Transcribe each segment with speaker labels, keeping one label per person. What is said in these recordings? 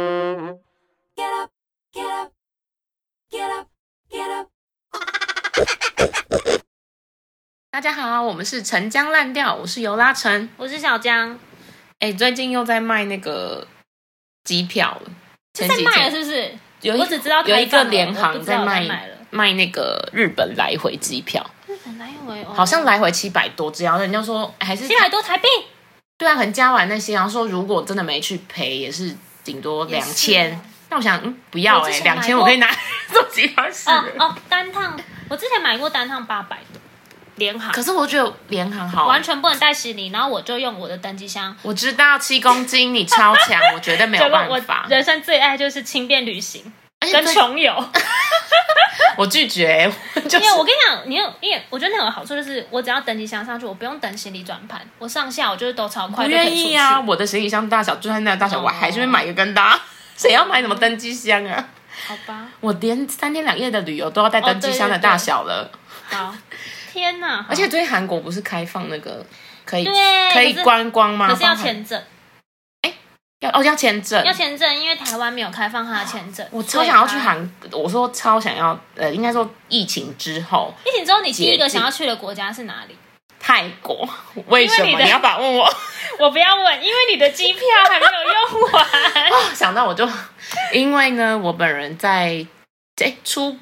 Speaker 1: Get up, get up, get up, get up.
Speaker 2: 大家好，我们是陈江烂调，我是尤拉陈。
Speaker 3: 我是小江，
Speaker 2: 哎、最近又在卖那个机票了，前
Speaker 3: 在
Speaker 2: 几
Speaker 3: 卖了
Speaker 2: 天
Speaker 3: 是不是？
Speaker 2: 有一
Speaker 3: 我只知道
Speaker 2: 有一个
Speaker 3: 开放了
Speaker 2: 联
Speaker 3: 我
Speaker 2: 行
Speaker 3: 不知道有
Speaker 2: 卖
Speaker 3: 在卖了
Speaker 2: 卖那个日本来回机票，
Speaker 3: 日本来回哦
Speaker 2: 好像来回七百多，只要人家说哎还是
Speaker 3: 七百多台币，
Speaker 2: 对啊，可能加完那些，然后说如果真的没去赔，也是顶多
Speaker 3: 也
Speaker 2: 两
Speaker 3: 是
Speaker 2: 千。那我想，嗯，不要
Speaker 3: 我
Speaker 2: 哎、
Speaker 3: 之前
Speaker 2: 两
Speaker 3: 买
Speaker 2: 千
Speaker 3: 过
Speaker 2: 我可以拿做其他事
Speaker 3: 哦
Speaker 2: 了。
Speaker 3: 哦，单趟我之前买过单趟八百的联航
Speaker 2: 可，是我觉得联航好，
Speaker 3: 完全不能带行李，然后我就用我的登机箱。
Speaker 2: 我知道七公斤你超强，我绝对没有
Speaker 3: 结果
Speaker 2: 办
Speaker 3: 我
Speaker 2: 法。
Speaker 3: 人生最爱就是轻便旅行
Speaker 2: 而且
Speaker 3: 跟
Speaker 2: 最
Speaker 3: 穷游，
Speaker 2: 我拒绝，我 就
Speaker 3: 因为我
Speaker 2: 是
Speaker 3: 跟你讲，你有，因为我觉得那有好处就是，我只要登机箱上去，我不用等行李转盘，我上下我就是都超
Speaker 2: 不
Speaker 3: 快就可
Speaker 2: 愿
Speaker 3: 以出
Speaker 2: 意
Speaker 3: 去。
Speaker 2: 啊。我的行李箱大小就算那大小，我还是会买一个跟搭。谁要买什么登机箱啊？
Speaker 3: 好吧，
Speaker 2: 哦我连三天两夜的旅游都要带登机箱的大小了。
Speaker 3: 好，天哪！
Speaker 2: 而且最近韩国不是开放那个可以
Speaker 3: 对
Speaker 2: 可以
Speaker 3: 可是
Speaker 2: 观光吗？
Speaker 3: 可是要
Speaker 2: 包含
Speaker 3: 签证，
Speaker 2: 要哦要签证
Speaker 3: 要。签啊证，因为台湾没有开放他的签证。
Speaker 2: 我超想要去
Speaker 3: 所以他。
Speaker 2: 韩，我说超想要，呃，应该说疫情之后
Speaker 3: 疫情之后，你第一
Speaker 2: 解
Speaker 3: 个
Speaker 2: 禁
Speaker 3: 想要去的国家是哪里？
Speaker 2: 泰国，为什
Speaker 3: 因为
Speaker 2: 么
Speaker 3: 你的
Speaker 2: 你要反问我？
Speaker 3: 我不要问，因为你的机票还没有 用完。
Speaker 2: 啊想到我就，因为呢，我本人在哎出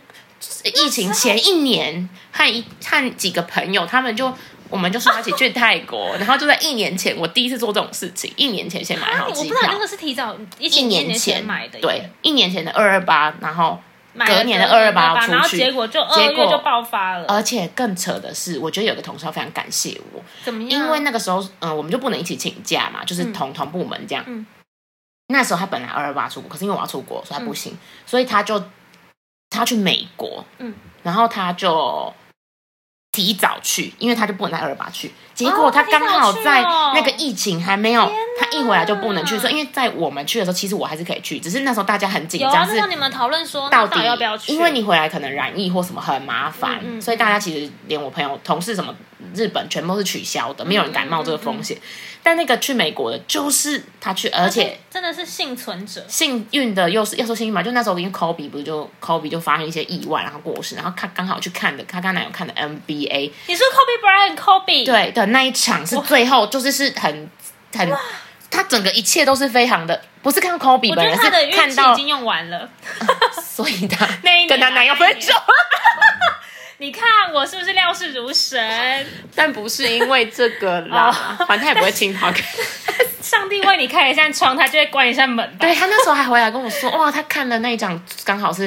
Speaker 2: 疫情前一年和一和几个朋友，他们就我们就说 要一起去泰国，然后就在一年前，我第一次做这种事情，一年前先买
Speaker 3: 啊，
Speaker 2: 好
Speaker 3: 我不
Speaker 2: 机
Speaker 3: 知道
Speaker 2: 票
Speaker 3: 那。个是提早
Speaker 2: 一
Speaker 3: 一一
Speaker 2: 年
Speaker 3: 前买的耶，
Speaker 2: 对，一年前的二二八，然后
Speaker 3: 买了
Speaker 2: 隔年的
Speaker 3: 隔
Speaker 2: 228
Speaker 3: 228然
Speaker 2: 出
Speaker 3: 后
Speaker 2: 去
Speaker 3: 结果就二
Speaker 2: 结
Speaker 3: 月
Speaker 2: 果呃
Speaker 3: 就爆发了，
Speaker 2: 而且更扯的是，我觉得有个同事要非常感谢我，
Speaker 3: 怎么样？
Speaker 2: 因为那个时候，嗯、我们就不能一起请假嘛，就是同、同部门这样。
Speaker 3: 嗯
Speaker 2: 那时候他本来二二八出国，可是因为我要出国，所以他不行，所以他就他去美国，
Speaker 3: 嗯，
Speaker 2: 然后他就提早去，因为他就不能在二二八去。结果
Speaker 3: 哦他提早
Speaker 2: 刚好在
Speaker 3: 去哦
Speaker 2: 那个疫情还没有，
Speaker 3: 天哪
Speaker 2: 他一回来就不能去，所以因为在我们去的时候，其实我还是可以去，只是那时候大家很紧
Speaker 3: 有
Speaker 2: 张，
Speaker 3: 啊，那
Speaker 2: 是
Speaker 3: 时候你们讨论说那
Speaker 2: 哦到
Speaker 3: 到
Speaker 2: 底
Speaker 3: 底要不要去？
Speaker 2: 因为你回来可能染疫或什么很麻烦，
Speaker 3: 嗯嗯
Speaker 2: 所以大家其实连我朋友、同事什么日本全部都是取消的，没有人敢冒这个风险。但那个去美国的，就是他去，嗯而且
Speaker 3: 真的是幸存者，
Speaker 2: 幸运的又是要说幸运嘛，就那时候因为 Kobe 不是就 Kobe 就发生一些意外，然后过世，然后他刚好去看的，他刚男友看的 NBA，
Speaker 3: 你是 Kobe Bryant Kobe，
Speaker 2: 对的那一场是最后就是是很很。他整个一切都是非常的，不是看到 Kobe
Speaker 3: 我
Speaker 2: 本
Speaker 3: 觉得
Speaker 2: 人，
Speaker 3: 他的
Speaker 2: 是
Speaker 3: 运
Speaker 2: 看
Speaker 3: 气
Speaker 2: 到
Speaker 3: 已，经用完了。
Speaker 2: 所以他
Speaker 3: 那一年啊
Speaker 2: 跟他男友分
Speaker 3: 那一
Speaker 2: 手
Speaker 3: 年。你看我是不是料事如神？
Speaker 2: 但不是因为这个啦，反正他也不会听好看。
Speaker 3: 上帝为你开一扇窗，他就会关一扇门吧。
Speaker 2: 对他那时候还回来跟我说，哇，他看的那一场刚好是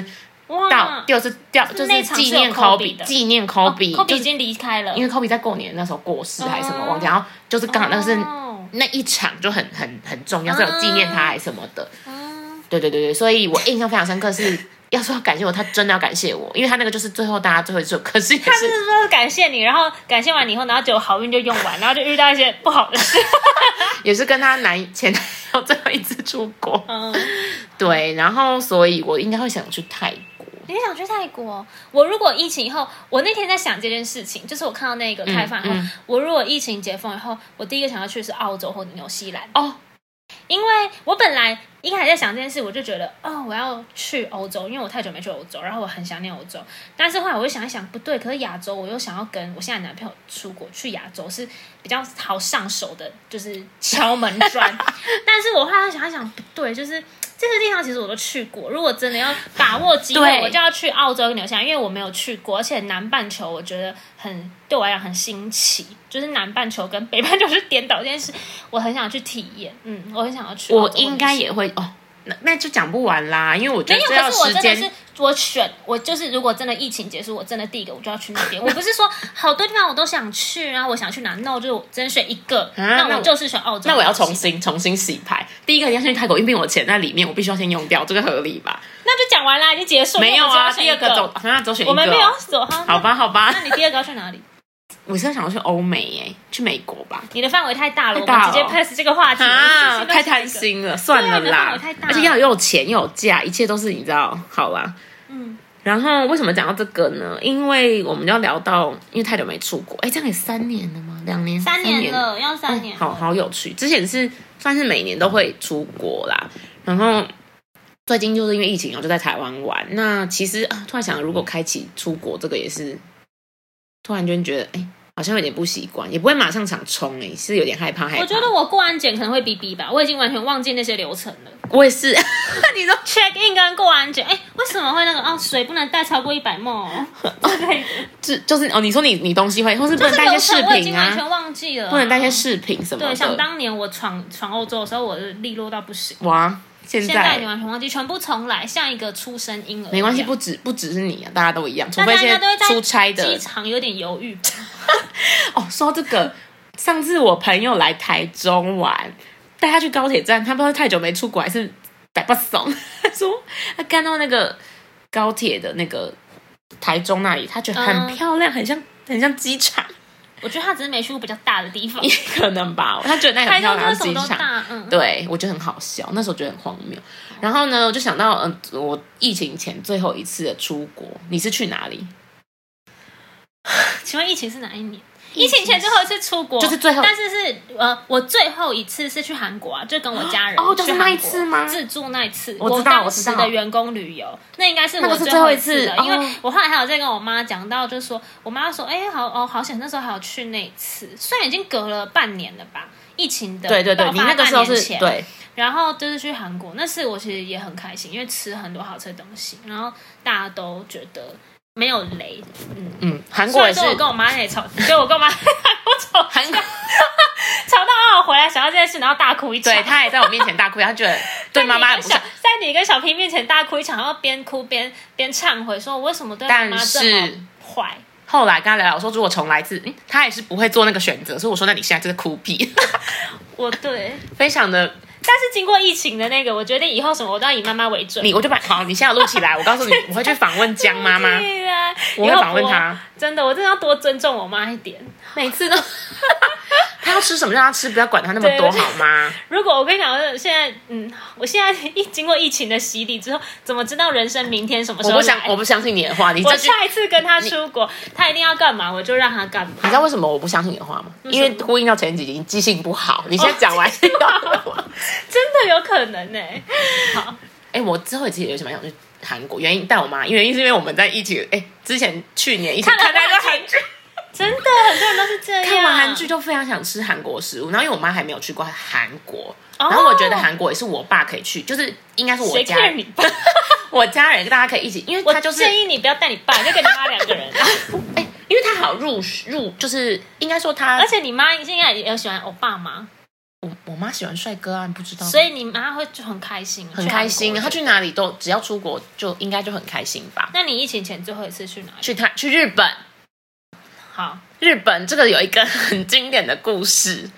Speaker 2: 到
Speaker 3: 哇，
Speaker 2: 第二次掉，就
Speaker 3: 那
Speaker 2: 嗯是
Speaker 3: 一场
Speaker 2: 纪念
Speaker 3: 是有 Kobe
Speaker 2: Kobe，
Speaker 3: 的
Speaker 2: 纪念 Kobe，、
Speaker 3: 科比
Speaker 2: 就
Speaker 3: 哦已
Speaker 2: 是
Speaker 3: 经离开了，
Speaker 2: 因为 Kobe 在过年那时候过世还是什么
Speaker 3: 哦
Speaker 2: 忘记，然后就是刚好那个是、
Speaker 3: 哦
Speaker 2: 那一场就很很很重要，是有纪念他还是什么的。
Speaker 3: 嗯
Speaker 2: 对对对对，所以我印象非常深刻是，要说感谢我，他真的要感谢我，因为他那个就是最后大家最后一次，可是也
Speaker 3: 他
Speaker 2: 是
Speaker 3: 是不是感谢你？然后感谢完你以后，然后就好运就用完，然后就遇到一些不好的事。
Speaker 2: 也是跟他男前男友最后一次出国，
Speaker 3: 嗯，
Speaker 2: 对，然后所以我应该会想去泰国。
Speaker 3: 你想去泰国？我如果疫情以后，我那天在想这件事情，就是我看到那个开放以后，
Speaker 2: 嗯
Speaker 3: 我如果疫情解封以后，我第一个想要去的是澳洲或者纽西兰，
Speaker 2: 哦，
Speaker 3: 因为我本来一开始在想这件事，我就觉得哦，我要去欧洲，因为我太久没去欧洲，然后我很想念欧洲。但是后来我就想一想，不对，可是亚洲我又想要跟我现在男朋友出国去亚洲是比较好上手的，就是敲门砖。 但是我后来想一想，不对，就是。这些地方其实我都去过，如果真的要把握机会，
Speaker 2: 对
Speaker 3: 我就要去澳洲跟纽西兰，因为我没有去过，而且南半球我觉得很对我来讲很新奇，就是南半球跟北半球是颠倒这件事，我很想去体验，嗯，我很想要去澳洲
Speaker 2: 我
Speaker 3: 跟纽西兰。
Speaker 2: 应该也会哦，那那就讲不完啦，因为我觉
Speaker 3: 没
Speaker 2: 得
Speaker 3: 有，
Speaker 2: 这要
Speaker 3: 可是我
Speaker 2: 时
Speaker 3: 真的
Speaker 2: 间
Speaker 3: 是。我选，我就是如果真的疫情结束，我真的第一个我就要去那 边。我不是说好多地方我都想去，然后我想去哪，那我就真选一 个，
Speaker 2: 那
Speaker 3: 那
Speaker 2: 我
Speaker 3: 我就是选澳洲。
Speaker 2: 那我要重，新重新洗牌。第一个一定要先去泰国，因为我钱在里面，我必须要先用掉，这个合理吧？
Speaker 3: 那就讲完啦，已经结束。
Speaker 2: 没有
Speaker 3: 那我
Speaker 2: 啊，
Speaker 3: 们只
Speaker 2: 第
Speaker 3: 要
Speaker 2: 二
Speaker 3: 选
Speaker 2: 个
Speaker 3: 一
Speaker 2: 走，好像走选一
Speaker 3: 我
Speaker 2: 个
Speaker 3: 们没
Speaker 2: 哦
Speaker 3: 有。走哈。
Speaker 2: 好吧，好吧
Speaker 3: 那， 你第二个要去哪里？
Speaker 2: 我是想要去欧美耶，去美国 吧。
Speaker 3: 你的范围太大了，
Speaker 2: 太
Speaker 3: 我
Speaker 2: 大
Speaker 3: 们
Speaker 2: 了
Speaker 3: 直接 pass 这个话题。我
Speaker 2: 啊，
Speaker 3: 们
Speaker 2: 太
Speaker 3: 直接 pass 这个
Speaker 2: 贪。心了，算了
Speaker 3: 对啊你的范
Speaker 2: 啦
Speaker 3: 围太。大
Speaker 2: 而且要又有钱又有价，一切都是你知道，好啦。
Speaker 3: 嗯，
Speaker 2: 然后为什么讲到这个呢？因为我们要聊到，因为太久没出国，哎，这样也三年了吗？两年，
Speaker 3: 三
Speaker 2: 年
Speaker 3: 年了，要三年
Speaker 2: 哦
Speaker 3: 了。
Speaker 2: 好好有趣。之前是算是每年都会出国啦，然后最近就是因为疫情，我就在台湾玩。那其实啊，突然想，如果开启出国这个也是，突然间觉得，哎、好像有点不习惯，也不会马上想冲、哎，是有点害怕害怕。
Speaker 3: 我觉得我过安检可能会逼逼吧，我已经完全忘记那些流程了。
Speaker 2: 我也 是，
Speaker 3: 你说 check in 跟过安检，哎、为什么会那个哦？水不能带超过一百沫之类的，
Speaker 2: 就就是哦，你说你你东西会，或是不能带一些
Speaker 3: 流
Speaker 2: 饰
Speaker 3: 程我已
Speaker 2: 品
Speaker 3: 经完
Speaker 2: 啊，
Speaker 3: 全忘记了、
Speaker 2: 不能带一些。饰品啊什么
Speaker 3: 对，想
Speaker 2: 的。
Speaker 3: 当年我闯闯欧洲的时候，我是利落到不行。
Speaker 2: 哇，现
Speaker 3: 现在你完全忘记，全部重来，像一个出生婴儿一样。
Speaker 2: 没关系，不止不只是你啊，大家都一样，除
Speaker 3: 大家
Speaker 2: 非一些
Speaker 3: 应该都会在
Speaker 2: 出差的
Speaker 3: 机场有点 犹豫吧。
Speaker 2: 哦，说到这个，上次我朋友来台中玩，带他去高铁站，他不知道太久没出国还是百不怂， 他说他看到那个高铁的那个台中那里，他觉得很
Speaker 3: 嗯
Speaker 2: 漂亮，很像很像机场，
Speaker 3: 我觉得他只是没去过比较大的地 方
Speaker 2: 也，可能吧，他觉得那里
Speaker 3: 台
Speaker 2: 很漂
Speaker 3: 中
Speaker 2: 亮，像机
Speaker 3: 真的什么都
Speaker 2: 场。
Speaker 3: 大，嗯，
Speaker 2: 对，我觉得很好笑，那时候觉得很荒谬。然后呢，我就想到，嗯、我疫情前最后一次的出国，你是去哪里？
Speaker 3: 请问疫情是哪一年？疫情前最后一次出国，
Speaker 2: 就是 最后
Speaker 3: 但是是呃，我最后一次是去韩国啊，就跟我家人
Speaker 2: 哦就是
Speaker 3: 去韩国
Speaker 2: 那一次吗
Speaker 3: 自助那一次，
Speaker 2: 我知道
Speaker 3: 当
Speaker 2: 我知
Speaker 3: 时
Speaker 2: 道
Speaker 3: 的员工旅游，那应该是
Speaker 2: 那个
Speaker 3: 我
Speaker 2: 是
Speaker 3: 最
Speaker 2: 最
Speaker 3: 后
Speaker 2: 后一
Speaker 3: 一次的，
Speaker 2: 次
Speaker 3: 因为
Speaker 2: 哦
Speaker 3: 我后来还有在跟我妈讲到，就是说我妈说，哎、好哦，好险，那时候还有去那一次，虽然已经隔了半年了吧，疫情的
Speaker 2: 对对对，
Speaker 3: 爆
Speaker 2: 你
Speaker 3: 发
Speaker 2: 那个
Speaker 3: 半
Speaker 2: 时候
Speaker 3: 年
Speaker 2: 是
Speaker 3: 前
Speaker 2: 对，
Speaker 3: 然后就是去韩国，那次我其实也很开心，因为吃很多好吃的东西，然后大家都觉得没有雷。嗯，
Speaker 2: 嗯，韩
Speaker 3: 虽
Speaker 2: 国也
Speaker 3: 然
Speaker 2: 是
Speaker 3: 说我跟我妈那里吵，对我跟我妈 我吵
Speaker 2: 韩国。
Speaker 3: 吵到我回来想到这件事，然后大哭一场。
Speaker 2: 对，他也在我面前大哭，他 觉得对妈妈很不
Speaker 3: 在
Speaker 2: 像
Speaker 3: 你跟。小在你跟小 P 面前大哭一场，然后边哭边边忏悔，说我为什么对妈妈
Speaker 2: 但是
Speaker 3: 这么坏？
Speaker 2: 后来跟他聊聊，我说如果重来一次，嗯，他也是不会做那个选择，所以我说那你现在就是哭屁，
Speaker 3: 我对，
Speaker 2: 非常的
Speaker 3: 但是经过疫情的那个，我决定以后什么我都要以妈妈为准。
Speaker 2: 你，我就把好，你现在录起来，我告诉你，我会去访问江妈妈，
Speaker 3: 对啊，
Speaker 2: 我
Speaker 3: 以
Speaker 2: 会
Speaker 3: 后
Speaker 2: 访问
Speaker 3: 我
Speaker 2: 她，
Speaker 3: 真的，我真的要多尊重我妈一点。
Speaker 2: 每次都。他要吃什么让他吃，不要管他那么
Speaker 3: 对
Speaker 2: 多
Speaker 3: 我就
Speaker 2: 好 吗？
Speaker 3: 如果我跟你讲，我现在嗯，我现在一经过疫情的洗礼之后，怎么知道人生明天什么时
Speaker 2: 我
Speaker 3: 候
Speaker 2: 不相
Speaker 3: 来
Speaker 2: 我不相信你的话，你
Speaker 3: 我
Speaker 2: 这句
Speaker 3: 下一次跟他出国，他一定要干嘛，我就让他干嘛。
Speaker 2: 你知道为什么我不相信你的话吗？因为呼应到前几集，你记性不好。你
Speaker 3: 哦
Speaker 2: 先讲完。
Speaker 3: 真的有可能呢、欸好，
Speaker 2: 哎、我之后其实有什么想去韩国，原因带我妈，原因是因为我们在一起，哎、之前去年一起
Speaker 3: 看了
Speaker 2: 看那个
Speaker 3: 韩
Speaker 2: 韩
Speaker 3: 剧
Speaker 2: 剧，
Speaker 3: 真的很多人都是这样。
Speaker 2: 看完韩剧就非常想吃韩国食物，然后因为我妈还没有去过韩国，
Speaker 3: 哦
Speaker 2: 然后我觉得韩国也是我爸可以去，就是应该是我
Speaker 3: 谁
Speaker 2: 家
Speaker 3: care 你爸？
Speaker 2: 我家人大家可以一起，因为
Speaker 3: 我
Speaker 2: 他就是
Speaker 3: 建议你不要带你爸，就跟你妈两 个人。
Speaker 2: 哎、因为他好入入，就是应该说他
Speaker 3: 而，且你妈现在也有喜欢欧巴吗？
Speaker 2: 我我妈喜欢帅哥啊，你不知道吗，
Speaker 3: 所以你妈会就很开心，
Speaker 2: 很开心，
Speaker 3: 去韩
Speaker 2: 他
Speaker 3: 国
Speaker 2: 去哪里都只要出国就应该就很开心吧。
Speaker 3: 那你疫情前最后一次去哪里？
Speaker 2: 去他去日本，
Speaker 3: 好，
Speaker 2: 日本这个有一个 很经典的故事，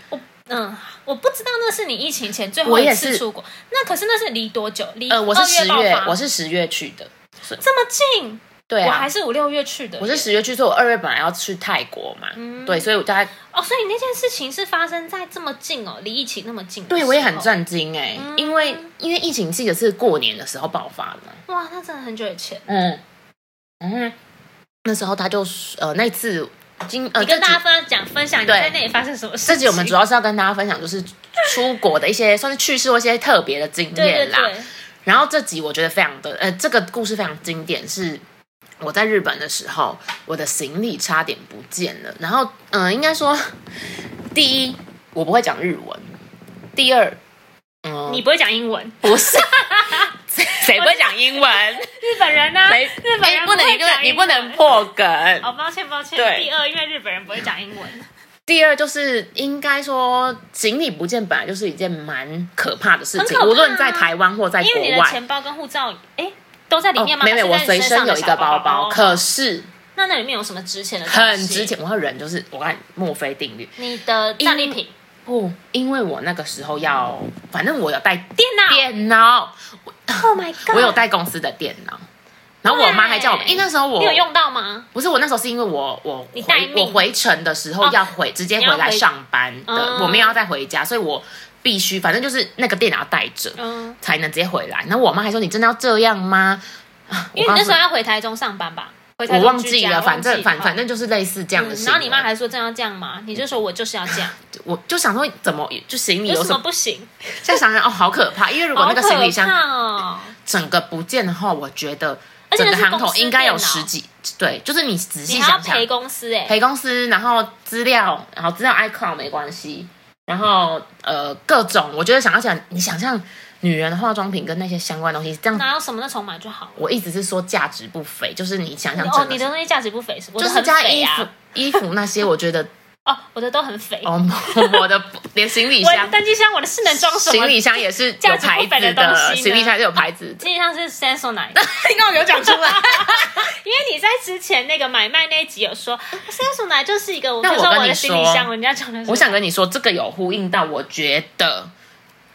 Speaker 3: 嗯，我不知道那是你疫情前最后
Speaker 2: 我
Speaker 3: 一
Speaker 2: 也
Speaker 3: 次
Speaker 2: 是
Speaker 3: 出国，那可是那是离多久？离
Speaker 2: 呃，我是十
Speaker 3: 二
Speaker 2: 月
Speaker 3: 爆，发
Speaker 2: 我是十月去的，
Speaker 3: 这么近，
Speaker 2: 对
Speaker 3: 我
Speaker 2: 啊
Speaker 3: 还，是五六月去的耶。
Speaker 2: 我是十月去，所以我二月本来要去泰国嘛，
Speaker 3: 嗯
Speaker 2: 对，所以我大概
Speaker 3: 哦，所以那件事情是发生在这么近哦，离疫情那么近。
Speaker 2: 对，我也很。震惊哎、
Speaker 3: 嗯
Speaker 2: 因为因为疫情记得是过年的时候爆发的，
Speaker 3: 哇，那真的很久以前。
Speaker 2: 嗯嗯，那时候他就呃那次今呃
Speaker 3: 你跟
Speaker 2: 这
Speaker 3: 大
Speaker 2: 集
Speaker 3: 家分享分享你
Speaker 2: 对
Speaker 3: 在那里发生什么事情？
Speaker 2: 这集我们主要是要跟大家分享就是出国的一些算是趣事或一些特别的经
Speaker 3: 对对
Speaker 2: 验啦，
Speaker 3: 对，
Speaker 2: 然后这集我觉得非常的，呃，这个故事非常经典，是我在日本的时候，我的行李差点不见了。然后，嗯、应该说，第一，我不会讲日文；第二，嗯、
Speaker 3: 你不会讲英文，
Speaker 2: 不是谁谁不会讲英文？
Speaker 3: 日本人呢、
Speaker 2: 谁
Speaker 3: 日本人
Speaker 2: 哎不能
Speaker 3: 会
Speaker 2: 一个
Speaker 3: 讲
Speaker 2: 你
Speaker 3: 英
Speaker 2: 不
Speaker 3: 文
Speaker 2: 能。破梗。
Speaker 3: 哦，抱歉抱歉。
Speaker 2: 对
Speaker 3: 第二，因为日本人不会讲英文。
Speaker 2: 第二就是应该说，行李不见本来就是一件蛮可怕的事
Speaker 3: 很
Speaker 2: 情，
Speaker 3: 可怕啊
Speaker 2: 无论在台湾或在
Speaker 3: 因
Speaker 2: 国
Speaker 3: 为你的
Speaker 2: 外。哦
Speaker 3: 钱包跟护照，哎、都在里面吗？
Speaker 2: 没有没有，我
Speaker 3: 还是在
Speaker 2: 随
Speaker 3: 你上
Speaker 2: 身有
Speaker 3: 的
Speaker 2: 一
Speaker 3: 小
Speaker 2: 个
Speaker 3: 包
Speaker 2: 包，可是
Speaker 3: 那那里面有什么值钱的？
Speaker 2: 很值。钱。我看人就是我看墨菲定律
Speaker 3: 你的战利品，
Speaker 2: 不，因为我那个时候要，反正我有带
Speaker 3: 电脑。
Speaker 2: 电脑，
Speaker 3: Oh my god！
Speaker 2: 我有带公司的电脑，然后我妈还叫我们，
Speaker 3: 对
Speaker 2: 因为那时候我
Speaker 3: 你有用到吗？
Speaker 2: 不是我那时候是因为我我
Speaker 3: 你待
Speaker 2: 回
Speaker 3: 命
Speaker 2: 我回程的时候
Speaker 3: 哦
Speaker 2: 要回、直接
Speaker 3: 你要
Speaker 2: 回来
Speaker 3: 回
Speaker 2: 上班的，
Speaker 3: 嗯
Speaker 2: 我没有要再回家，所以我必须反正就是那个电脑要带着。
Speaker 3: 嗯，
Speaker 2: 才能直接回来。然后我妈还说：“你真的要这样吗？”
Speaker 3: 因为你那时候要回台中上班吧？回台
Speaker 2: 我
Speaker 3: 中
Speaker 2: 忘
Speaker 3: 居
Speaker 2: 记
Speaker 3: 家
Speaker 2: 了，反正反。
Speaker 3: 忘
Speaker 2: 反
Speaker 3: 记
Speaker 2: 正就是类似这样的
Speaker 3: 嗯
Speaker 2: 事、
Speaker 3: 然后你妈还说这样这样嘛，你就说我就是要这样，
Speaker 2: 我就想说怎么就行李
Speaker 3: 有
Speaker 2: 有
Speaker 3: 什么不行？
Speaker 2: 现在想想哦，好可怕！因为如果
Speaker 3: 好
Speaker 2: 那个行李箱
Speaker 3: 可怕哦，
Speaker 2: 整个不见的话，我觉得
Speaker 3: 而且
Speaker 2: 整
Speaker 3: 那
Speaker 2: 个
Speaker 3: 是
Speaker 2: 航
Speaker 3: 公
Speaker 2: 头
Speaker 3: 司
Speaker 2: 应该有
Speaker 3: 电脑
Speaker 2: 十几，对，就是你仔
Speaker 3: 你
Speaker 2: 细
Speaker 3: 还要
Speaker 2: 想想
Speaker 3: 赔，公司哎，
Speaker 2: 赔公司，然后资料，然后资料 icon 没关系，然后呃各种，我觉得想要想你想象女人的化妆品跟那些相关的东西，这样
Speaker 3: 哪有什么那重买就好了。
Speaker 2: 我一直是说价值不菲，就是你想象
Speaker 3: 哦，
Speaker 2: 整
Speaker 3: 你
Speaker 2: 个、
Speaker 3: 的东西价值不菲，我
Speaker 2: 就
Speaker 3: 的
Speaker 2: 是
Speaker 3: 很
Speaker 2: 加
Speaker 3: 菲
Speaker 2: 衣服
Speaker 3: 啊。
Speaker 2: 衣服那些，我觉得
Speaker 3: 哦，我的都很肥。
Speaker 2: 哦， 我的连行李
Speaker 3: 我的
Speaker 2: 箱。
Speaker 3: 登机箱，我的是能装什么？
Speaker 2: 行李箱也是有
Speaker 3: 价值
Speaker 2: 牌
Speaker 3: 不菲的
Speaker 2: 子
Speaker 3: 东西呢
Speaker 2: 行李箱也是有牌 子的。
Speaker 3: 行李箱是 Samsonite，
Speaker 2: 你看我没有讲出来，
Speaker 3: 因为你在之前那个买卖那一集有说 Samsonite 就是一个，我
Speaker 2: 那
Speaker 3: 就
Speaker 2: 我
Speaker 3: 说
Speaker 2: 跟
Speaker 3: 我的
Speaker 2: 你
Speaker 3: 行李
Speaker 2: 说
Speaker 3: 箱，人家讲的是，
Speaker 2: 我想跟你说，这个有呼应到，我觉得，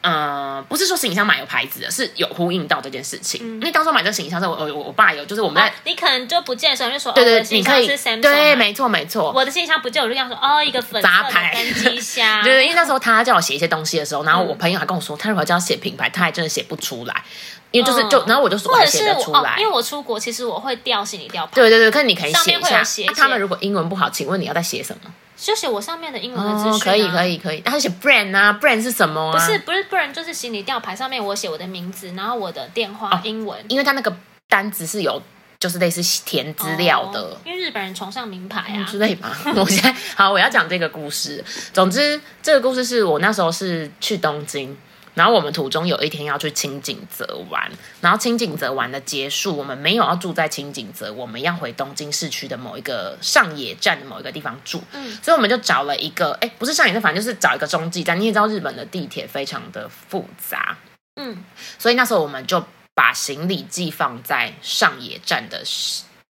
Speaker 2: 呃，不是说行李箱买有牌子的，是有呼应到这件事情。因为当初买这个行李箱的时候，我我我爸有，就是我们在、
Speaker 3: 嗯哦你可能就不见的时候你就说，
Speaker 2: 对
Speaker 3: 哦我
Speaker 2: 对
Speaker 3: 的，行
Speaker 2: 你
Speaker 3: 李
Speaker 2: 可
Speaker 3: 箱
Speaker 2: 以
Speaker 3: 是 Samsonite，
Speaker 2: 对，没错没错，
Speaker 3: 我的行李箱不见，我就跟他说，哦，一个粉色
Speaker 2: 杂
Speaker 3: 的
Speaker 2: 牌
Speaker 3: 登机箱，
Speaker 2: 对对，因为那时候他叫我写一些东西的时候，然后
Speaker 3: 嗯
Speaker 2: 我朋友还跟我说，他如果叫他写品牌，他还真的写不出来，因为就是、
Speaker 3: 嗯
Speaker 2: 就，然后我就说
Speaker 3: 或
Speaker 2: 我
Speaker 3: 者
Speaker 2: 写
Speaker 3: 是
Speaker 2: 得出
Speaker 3: 我，哦
Speaker 2: 来，
Speaker 3: 因为我出国，其实我会掉行李吊牌，
Speaker 2: 对对对，可是你可以
Speaker 3: 上面
Speaker 2: 写一
Speaker 3: 会有
Speaker 2: 下。
Speaker 3: 写
Speaker 2: 那
Speaker 3: 一
Speaker 2: 他们
Speaker 3: 些
Speaker 2: 如果英文不好，请问你要再写什么？
Speaker 3: 就写我上面的英文的资讯、
Speaker 2: 哦
Speaker 3: 啊，
Speaker 2: 可以可以可以，那他写 brand 啊，brand 是什么啊？
Speaker 3: 不是不是，不然就是行李吊牌上面我写我的名字，然后我的电话、
Speaker 2: 哦
Speaker 3: 英文
Speaker 2: 因为他那个单子是有就是类似填资料的。哎嗯
Speaker 3: 哦因为日本人崇尚名牌啊
Speaker 2: 之。类吧， 我现在好，我要讲这个故事。总之，这个故事是我那时候是去东京，然后我们途中有一天要去清景泽玩，然后清景泽玩的结束，我们没有要住在清景泽，我们要回东京市区的某一个上野站的某一个地方住，
Speaker 3: 嗯
Speaker 2: 所以我们就找了一个，哎、不是上野站，反正就是找一个中继站。你也知道日本的地铁非常的复杂，
Speaker 3: 嗯，
Speaker 2: 所以那时候我们就把行李寄放在上野站的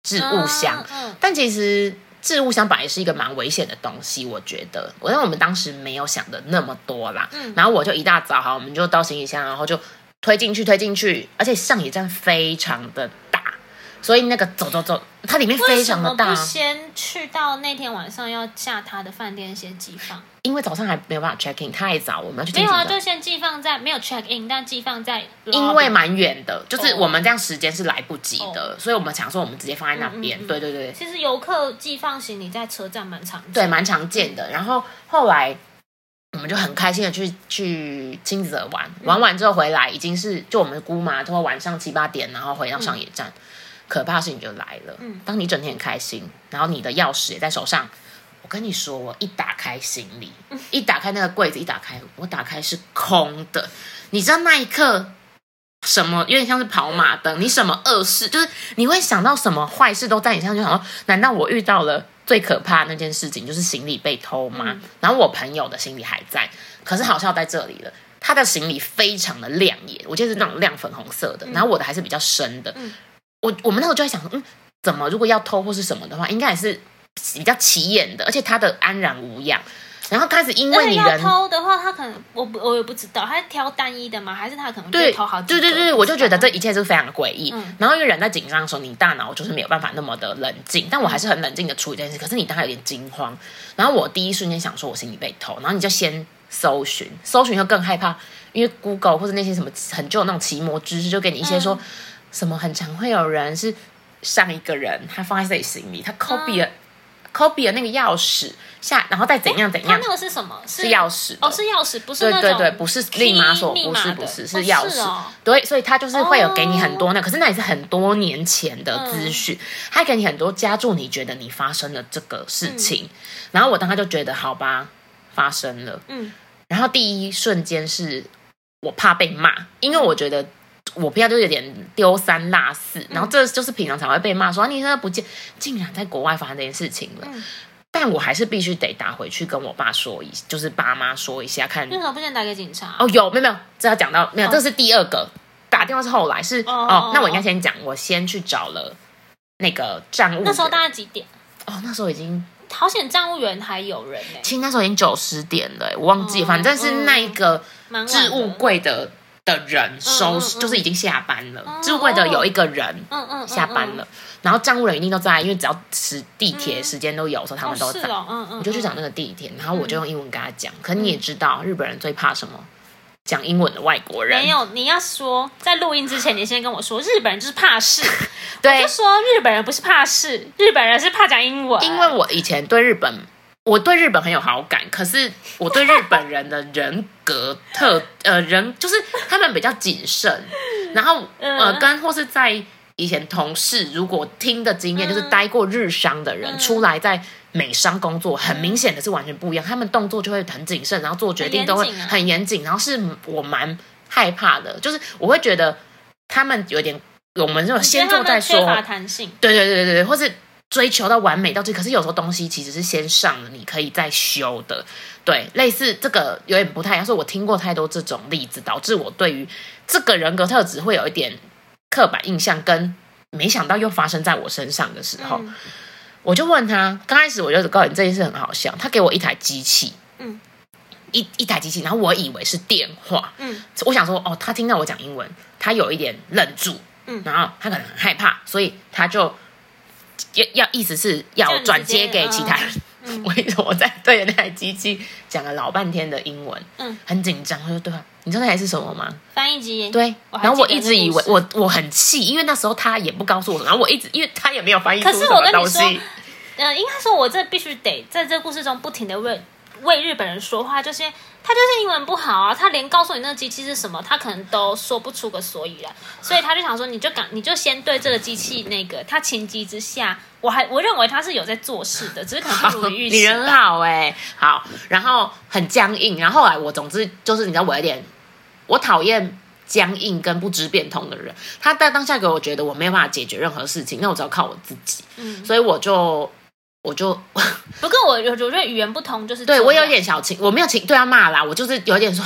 Speaker 2: 置物箱。
Speaker 3: 嗯，
Speaker 2: 但其实置物箱本来是一个蛮危险的东西，我觉得，我因为我们当时没有想的那么多啦。
Speaker 3: 嗯
Speaker 2: 然后我就一大早哈，我们就到行李箱，然后就推进去，推进去，而且上野站非常的大，所以那个走走走，它里面
Speaker 3: 嗯为
Speaker 2: 非
Speaker 3: 什
Speaker 2: 常
Speaker 3: 么
Speaker 2: 的
Speaker 3: 不
Speaker 2: 大，
Speaker 3: 先去到那天晚上要下他的饭店先寄放？
Speaker 2: 因为早上还没有办法 check in，太早，我们要去
Speaker 3: 没
Speaker 2: 清
Speaker 3: 有
Speaker 2: 景
Speaker 3: 啊，
Speaker 2: 泽
Speaker 3: 就。先寄放在没有 check in，但寄放在呃 lobby
Speaker 2: 因为蛮远的，就是
Speaker 3: 哦
Speaker 2: 我们这样时间是来不及的，所以我们想说我们直接放在那边。
Speaker 3: 嗯嗯嗯
Speaker 2: 对对对，
Speaker 3: 其实游客寄放行李在车站蛮常见
Speaker 2: 对，蛮常见的。然后后来我们就很开心的去去亲子玩，玩完之后回来已经是就我们姑妈，就会晚上七八点，然后回到上野站，可怕的事情就来了。
Speaker 3: 嗯
Speaker 2: 当你整天很开心，然后你的钥匙也在手上。我跟你说，我一打开行李，一打开那个柜子，一打开，我打开是空的。你知道那一刻什么有点像是跑马灯，你什么恶事，就是你会想到什么坏事都在你身上，就想说，难道我遇到了最可怕的那件事情，就是行李被偷吗？
Speaker 3: 嗯
Speaker 2: 然后我朋友的行李还在，可是好笑在这里了。他的行李非常的亮眼，我记得是那种亮粉红色的，
Speaker 3: 嗯
Speaker 2: 然后我的还是比较深的。
Speaker 3: 嗯
Speaker 2: 我我们那时候就在想说，嗯，怎么如果要偷或是什么的话，应该也是比较起眼的，而且他的安然无恙。然后开始因
Speaker 3: 而
Speaker 2: 为
Speaker 3: 且
Speaker 2: 你
Speaker 3: 要
Speaker 2: 人
Speaker 3: 偷的话，他可能我不我也不知道，他是挑单一的吗？还是他可能就
Speaker 2: 对，
Speaker 3: 偷好几
Speaker 2: 对
Speaker 3: 个
Speaker 2: 对对，我就觉得这
Speaker 3: 不知道
Speaker 2: 一切是非常的诡异。
Speaker 3: 嗯
Speaker 2: 然后因为人在紧张的时候，你大脑就是没有办法那么的冷静，但我
Speaker 3: 嗯
Speaker 2: 还是很冷静的处理这件事。可是你当然有点惊慌，然后我第一瞬间想说我行李被偷，然后你就先搜寻，搜寻又更害怕，因为 Google 或者那些什么很旧的那种奇摩知识，就给你一些
Speaker 3: 嗯
Speaker 2: 说、什么很常会有人是上一个人他放在自己行
Speaker 3: 嗯
Speaker 2: 李，他 copy 了、copy 了那个钥匙下，然后再怎样怎
Speaker 3: 哦他
Speaker 2: 样
Speaker 3: 那。个是什么？是
Speaker 2: 是钥匙的
Speaker 3: 哦，是钥匙，不是
Speaker 2: 对
Speaker 3: 那种
Speaker 2: 对对，不是
Speaker 3: key
Speaker 2: 密码锁，
Speaker 3: 密
Speaker 2: 不
Speaker 3: 码
Speaker 2: 是
Speaker 3: 的
Speaker 2: 不是
Speaker 3: 哦
Speaker 2: 是钥匙、
Speaker 3: 哦
Speaker 2: 对，所以他就是会有给你很多那，可是那也是很多年前的资讯，
Speaker 3: 嗯
Speaker 2: 他给你很多加注你觉得你发生了这个事情，然后我当时就觉得好吧，发生了，
Speaker 3: 嗯，
Speaker 2: 然后第一瞬间是我怕被骂，因为我觉得。我不要就有点丢三落
Speaker 3: 嗯
Speaker 2: 四，然后这就是平常才会被骂说、啊你现在不见，竟然在国外发生这件事情 了，
Speaker 3: 嗯
Speaker 2: 但我还是必须得打回去跟我爸说一，就是爸妈说一下，看
Speaker 3: 为什么不先打给警察？
Speaker 2: 哦，有没有没有？这要讲到没有？
Speaker 3: 哦
Speaker 2: 这是第二个打电话是后来是
Speaker 3: 哦
Speaker 2: 哦
Speaker 3: 哦
Speaker 2: 那我应该先讲，我先去找了那个站务员。
Speaker 3: 那时候大概几点？
Speaker 2: 哦，那时候已经，
Speaker 3: 好险，站务员还有人呢、
Speaker 2: 其实那时候已经九十点了，我忘记，
Speaker 3: 哦
Speaker 2: 反正是那一个
Speaker 3: 蛮晚
Speaker 2: 置
Speaker 3: 的
Speaker 2: 物，柜的的人收拾，
Speaker 3: 嗯嗯
Speaker 2: 就是已经下班了
Speaker 3: 哦。
Speaker 2: 置物柜的有一个人
Speaker 3: 嗯嗯，嗯
Speaker 2: 下班了，，然后站务人一定都在，因为只要时地铁
Speaker 3: 嗯
Speaker 2: 时间都有的时候，
Speaker 3: 嗯
Speaker 2: 他们都
Speaker 3: 哦是
Speaker 2: 在。
Speaker 3: 哦，嗯嗯，
Speaker 2: 我就去
Speaker 3: 嗯
Speaker 2: 找那个地铁，然后我就用英文跟他讲。可你也知道，日本人最怕什么？讲英文的外国人。
Speaker 3: 没有，你要说在录音之前，你先跟我说，日本人就是怕事。我
Speaker 2: 对
Speaker 3: 就，说日本人不是怕事，日本人是怕讲英文。
Speaker 2: 因为我以前对日本，我对日本很有好感，可是我对日本人的人格 特呃人，就是他们比较谨慎，然后呃
Speaker 3: 嗯
Speaker 2: 跟或是在以前同事如果听的经验就是
Speaker 3: 嗯
Speaker 2: 待过日商的人、
Speaker 3: 嗯
Speaker 2: 出来在。美商工作很明显的是完全不一样，他们动作就会很谨慎，然后做决定都会
Speaker 3: 很严谨啊
Speaker 2: 很严谨，然后是我蛮害怕的，就是我会觉得他们有点，我们就
Speaker 3: 你觉得
Speaker 2: 先
Speaker 3: 他
Speaker 2: 做
Speaker 3: 们
Speaker 2: 再说，
Speaker 3: 缺乏弹性。
Speaker 2: 对对对对对，或是追求到完美到最，可是有时候东西其实是先上的，你可以再修的。对，类似这个有点不太一样，所以我听过太多这种例子，导致我对于这个人格特质会有一点刻板印象，跟没想到又发生在我身上的时候，
Speaker 3: 嗯
Speaker 2: 我就问他，刚开始我就告诉你这件事很好笑，他给我一台机器，
Speaker 3: 嗯，
Speaker 2: 一一台机器，然后我以为是电话，
Speaker 3: 嗯
Speaker 2: 我想说，哦，他听到我讲英文，他有一点愣住，
Speaker 3: 嗯
Speaker 2: 然后他可能很害怕，所以他就要要意思是要
Speaker 3: 就
Speaker 2: 转
Speaker 3: 你直接
Speaker 2: 接给其他人。
Speaker 3: 嗯
Speaker 2: 我一直我在对着那台机器讲了老半天的英文，
Speaker 3: 嗯，
Speaker 2: 很紧张，他就对话，啊你知道那台是什么吗？
Speaker 3: 翻译机。
Speaker 2: 对，
Speaker 3: 我还
Speaker 2: 然后我
Speaker 3: 记得
Speaker 2: 一直
Speaker 3: 那
Speaker 2: 以
Speaker 3: 故
Speaker 2: 为
Speaker 3: 事
Speaker 2: 我我很气，因为那时候他也不告诉我，然后我一直因为他也没有翻译出
Speaker 3: 可是
Speaker 2: 什
Speaker 3: 我
Speaker 2: 么
Speaker 3: 跟你
Speaker 2: 东
Speaker 3: 说
Speaker 2: 西，
Speaker 3: 呃，应该说，我这必须得在这故事中不停的为为日本人说话，就是他就是英文不好啊，他连告诉你那个机器是什么，他可能都说不出个所以 来，所以他就想说，你就赶，你就先对这个机器那个他情急之下，我还我认为他是有在做事的，只是可能不如预
Speaker 2: 你
Speaker 3: 期吧。
Speaker 2: 人很好哎、好，然后很僵硬，然后后来我总之就是你知道我有点，我讨厌僵硬跟不知变通的人，他在当下给我觉得我没有办法解决任何事情，那我只要靠我自己，
Speaker 3: 嗯，
Speaker 2: 所以我就我就
Speaker 3: 不过我我我觉得语言不通就是
Speaker 2: 对
Speaker 3: 这
Speaker 2: 我有
Speaker 3: 样
Speaker 2: 点小情，我没有情对他骂啦，我就是有点说，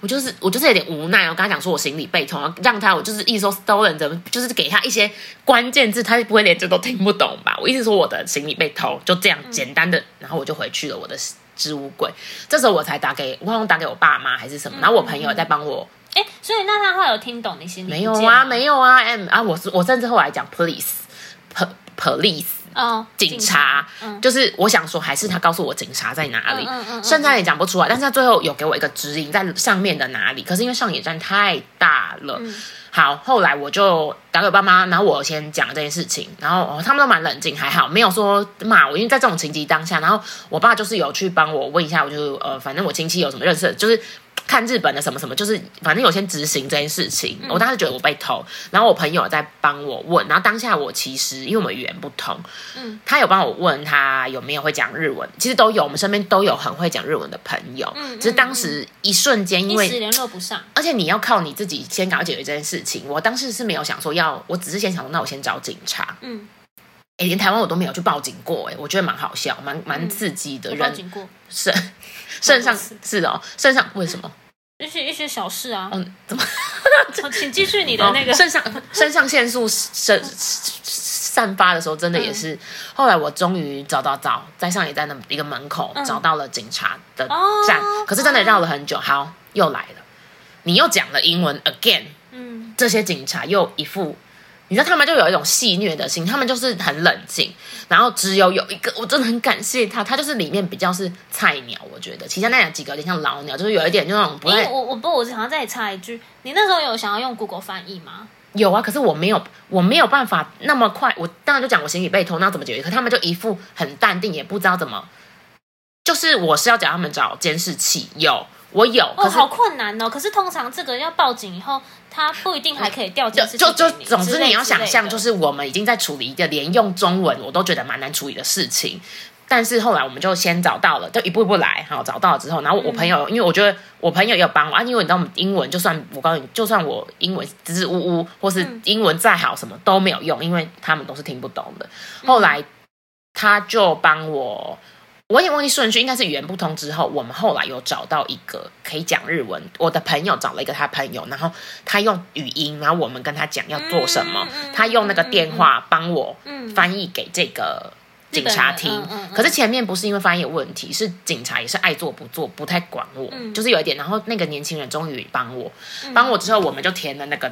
Speaker 2: 我就是我就是有点无奈，我跟他讲说我行李被偷，让他我就是一说 stolen 怎么，就是给他一些关键字，他不会连这都听不懂吧？我一直说我的行李被偷，就这样
Speaker 3: 嗯
Speaker 2: 简单的，然后我就回去了我的置物柜。这时候我才打给，我好像打给我爸妈还是什么，
Speaker 3: 嗯
Speaker 2: 然后我朋友在帮我，
Speaker 3: 哎，所以那他后来有听懂你心里
Speaker 2: 没有啊，没
Speaker 3: 有，
Speaker 2: 有啊，M 啊，我是我甚至后来讲 police police
Speaker 3: 哦，
Speaker 2: 警察，
Speaker 3: 嗯
Speaker 2: 就是我想说，还是他告诉我警察在哪里，
Speaker 3: 嗯嗯嗯嗯
Speaker 2: 现在也讲不出来，但是他最后有给我一个指引在上面的哪里，可是因为上野站太大了，
Speaker 3: 嗯
Speaker 2: 好，后来我就打给我爸妈，然后我先讲这件事情，然后、哦、他们都蛮冷静，还好没有说骂我，因为在这种情急当下，然后我爸就是有去帮我问一下，我就呃，反正我亲戚有什么认识的，就是。看日本的什么什么， 就是反正有先执行这件事情。我当时觉得我被偷，然后我朋友在帮我问，然后当下我其实因为我们语言不通，他有帮我问他有没有会讲日文，其实都有，我们身边都有很会讲日文的朋友，
Speaker 3: 嗯
Speaker 2: 只是当时一瞬间，因
Speaker 3: 一时
Speaker 2: 为
Speaker 3: 联络不上，
Speaker 2: 而且你要靠你自己先搞解决这件事情，我当时是没有想说要，我只是先想说，那我先找警察，
Speaker 3: 嗯，
Speaker 2: 哎、连台湾我都没有去报警过、诶我觉得蛮好笑，蛮蛮刺激的，
Speaker 3: 嗯 我报
Speaker 2: 人
Speaker 3: 警过，
Speaker 2: 肾肾上
Speaker 3: 我是
Speaker 2: 是哦，肾上为什么？
Speaker 3: 一些一些小事啊，
Speaker 2: 嗯，怎么
Speaker 3: 好请继续你的那个
Speaker 2: 哦肾 上肾上腺素散散发的时候，真的
Speaker 3: 嗯
Speaker 2: 也是。后来我终于找到找，在上一站的一个门口、
Speaker 3: 嗯
Speaker 2: 找到了警察的
Speaker 3: 哦
Speaker 2: 站，可是真的绕了很久。好，又来了，你又讲了英文 again，
Speaker 3: 嗯
Speaker 2: 这些警察又一副。你知道他们就有一种戏虐的心，他们就是很冷静，然后只有有一个，我真的很感谢他，他就是里面比较是菜鸟，我觉得其他那几个有点像老鸟，就是有一点就那种不
Speaker 3: 因
Speaker 2: 太
Speaker 3: 为哎我我不，我只想要再插一句，你那时候有想要用 Google 翻译吗？
Speaker 2: 有啊，可是我没有，我没有办法那么快。我当然就讲我行李被偷，那怎么解决？可他们就一副很淡定，也不知道怎么。就是我是要叫他们找监视器，有我有，
Speaker 3: 哦，
Speaker 2: 可是
Speaker 3: 好困难哦。可是通常这个要报警以后，他不一定还可以调
Speaker 2: 就
Speaker 3: 监视器
Speaker 2: 就就
Speaker 3: 给你
Speaker 2: 总之你要想象，就。
Speaker 3: 之类之类的
Speaker 2: 是我们已经在处理一个连用中文我都觉得蛮难处理的事情。但是后来我们就先找到了，就一步一步来，好找到了之后，然后我朋友，因为我觉得我朋友也有帮我啊，因为你知道我们英文，就算我告诉你，就算我英文支支吾吾，或是
Speaker 3: 嗯
Speaker 2: 英文再好，什么都没有用，因为他们都是听不懂的。后来他就帮我，我也忘记顺序，应该是语言不通之后，我们后来有找到一个可以讲日文，我的朋友找了一个他朋友，然后他用语音，然后我们跟他讲要做什么，
Speaker 3: 嗯嗯
Speaker 2: 他用那个电话帮我
Speaker 3: 嗯
Speaker 2: 翻译给这个。警察听，
Speaker 3: 日本人嗯嗯嗯
Speaker 2: 可是前面不是因为翻译有问题，是警察也是爱做不做，不太管我，
Speaker 3: 嗯
Speaker 2: 就是有一点。然后那个年轻人终于帮我，帮我之后，我们就填了那个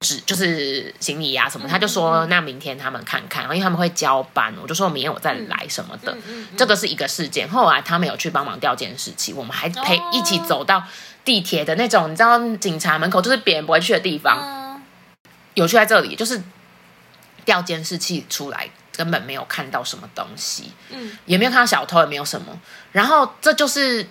Speaker 2: 纸，就是行李啊什么。他就
Speaker 3: 嗯
Speaker 2: 说，那明天他们看看，因为他们会交班，我就说明天我再来什么的。
Speaker 3: 嗯嗯嗯
Speaker 2: 这个是一个事件。后来他们有去帮忙调监视器，我们还陪
Speaker 3: 哦
Speaker 2: 一起走到地铁的那种，你知道警察门口就是别人不会去的地方，
Speaker 3: 嗯，
Speaker 2: 有趣在这里，就是调监视器出来，根本没有看到什么东西，
Speaker 3: 嗯，
Speaker 2: 也没有看到小偷，也没有什么。然后这就是嘖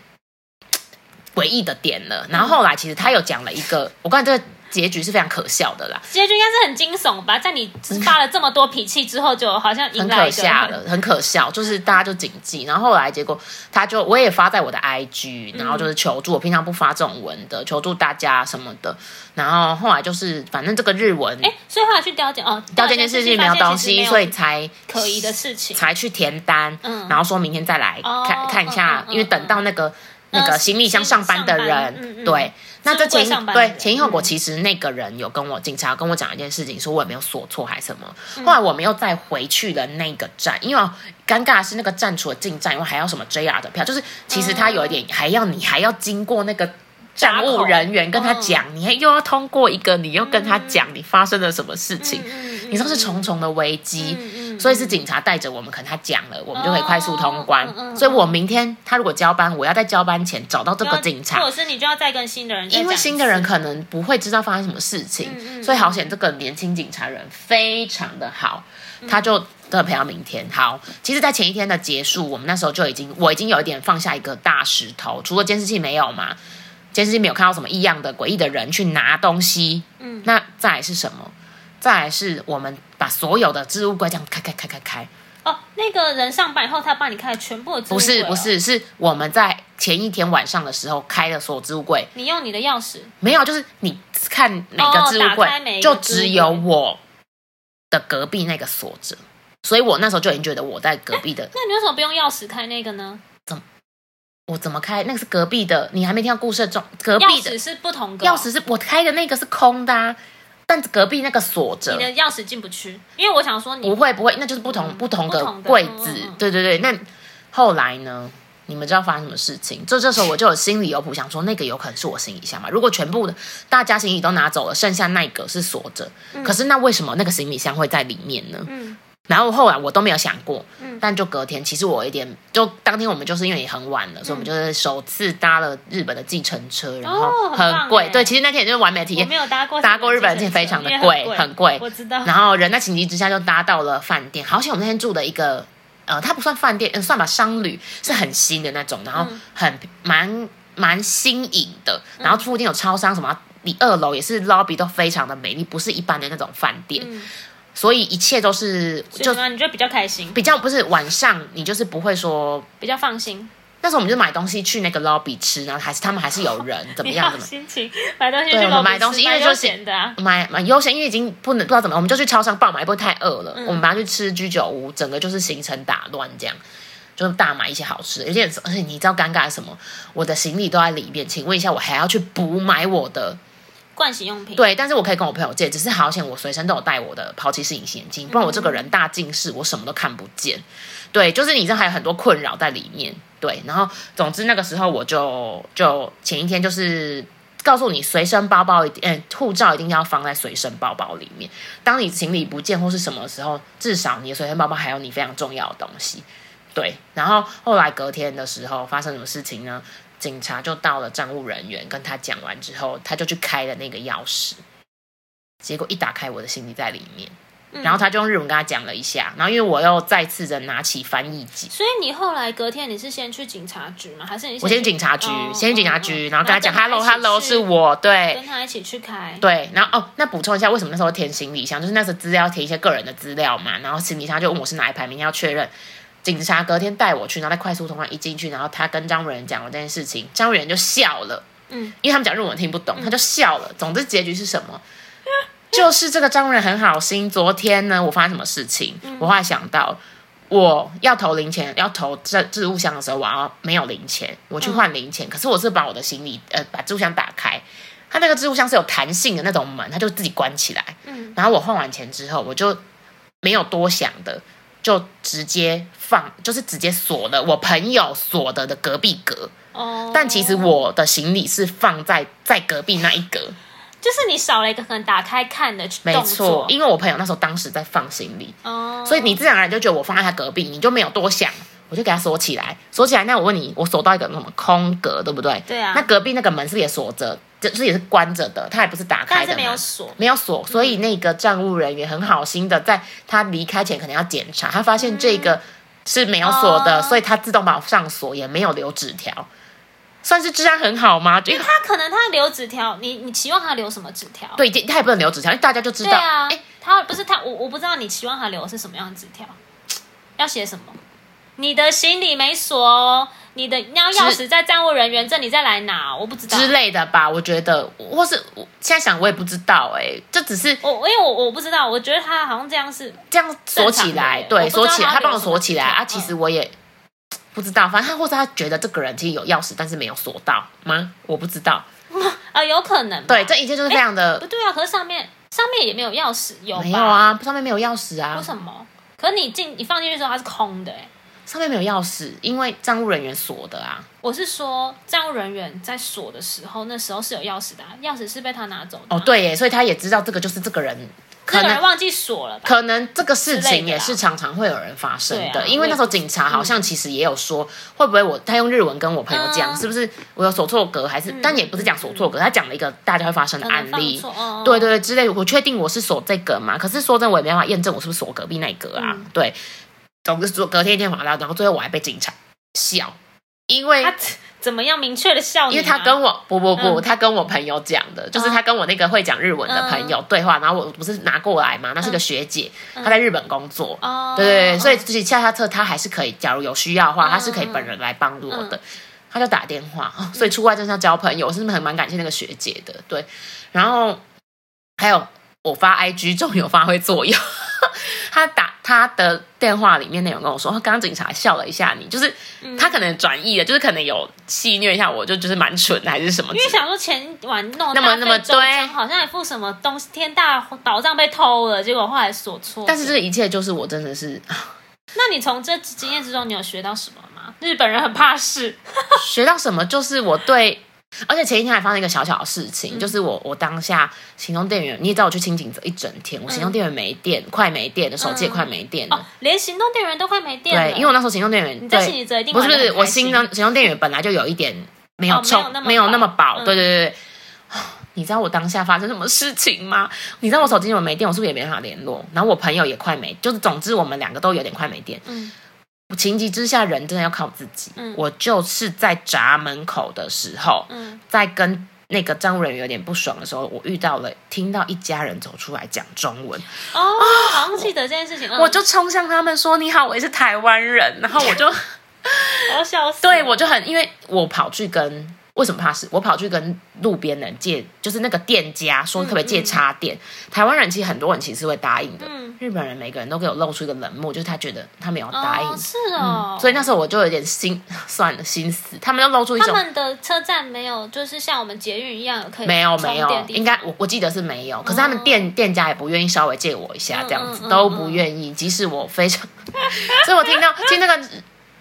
Speaker 2: 诡异的点了。然后后来其实他有讲了一个，我告诉你这个结局是非常可笑的啦，
Speaker 3: 结局应该是很惊悚吧？在你发了这么多脾气之后，就好像迎
Speaker 2: 很
Speaker 3: 来
Speaker 2: 可
Speaker 3: 一个
Speaker 2: 笑了，很可笑，就是大家就谨记。然后后来结果他就我也发在我的
Speaker 3: 嗯
Speaker 2: IG，然后就是求助，我平常不发这种文的，求助大家什么的。然后后来就是反正这个日文。
Speaker 3: 哎，所以后来去调检哦，
Speaker 2: 调监视器没有
Speaker 3: 发现
Speaker 2: 东
Speaker 3: 其实没
Speaker 2: 西，
Speaker 3: 有
Speaker 2: 所以才
Speaker 3: 可疑的事情。
Speaker 2: 才去填单，
Speaker 3: 嗯
Speaker 2: 然后说明天再来
Speaker 3: 哦
Speaker 2: 看看一下
Speaker 3: 嗯，嗯
Speaker 2: 因为等到那个那个
Speaker 3: 呃
Speaker 2: 行李箱
Speaker 3: 上
Speaker 2: 上班的
Speaker 3: 上班
Speaker 2: 人
Speaker 3: 嗯，嗯
Speaker 2: 对，那这
Speaker 3: 柜
Speaker 2: 前
Speaker 3: 上班的
Speaker 2: 对
Speaker 3: 人
Speaker 2: 前因后果，
Speaker 3: 嗯
Speaker 2: 其实那个人有跟我警察跟我讲一件事情，说我也没有锁错还是什么，
Speaker 3: 嗯
Speaker 2: 后来我们又再回去了那个站，因为尴尬的是那个站除了进站以外，还要什么 JR 的票，就是其实他有一点还要你还要经过那个。站务人员跟他讲，你还又要通过一个，你又跟他讲你发生了什么事情，
Speaker 3: 嗯
Speaker 2: 你知道是重重的危机，
Speaker 3: 嗯嗯
Speaker 2: 所以是警察带着我们，可能他讲了，我们就可以快速通关。
Speaker 3: 哦嗯嗯
Speaker 2: 所以我明天他如果交班，我要在交班前找到这个警
Speaker 3: 或
Speaker 2: 察，
Speaker 3: 者是你就要再跟新的人再讲一
Speaker 2: 因
Speaker 3: 次，
Speaker 2: 为新的人可能不会知道发生什么事情，
Speaker 3: 嗯嗯
Speaker 2: 所以好险这个年轻警察人非常的好，他就。真的陪到明天。好，其实，在前一天的结束，我们那时候就已经，我已经有一点放下一个大石头。除了监视器没有嘛，监视器没有看到什么异样的、诡异的人去拿东西。
Speaker 3: 嗯，
Speaker 2: 那再来是什么？再来是我们把所有的置物柜这样开开开开开，
Speaker 3: 哦，那个人上班以后，他帮你看全部的置物
Speaker 2: 不是
Speaker 3: 柜哦
Speaker 2: 不，是，是我们在前一天晚上的时候开的所有置物柜，
Speaker 3: 你用你的钥匙，
Speaker 2: 没有，就是你看每个
Speaker 3: 哦
Speaker 2: 置物柜，
Speaker 3: 打开每一个
Speaker 2: 就
Speaker 3: 置物
Speaker 2: 只
Speaker 3: 柜
Speaker 2: 有我的隔壁那个锁着，所以我那时候就已经觉得我在隔壁 的，
Speaker 3: 那你为什么不用钥匙开那个呢？
Speaker 2: 我怎么开？那个是隔壁的，你还没听到故事的中，隔
Speaker 3: 钥
Speaker 2: 壁的
Speaker 3: 匙是不同个哦
Speaker 2: 钥匙是我开的那个是空的、啊，但隔壁那个锁着
Speaker 3: 你。的钥匙进不去，因为我想说你
Speaker 2: 不会不会，那就是不同、
Speaker 3: 嗯
Speaker 2: 不同
Speaker 3: 不
Speaker 2: 的
Speaker 3: 同的
Speaker 2: 柜
Speaker 3: 嗯
Speaker 2: 子，
Speaker 3: 嗯嗯
Speaker 2: 对对对。那后来呢？你们知道发生什么事情？就这时候我就有心里有谱，想说那个有可能是我行李箱嘛。如果全部的大家行李都拿走了，剩下那一个是锁着，可是那为什么那个行李箱会在里面呢？
Speaker 3: 嗯
Speaker 2: 然后后来我都没有想过，
Speaker 3: 嗯
Speaker 2: 但就隔天，其实我有一点，就当天我们就是因为也很
Speaker 3: 嗯
Speaker 2: 晚了，所以我们就是首次搭了日本的计程车，然后
Speaker 3: 哦很棒
Speaker 2: 很贵。
Speaker 3: 欸
Speaker 2: 对，其实那天也就是完美的体
Speaker 3: 我
Speaker 2: 验
Speaker 3: 没。有搭过
Speaker 2: 搭过日本的
Speaker 3: 计程车
Speaker 2: 非常的
Speaker 3: 因为
Speaker 2: 贵很
Speaker 3: 很
Speaker 2: 贵
Speaker 3: 我知道。
Speaker 2: 然后人在情急之下就搭到了饭店，好险我们那天住的一个，呃，它不算饭店，呃、算吧，商旅是很新的那种，然后
Speaker 3: 嗯
Speaker 2: 很蛮蛮新颖的，然后附近有超商什么。你二楼也是 lobby 都非常的美丽，不是一般的那种饭店，
Speaker 3: 嗯，
Speaker 2: 所以一切都是就
Speaker 3: 就呢，你就比较开心，
Speaker 2: 比较不是晚上，你就是不会说
Speaker 3: 比较放心，
Speaker 2: 那时候我们就买东西去那个 lobby 吃，然后还是他们还是有 人怎么
Speaker 3: 你
Speaker 2: 样
Speaker 3: 好
Speaker 2: 怎么
Speaker 3: 心情买东西
Speaker 2: 对
Speaker 3: 去
Speaker 2: 我们
Speaker 3: 楼
Speaker 2: 买东西因为就
Speaker 3: 就是闲的啊，
Speaker 2: 买买优先，因为已经不能不知道怎么，我们就去超商爆买，不会太饿了。
Speaker 3: 嗯
Speaker 2: 我们马上去吃居酒屋，整个就是行程打乱这样。就是大买一些好吃的，有点而且你知道尴尬是什么？我的行李都在里面，请问一下，我还要去补买我的？
Speaker 3: 盥洗用品，
Speaker 2: 对，但是我可以跟我朋友借，只是好险我随身都有带我的抛弃式隐形眼镜，不然我这个人大近视，我什么都看不见。对，就是你知道还有很多困扰在里面。对，然后总之那个时候我就就前一天就是告诉你，随身包包一定，嗯，护照一定要放在随身包包里面。当你行李不见或是什么的时候，至少你的随身包包还有你非常重要的东西。对，然后后来隔天的时候发生什么事情呢？警察就到了账务人员，跟他讲完之后，他就去开了那个钥匙，结果一打开，我的行李在里面。
Speaker 3: 嗯
Speaker 2: 然后他就用日文跟他讲了一下，然后因为我又再次的拿起翻译机，
Speaker 3: 所以你后来隔天你是先去警察局吗？还是你
Speaker 2: 我先去警察局，
Speaker 3: 哦
Speaker 2: 先去警察局，然后跟他讲
Speaker 3: 然后
Speaker 2: “hello
Speaker 3: 跟他
Speaker 2: hello”
Speaker 3: 一起去
Speaker 2: 是我，对
Speaker 3: 跟他一起去开？
Speaker 2: 对，然后哦，那补充一下，为什么那时候填行李箱，就是那时候资料填一些个人的资料嘛，然后行李箱就问我是哪一排，明天要确认。警察隔天带我去，然后在快速通关一进去，然后他跟张务人讲了这件事情，张务人就笑了，
Speaker 3: 嗯，
Speaker 2: 因为他们讲日文我听不懂，他就笑了。总之结局是什么？ 就是这个张务人很好心。昨天呢，我发生什么事情？我后来想到，我要投零钱，要投这置物箱的时候，我要没有零钱，我去换零钱。可是我是把我的行李呃把置物箱打开，它那个置物箱是有弹性的那种门，它就自己关起来。
Speaker 3: 嗯，
Speaker 2: 然后我换完钱之后，我就没有多想的，就直接放，就是直接锁了我朋友锁的的隔壁格。
Speaker 3: 哦，
Speaker 2: 但其实我的行李是放在在隔壁那一格，
Speaker 3: 就是你少了一个可能打开看的
Speaker 2: 没
Speaker 3: 动
Speaker 2: 错
Speaker 3: 作，，
Speaker 2: 因为我朋友那时候当时在放行李，
Speaker 3: 哦，
Speaker 2: 所以你自然而然就觉得我放在他隔壁，你就没有多想。我就给它锁起来，锁起来。那我问你，我锁到一个什么空格，对不对？
Speaker 3: 对啊
Speaker 2: 那隔壁那个门是不是也锁着？就是也是关着的，它也不是打
Speaker 3: 但
Speaker 2: 开的
Speaker 3: 是
Speaker 2: 嘛
Speaker 3: 没有锁。
Speaker 2: 没有锁，所以那个账务人员很好心的，在他离开前可能要检查，他发现这个是没有锁的，
Speaker 3: 嗯哦
Speaker 2: 所以他自动把我上锁，也没有留纸条，算是治安很好吗？因为
Speaker 3: 他可能他留纸条，你你期望他留什么纸条？
Speaker 2: 对，他也不能留纸条，因为大家就知
Speaker 3: 对
Speaker 2: 道，
Speaker 3: 啊
Speaker 2: 哎、，
Speaker 3: 他不是他，我我不知道你期望他留的是什么样的纸条，要写什么？你的行李没锁哦，你的那钥匙在站务人员这里再来拿，哦我不知道
Speaker 2: 之类的吧，我觉得，或是我现在想我也不知道、哎，这只是
Speaker 3: 我我因为我我不知道，我觉得他好像这样是
Speaker 2: 这样锁起来，
Speaker 3: 正常的我
Speaker 2: 对，
Speaker 3: 不知
Speaker 2: 锁
Speaker 3: 道
Speaker 2: 起来，
Speaker 3: 他
Speaker 2: 他帮我
Speaker 3: 留什
Speaker 2: 锁
Speaker 3: 么
Speaker 2: 起来
Speaker 3: 纸条
Speaker 2: 啊，
Speaker 3: 嗯
Speaker 2: 其实我也。不知道，反正他或者他觉得这个人其实有钥匙，但是没有锁到吗？我不知道。
Speaker 3: 啊、有可能吧
Speaker 2: 对，这一切就是非常的
Speaker 3: 不对啊？可是上面上面也没有钥匙，哎有吧？
Speaker 2: 没有，啊，上面没有钥匙啊
Speaker 3: 为，什么？可是你进你放进去的时候它是空的、欸，
Speaker 2: 上面没有钥匙，因为账务人员锁的啊。
Speaker 3: 我是说站务人员在锁的时候，那时候是有钥匙的啊、钥匙是被他拿走的啊、
Speaker 2: 哦，对耶，所以他也知道这个就是这个人，
Speaker 3: 这
Speaker 2: 可
Speaker 3: 个人
Speaker 2: 能
Speaker 3: 忘记锁了吧？
Speaker 2: 可能这个事
Speaker 3: 之类的
Speaker 2: 情
Speaker 3: 啦
Speaker 2: 也是常常会有人发生
Speaker 3: 对啊
Speaker 2: 的，因为那时候警察好像其实也有说，会不会我他用日文跟我朋友讲，
Speaker 3: 嗯
Speaker 2: 是不是我有锁错格，还是但也不是讲锁错格，他讲了一个大家会发生的
Speaker 3: 可
Speaker 2: 案
Speaker 3: 能放
Speaker 2: 例
Speaker 3: 错，，哦、
Speaker 2: 对对对，之类，我确定我是锁这个嘛，可是说真的，我也没办法验证我是不是锁隔壁那一个啊。
Speaker 3: 嗯
Speaker 2: 对，总之说隔天一天晚上，然后最后我还被警察笑，因为
Speaker 3: 他怎怎么样明确的笑
Speaker 2: 因
Speaker 3: 你、啊？
Speaker 2: 为他跟我不不不，
Speaker 3: 嗯
Speaker 2: 他跟我朋友讲的，就是他跟我那个会讲日文的朋友对话，然后我不是拿过来嘛，那是个学姐，
Speaker 3: 嗯
Speaker 2: 她在日本工作，
Speaker 3: 哦，
Speaker 2: 对对对，所以
Speaker 3: 哦
Speaker 2: 自己下下策他还是可以，假如有需要的话，
Speaker 3: 嗯
Speaker 2: 他是可以本人来帮助我的。他就打电话，哦所以出外真是要交朋友，我是很蛮感谢那个学姐的。对，然后还有我发 IG 终于有发挥作用， 他打他的电话里面内容跟我说，哦刚刚警察笑了一下你，就是
Speaker 3: 嗯
Speaker 2: 他可能转译了，就是可能有戏虐一下我，就就是蛮蠢的还是什么之
Speaker 3: 因
Speaker 2: 类
Speaker 3: 为
Speaker 2: 的。
Speaker 3: 想说前晚弄
Speaker 2: 那么那么
Speaker 3: 大费周章
Speaker 2: 对
Speaker 3: 好像还付什么东西，天大宝藏被偷了，结果后来锁错。
Speaker 2: 但是这一切就是我真的是
Speaker 3: 那你从这经验之中，你有学到什么吗？日本人很怕事，
Speaker 2: 学到什么，就是我对，而且前一天还发生一个小小的事
Speaker 3: 嗯
Speaker 2: 情，就是我我当下行动电源，你也知道我去清景泽一整天，我行动电源没电，快没电了，手机也快没电了。
Speaker 3: 嗯哦，连行动电源都快没电了。
Speaker 2: 嗯对，因为我那时候行动电源
Speaker 3: 你在心
Speaker 2: 对，
Speaker 3: 里责一定
Speaker 2: 不是不
Speaker 3: 玩得
Speaker 2: 是，
Speaker 3: 很
Speaker 2: 我
Speaker 3: 开心
Speaker 2: 行动行动电源本来就有一点没有
Speaker 3: 哦
Speaker 2: 充，
Speaker 3: 没
Speaker 2: 没
Speaker 3: 有
Speaker 2: 有
Speaker 3: 那
Speaker 2: 那
Speaker 3: 么
Speaker 2: 么
Speaker 3: 饱
Speaker 2: 饱。
Speaker 3: 嗯
Speaker 2: 对对对对。你知道我当下发生什么事情吗？你知道我手机有没电，我是不是也没办法联络？然后我朋友也快没，就是总之我们两个都有点快没电。
Speaker 3: 嗯
Speaker 2: 情急之下，人真的要靠自己。
Speaker 3: 嗯
Speaker 2: 我就是在闸门口的时候，
Speaker 3: 嗯
Speaker 2: 在跟那个站务人员有点不爽的时候，我遇到了听到一家人走出来讲中文，
Speaker 3: 哦，好像记得这件事情，嗯
Speaker 2: 我就冲向他们说：“你好，我也是台湾人。”然后我就
Speaker 3: 我要笑死。
Speaker 2: 对我就很，因为我跑去跟为什么怕事，我跑去跟路边人借，就是那个店家说可不可以借插电。台湾人其实很多人其实会答应的，
Speaker 3: 嗯
Speaker 2: 日本人每个人都给我露出一个冷漠，就是他觉得他没有答应。嗯
Speaker 3: 哦是哦，
Speaker 2: 所以那时候我就有点心 算了心死，他们就露出一
Speaker 3: 他
Speaker 2: 种
Speaker 3: 们的车站没有，就是像我们捷运一样有可以
Speaker 2: 没有没
Speaker 3: 充电
Speaker 2: 有
Speaker 3: 的，地方哦
Speaker 2: 应该我我记得是没有，可是他们店、店家也不愿意稍微借我一下，
Speaker 3: 嗯
Speaker 2: 这样子、
Speaker 3: 嗯嗯
Speaker 2: 都不愿意，即使我非常， 所以我听到听那个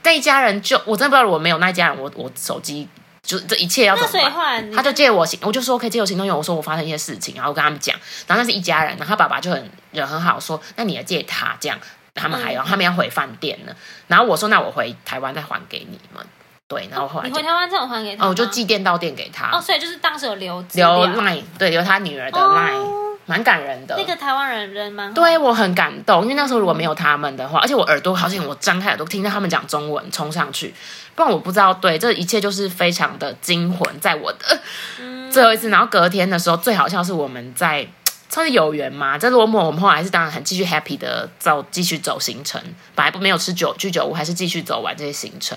Speaker 2: 那一家人就我真的不知道，如果没有那一家人，我我手机就这一切要怎
Speaker 3: 那
Speaker 2: 么
Speaker 3: 所以
Speaker 2: 办？
Speaker 3: 后来你
Speaker 2: 他就借我行，我就说可以借我行动用。我说我发生一些事情，然后我跟他们讲，然后那是一家人，然后他爸爸就很人很好说，那你也借他这样，他们还
Speaker 3: 嗯
Speaker 2: 要、他们要回饭店呢，然后我说那我回台湾再还给你们，对，然后后来
Speaker 3: 哦你
Speaker 2: 就
Speaker 3: 回台湾这种还给他吗，
Speaker 2: 哦我就寄电到店给他，
Speaker 3: 哦，所以就是当时有留资
Speaker 2: 留
Speaker 3: 料
Speaker 2: line，对，留他女儿的 line，
Speaker 3: 哦
Speaker 2: 蛮、感人的。
Speaker 3: 那个台湾人人蛮好
Speaker 2: 对我很感动，因为那时候如果没有他们的话，而且我耳朵好像我张开耳朵听到他们讲中文冲上去，不然我不知道。对，这一切就是非常的惊魂，在我的、
Speaker 3: 嗯
Speaker 2: 最后一次。然后隔天的时候，最好笑是我们在算是有缘嘛，在落寞，我们后来还是当然很继续 happy 的走，继续走行程。本来不没有吃酒去酒屋，还是继续走完这些行程。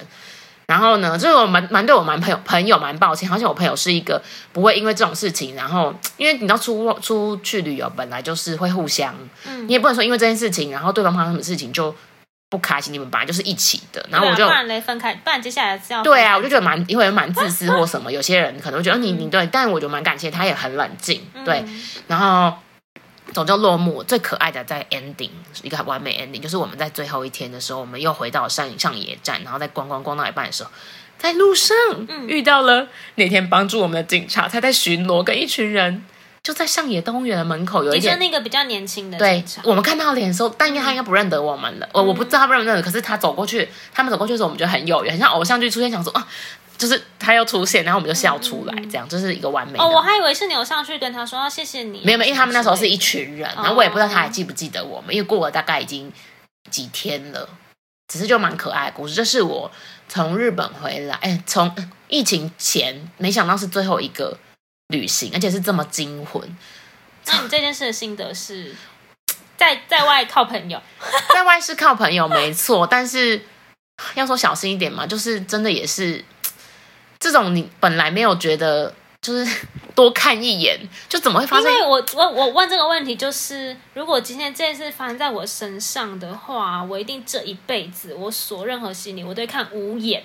Speaker 2: 然后呢，就是我蛮蛮对我蛮朋友朋友蛮抱歉，好像我朋友是一个不会因为这种事情，然后因为你知道出出去旅游本来就是会互相，
Speaker 3: 嗯
Speaker 2: 你也不能说因为这件事情，然后对方发生什么事情就不开心，你们本来就是一起的，然后我就
Speaker 3: 对啊不然嘞分开，不然接下来是要
Speaker 2: 对啊，我就觉得蛮，因为蛮自私或什么，有些人可能会觉得哦你你对，但我觉得蛮感谢他也很冷静，对，
Speaker 3: 嗯
Speaker 2: 然后总就落幕。最可爱的在 ending 一个完美 ending，就是我们在最后一天的时候，我们又回到上上野站，然后在逛逛逛到一半的时候。在路上
Speaker 3: 嗯
Speaker 2: 遇到了那天帮助我们的警察，他在巡逻，跟一群人就在上野动物园的门口有一
Speaker 3: 你说
Speaker 2: 点。
Speaker 3: 那个比较年轻的嗯
Speaker 2: 对
Speaker 3: 警察，
Speaker 2: 我们看到脸的时候，但应该他应该不认得我们了。我、我不知道他认不认得，可是他走过去，他们走过去的时候，我们觉得很有缘，很像偶像剧出现，想说啊，就是他要出现，然后我们就笑出来，这样就是一个完美的。
Speaker 3: 嗯哦，我还以为是你有上去跟他说、啊、谢谢你，
Speaker 2: 没有没有，因为他们那时候是一群人，然后我也不知道
Speaker 3: 哦
Speaker 2: 他还记不记得我们，因为过了大概已经几天了，只是就蛮可爱的故事。这是我从日本回来，哎，从嗯疫情前，没想到是最后一个旅行，而且是这么惊魂。
Speaker 3: 那你这件事的心得 是，在在外靠朋友，
Speaker 2: 在外是靠朋友没错，但是要说小心一点嘛，就是真的也是这种你本来没有觉得，就是 多看一眼，就怎么会发
Speaker 3: 因
Speaker 2: 生？
Speaker 3: 为我我我问这个问题就是，如果今天这件事发生在我身上的话，我一定这一辈子我所任何心理我都会看 无眼，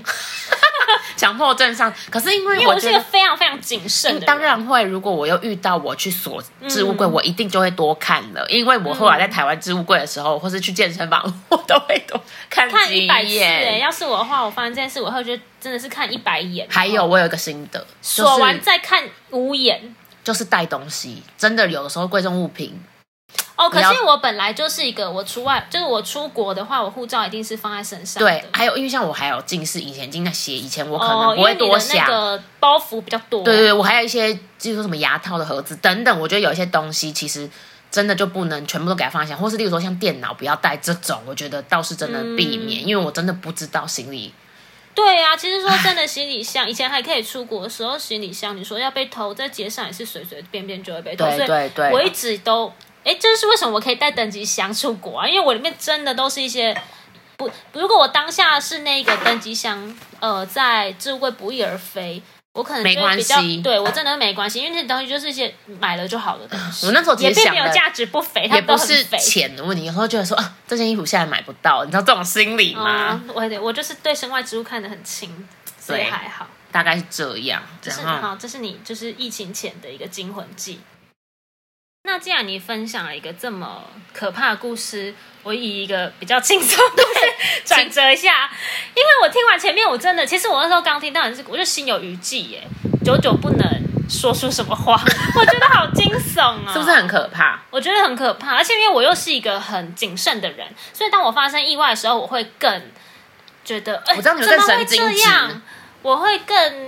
Speaker 2: 强迫症上，可是因为
Speaker 3: 因为
Speaker 2: 我
Speaker 3: 我是
Speaker 2: 觉
Speaker 3: 一个
Speaker 2: 得。嗯
Speaker 3: 非常非常谨慎的人。嗯
Speaker 2: 当然会，如果我又遇到我去锁置物柜，我一定就会多看了，因为我后来在台湾置物柜的时候，或是去健身房， 我都会多看
Speaker 3: 看
Speaker 2: 几
Speaker 3: 一百次哎、
Speaker 2: 眼。
Speaker 3: 要是我的话，我发生这件事，我会觉得真的是看一百眼。
Speaker 2: 还有，我有一个心得，就
Speaker 3: 哦锁完
Speaker 2: 是
Speaker 3: 再看无眼
Speaker 2: 就是带东西，真的有的时候贵重物品
Speaker 3: 哦。可
Speaker 2: 你
Speaker 3: 是我本来就是一个，我出外就是我出国的话，我护照一定是放在身上的。
Speaker 2: 对，还有因为像我还有近视，以前近那些，以前我可
Speaker 3: 哦
Speaker 2: 能，不
Speaker 3: 因为
Speaker 2: 会
Speaker 3: 你
Speaker 2: 多
Speaker 3: 的
Speaker 2: 想。
Speaker 3: 那个包袱比较多。
Speaker 2: 对对对，我还有一些，就是说什么牙套的盒子等等，我觉得有一些东西其实真的就不能全部都给它放下，或是例如说像电脑不要带这种，我觉得倒是真的避
Speaker 3: 嗯
Speaker 2: 免，因为我真的不知道行李。
Speaker 3: 对啊，其实说真的，行李箱以前还可以出国的时候，行李箱你说要被偷，在街上也是随随便便就会被偷。
Speaker 2: 对对
Speaker 3: 所
Speaker 2: 对
Speaker 3: 以我一直都，哎，这是为什么我可以带登机箱出国啊？因为我里面真的都是一些不，如果我当下是那个登机箱，呃，在置物柜不翼而飞。我可能
Speaker 2: 没
Speaker 3: 就会比较
Speaker 2: 关系
Speaker 3: 对我真的没关系，因为那东西就是一些买了就好的东 西。
Speaker 2: 我那时候其
Speaker 3: 也
Speaker 2: 实
Speaker 3: 并
Speaker 2: 想
Speaker 3: 没有
Speaker 2: 的
Speaker 3: 价值不菲，它
Speaker 2: 也
Speaker 3: 们都
Speaker 2: 不
Speaker 3: 很
Speaker 2: 是
Speaker 3: 肥。
Speaker 2: 钱的问题，有时候觉得说啊，这件衣服现在买不到，你知道这种心理吗？
Speaker 3: 嗯，我也我就是对身外之物看得很轻，所以
Speaker 2: 对
Speaker 3: 还好。
Speaker 2: 大概是这样，啊
Speaker 3: 是
Speaker 2: 然后
Speaker 3: 好，这是你就是疫情前的一个惊魂记。那既然你分享了一个这么可怕的故事，我以一个比较轻松的转折一下，因为我听完前面，我真的，其实我那时候刚听到你是，我就心有余悸耶，久久不能说出什么话， 我觉得好惊悚啊、
Speaker 2: 是不是很可怕？
Speaker 3: 我觉得很可怕，而且因为我又是一个很谨慎的人，所以当我发生意外的时候，我会更觉得，哎、
Speaker 2: 我知道你们
Speaker 3: 怎么
Speaker 2: 更
Speaker 3: 会
Speaker 2: 神经
Speaker 3: 这
Speaker 2: 质
Speaker 3: 样，我会更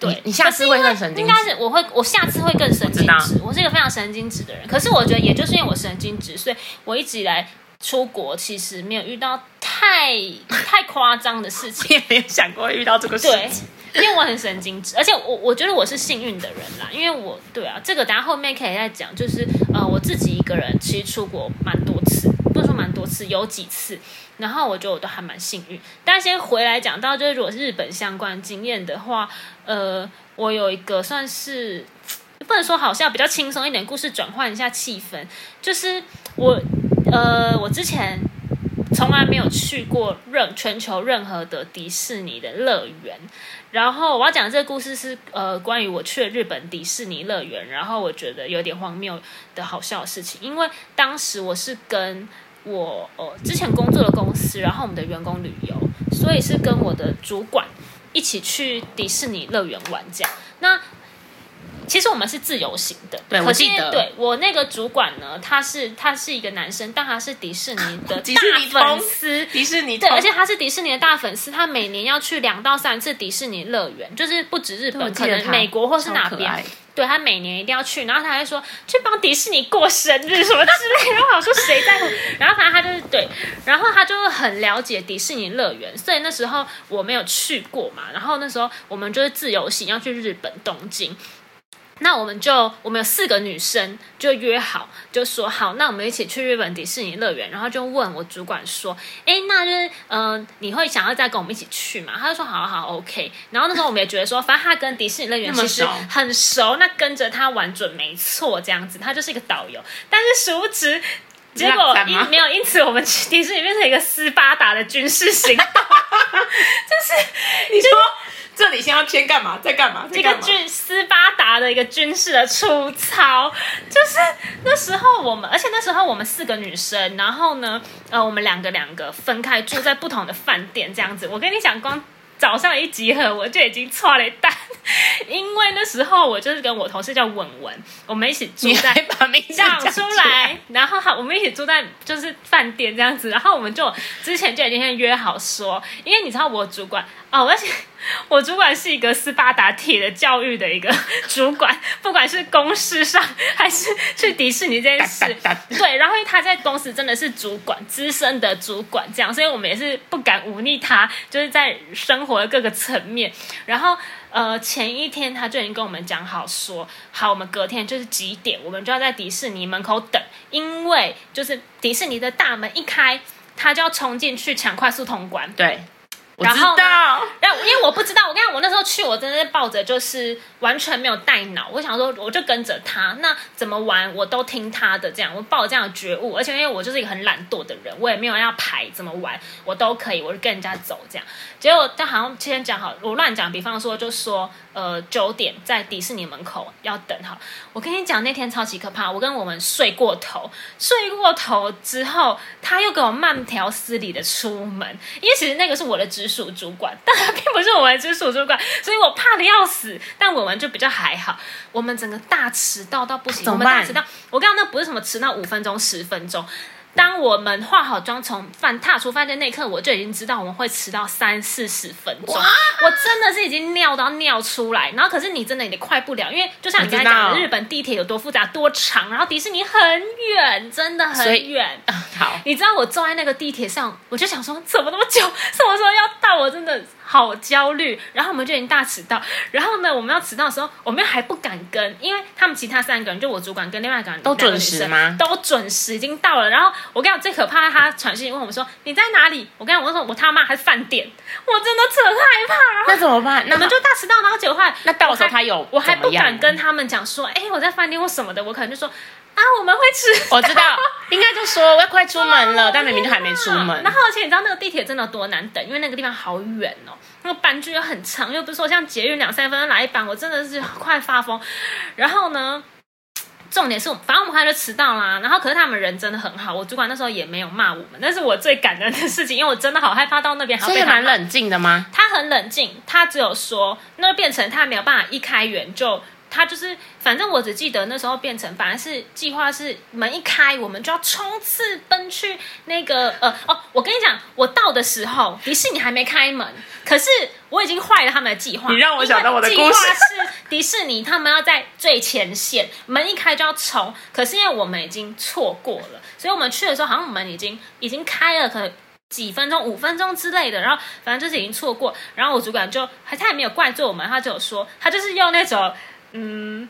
Speaker 3: 对
Speaker 2: 你。你下次会更神经
Speaker 3: 应
Speaker 2: 质
Speaker 3: 该是我会，我下次会更神经
Speaker 2: 我
Speaker 3: 质
Speaker 2: 知。
Speaker 3: 我是一个非常神经质的人，可是我觉得也就是因为我神经质，所以我一直以来出国其实没有遇到太太夸张的事情。
Speaker 2: 你也没有想过会遇到这个事
Speaker 3: 对
Speaker 2: 情。，
Speaker 3: 因为我很神经质，而且我我觉得我是幸运的人啦，因为我对啊，这个等下后面可以再讲，就是呃，我自己一个人其实出国蛮多次，不能说蛮多次，有几次，然后我觉得我都还蛮幸运。但先回来讲到就是如果是日本相关经验的话，呃，我有一个算是。不能说好笑，比较轻松一点，故事转换一下气氛。就是我，呃，我之前从来没有去过任全球任何的迪士尼的乐园。然后我要讲这个故事是呃，关于我去了日本迪士尼乐园，然后我觉得有点荒谬的好笑的事情，因为当时我是跟我呃之前工作的公司，然后我们的员工旅游，所以是跟我的主管一起去迪士尼乐园玩这样。那其实我们是自由行的，
Speaker 2: 对
Speaker 3: 可
Speaker 2: 我
Speaker 3: 是
Speaker 2: 记得
Speaker 3: 对我那个主管呢，他是他是一个男生，但他是迪士尼的
Speaker 2: 迪士尼
Speaker 3: 大粉
Speaker 2: 通
Speaker 3: 丝，
Speaker 2: 迪士尼
Speaker 3: 对，
Speaker 2: 通
Speaker 3: 而且他是迪士尼的大粉丝，他每年要去两到三次迪士尼乐园，就是不止日
Speaker 2: 我
Speaker 3: 本，
Speaker 2: 记
Speaker 3: 可
Speaker 2: 得
Speaker 3: 能
Speaker 2: 他
Speaker 3: 美国或是
Speaker 2: 超
Speaker 3: 哪
Speaker 2: 可
Speaker 3: 边
Speaker 2: 爱，
Speaker 3: 对他每年一定要去，然后他还说去帮迪士尼过生日什么之类的，然后我想说谁在乎？然后反正他就是对，然后他就很了解迪士尼乐园，所以那时候我没有去过嘛，然后那时候我们就是自由行要去日本东京。那我们就我们有四个女生就约好，就说好，那我们一起去日本迪士尼乐园。然后就问我主管说，哎，那就是嗯、呃你会想要再跟我们一起去吗？他就说好好 OK。然后那时候我们也觉得说，反正他跟迪士尼乐园
Speaker 2: 那么
Speaker 3: 其实
Speaker 2: 熟
Speaker 3: 很熟，那跟着他玩准没错，这样子，他就是一个导游。但是殊不知，结
Speaker 2: 浪
Speaker 3: 果
Speaker 2: 漫
Speaker 3: 因
Speaker 2: 吗
Speaker 3: 没有，因此我们去迪士尼变成一个斯巴达的军事 行动，
Speaker 2: 你说这里先要先干嘛，再干嘛，再
Speaker 3: 一个
Speaker 2: 干嘛？
Speaker 3: 军斯巴达的一个军事的出操，就是那时候我们，而且那时候我们四个女生，然后呢，呃，我们两个两个分开住在不同的饭店这样子。我跟你讲，光早上一集合，我就已经错了一蛋，因为那时候我就是跟我同事叫文文，我们一起住
Speaker 2: 你
Speaker 3: 在
Speaker 2: 还把名 字
Speaker 3: 讲
Speaker 2: 讲
Speaker 3: 出来，然后好，我们一起住在就是饭店这样子，然后我们就之前就已经先约好说，因为你知道我主管哦，而且 我主管是一个斯巴达体的教育的一个主管，不管是公事上还是去迪士尼这件事，
Speaker 2: 哒哒哒
Speaker 3: 对，然后因为他在公司真的是主管，资深的主管这样，所以我们也是不敢忤逆他，就是在生活的各个层面。然后呃，前一天他就已经跟我们讲好说，好，我们隔天就是几点，我们就要在迪士尼门口等，因为就是迪士尼的大门一开，他就要冲进去抢快速通关。
Speaker 2: 对，我
Speaker 3: 然
Speaker 2: 知
Speaker 3: 后呢
Speaker 2: 道，
Speaker 3: 然后因为我不知道，我跟你讲，我那时候去，我真的是抱着就是完全没有带脑，我想说我就跟着他，那怎么玩我都听他的，这样我抱着这样的觉悟，而且因为我就是一个很懒惰的人，我也没有要排怎么玩，我都可以，我就跟人家走这样。结果他好像先讲好，我乱讲，比方说就说呃九点在迪士尼门口要等好，我跟你讲那天超级可怕，我跟我们睡过头，睡过头之后，他又给我慢条斯理的出门，因为其实那个是我的直属主管，但他 并不是我的直属主管，所以我怕的要死。但我们就比较还好，我们整个大迟到到不行，
Speaker 2: 怎
Speaker 3: 我
Speaker 2: 么
Speaker 3: 们
Speaker 2: 办
Speaker 3: 大迟到，我跟你讲，那不是什么迟到五分钟、十分钟。当我们化好妆从饭踏出饭店那一刻，我就已经知道我们会迟到三四十分钟。我真的是已经尿到尿出来，然后可是你真的也快不了，因为就像你刚才讲
Speaker 2: 我
Speaker 3: 的，
Speaker 2: 知道
Speaker 3: 日本地铁有多复杂、多长，然后迪士尼很远，真的
Speaker 2: 所
Speaker 3: 很
Speaker 2: 以
Speaker 3: 远。
Speaker 2: 好，
Speaker 3: 你知道我坐在那个地铁上，我就想说怎么那么久，什么时候要到？我真的好焦虑。然后我们就已经大迟到，然后呢，我们要迟到的时候，我们还不敢跟，因为他们其他三个人，就我主管跟另外一个人
Speaker 2: 都
Speaker 3: 两个
Speaker 2: 准时
Speaker 3: 女生
Speaker 2: 吗
Speaker 3: 都准时，已经到了。然后我跟你讲，最可怕的他传讯问我们说你在哪里？我跟你讲，我说我他妈还饭店，我真的很害怕。然后
Speaker 2: 那怎么办？那
Speaker 3: 我们就大迟到，然后结果后来
Speaker 2: 那到的时候
Speaker 3: 我还
Speaker 2: 他有
Speaker 3: 我还
Speaker 2: 怎么
Speaker 3: 不
Speaker 2: 样
Speaker 3: 敢跟他们讲说，哎、我在饭店或什么的，我可能就说啊，我们会迟
Speaker 2: 我知道，应该就说我要快出门了，但明明就还没出门
Speaker 3: 啊然。后，而且你知 道那个地铁真的有多难等，因为那个地方好远哦，那个班距又很长，又不是说像捷运两三分钟来一班，我真的是快发疯。然后呢，重点是我们，反正我们后来就迟到啦。然后，可是他们人真的很好，我主管那时候也没有骂我们，那是我最感恩的事情，因为我真的好害怕到那边还要
Speaker 2: 所以
Speaker 3: 被他
Speaker 2: 蛮
Speaker 3: 骂。
Speaker 2: 冷静的吗？
Speaker 3: 他很冷静，他只有说，那变成他没有办法一开园就。他就是，反正我只记得那时候变成，反正是计划是门一开，我们就要冲刺奔去那个呃哦，我跟你讲，我到的时候迪士尼还没开门，可是我已经坏了他们的计划。
Speaker 2: 你让我想到我的故事
Speaker 3: 因为计划是迪士尼他们要在最前线，门一开就要冲，可是因为我们已经错过了，所以我们去的时候好像我们已经已经开了，可能几分钟、五分钟之类的，然后反正就是已经错过。然后我主管就还他也没有怪罪我们，他就有说，他就是用那种嗯。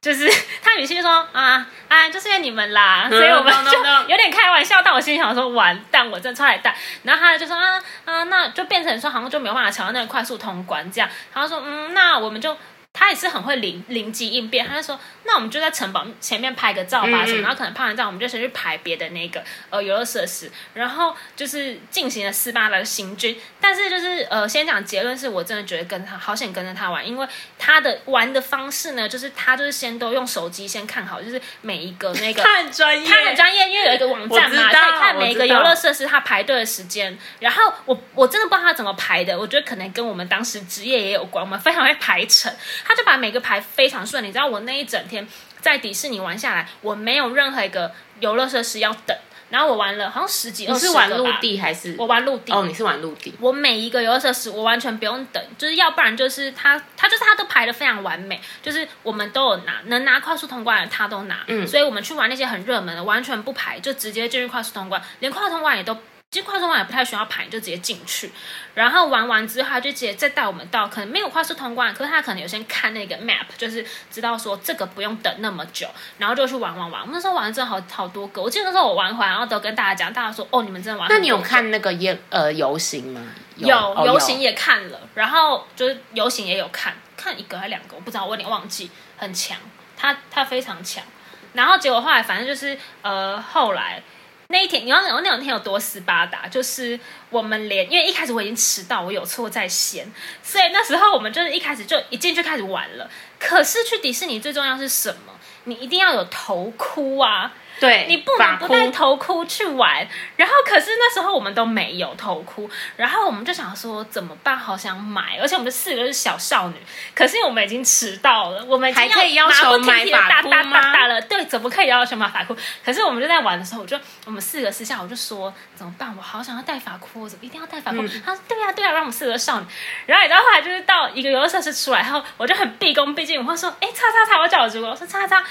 Speaker 3: 就是 他语气就说啊啊，就是因为你们 啦，所以我们
Speaker 2: no, no,
Speaker 3: 就
Speaker 2: no.
Speaker 3: 有点开玩笑，但我心里想说完蛋，我真的超来蛋。然后他就说啊啊，那就变成说好像就没有办法抢到那个快速通关这样。然后说嗯，那我们就他也是很会灵灵机应变，他就说那我们就在城堡前面拍个照吧
Speaker 2: 嗯
Speaker 3: 什
Speaker 2: 嗯
Speaker 3: 么，然后可能拍完照我们就先去排别的那个呃游乐设施，然后就是进行了斯巴达的行军。但是就是呃，先讲结论是我真的觉得跟他好想跟着他玩，因为他的玩的方式呢，就是他就是先都用手机先看好，就是每一个 那个
Speaker 2: 很专业
Speaker 3: 他很专业，因为有一个网站嘛，
Speaker 2: 我知道
Speaker 3: 可以看每一个
Speaker 2: 我知道
Speaker 3: 游乐设施它排队的时间。然后我我真的不知道他怎么排的，我觉得可能跟我们当时职业也有关，我们非常会排程，他就把每个排非常顺。你知道我那一整天在迪士尼玩下来，我没有任何一个游乐设施要等，然后我玩了好像十几
Speaker 2: 你
Speaker 3: 二十
Speaker 2: 是
Speaker 3: 个
Speaker 2: 玩陆
Speaker 3: 吧，
Speaker 2: 地还是？
Speaker 3: 我玩陆地
Speaker 2: 哦，你是玩陆地。
Speaker 3: 我每一个游乐设施我完全不用等，就是要不然就是他他就是他都排的非常完美，就是我们都有拿能拿快速通关的他都拿，
Speaker 2: 嗯
Speaker 3: 所以我们去玩那些很热门的完全不排，就直接进入快速通关，连快速通关也都。其实快速通关也不太需要排，你就直接进去。然后玩完之后，他就直接再带我们到可能没有快速通关，可是他可能有先看那个 map，就是知道说这个不用等那么久，然后就去玩玩玩。我们那时候玩了真的好好多个，我记得那时候我玩回来，然后都跟大家讲，大家说哦，你们真的玩很多个。
Speaker 2: 那你有看那个烟呃游行吗？
Speaker 3: 有
Speaker 2: 哦
Speaker 3: 游行也看了，然后就是游行也有看，看一个还两个，我不知道，我有点忘记，很强，他他非常强。然后结果后来反正就是呃后来那一天，你要讲那两天有多斯巴达，就是我们连因为一开始我已经迟到，我有错在先，所以那时候我们就是一开始就一进去开始玩了。可是去迪士尼最重要是什么？你一定要有头箍啊！
Speaker 2: 对，
Speaker 3: 你不能
Speaker 2: 把
Speaker 3: 不
Speaker 2: 哭
Speaker 3: 带头哭去玩。然后可是那时候我们都没有头哭，然后我们就想说怎么办，好想买，而且我们四个就是小少女，可是我们已经迟到了，我们已经
Speaker 2: 还可以要
Speaker 3: 马不
Speaker 2: 求
Speaker 3: 停蹄的
Speaker 2: 买法
Speaker 3: 大大
Speaker 2: 裤
Speaker 3: 大
Speaker 2: 吗
Speaker 3: 大了，对，怎么可以要求买法裤？可是我们就在玩的时候，我就我们四个私下我就说怎么办，我好想要戴法裤，我怎么一定要戴法裤？
Speaker 2: 嗯
Speaker 3: 他说对呀、对呀、让我们四个少女。然后你知道后来就是到一个游乐设施出来后，我就很毕恭毕敬，我会说哎，叉叉叉，我叫我主管，我说叉叉叉。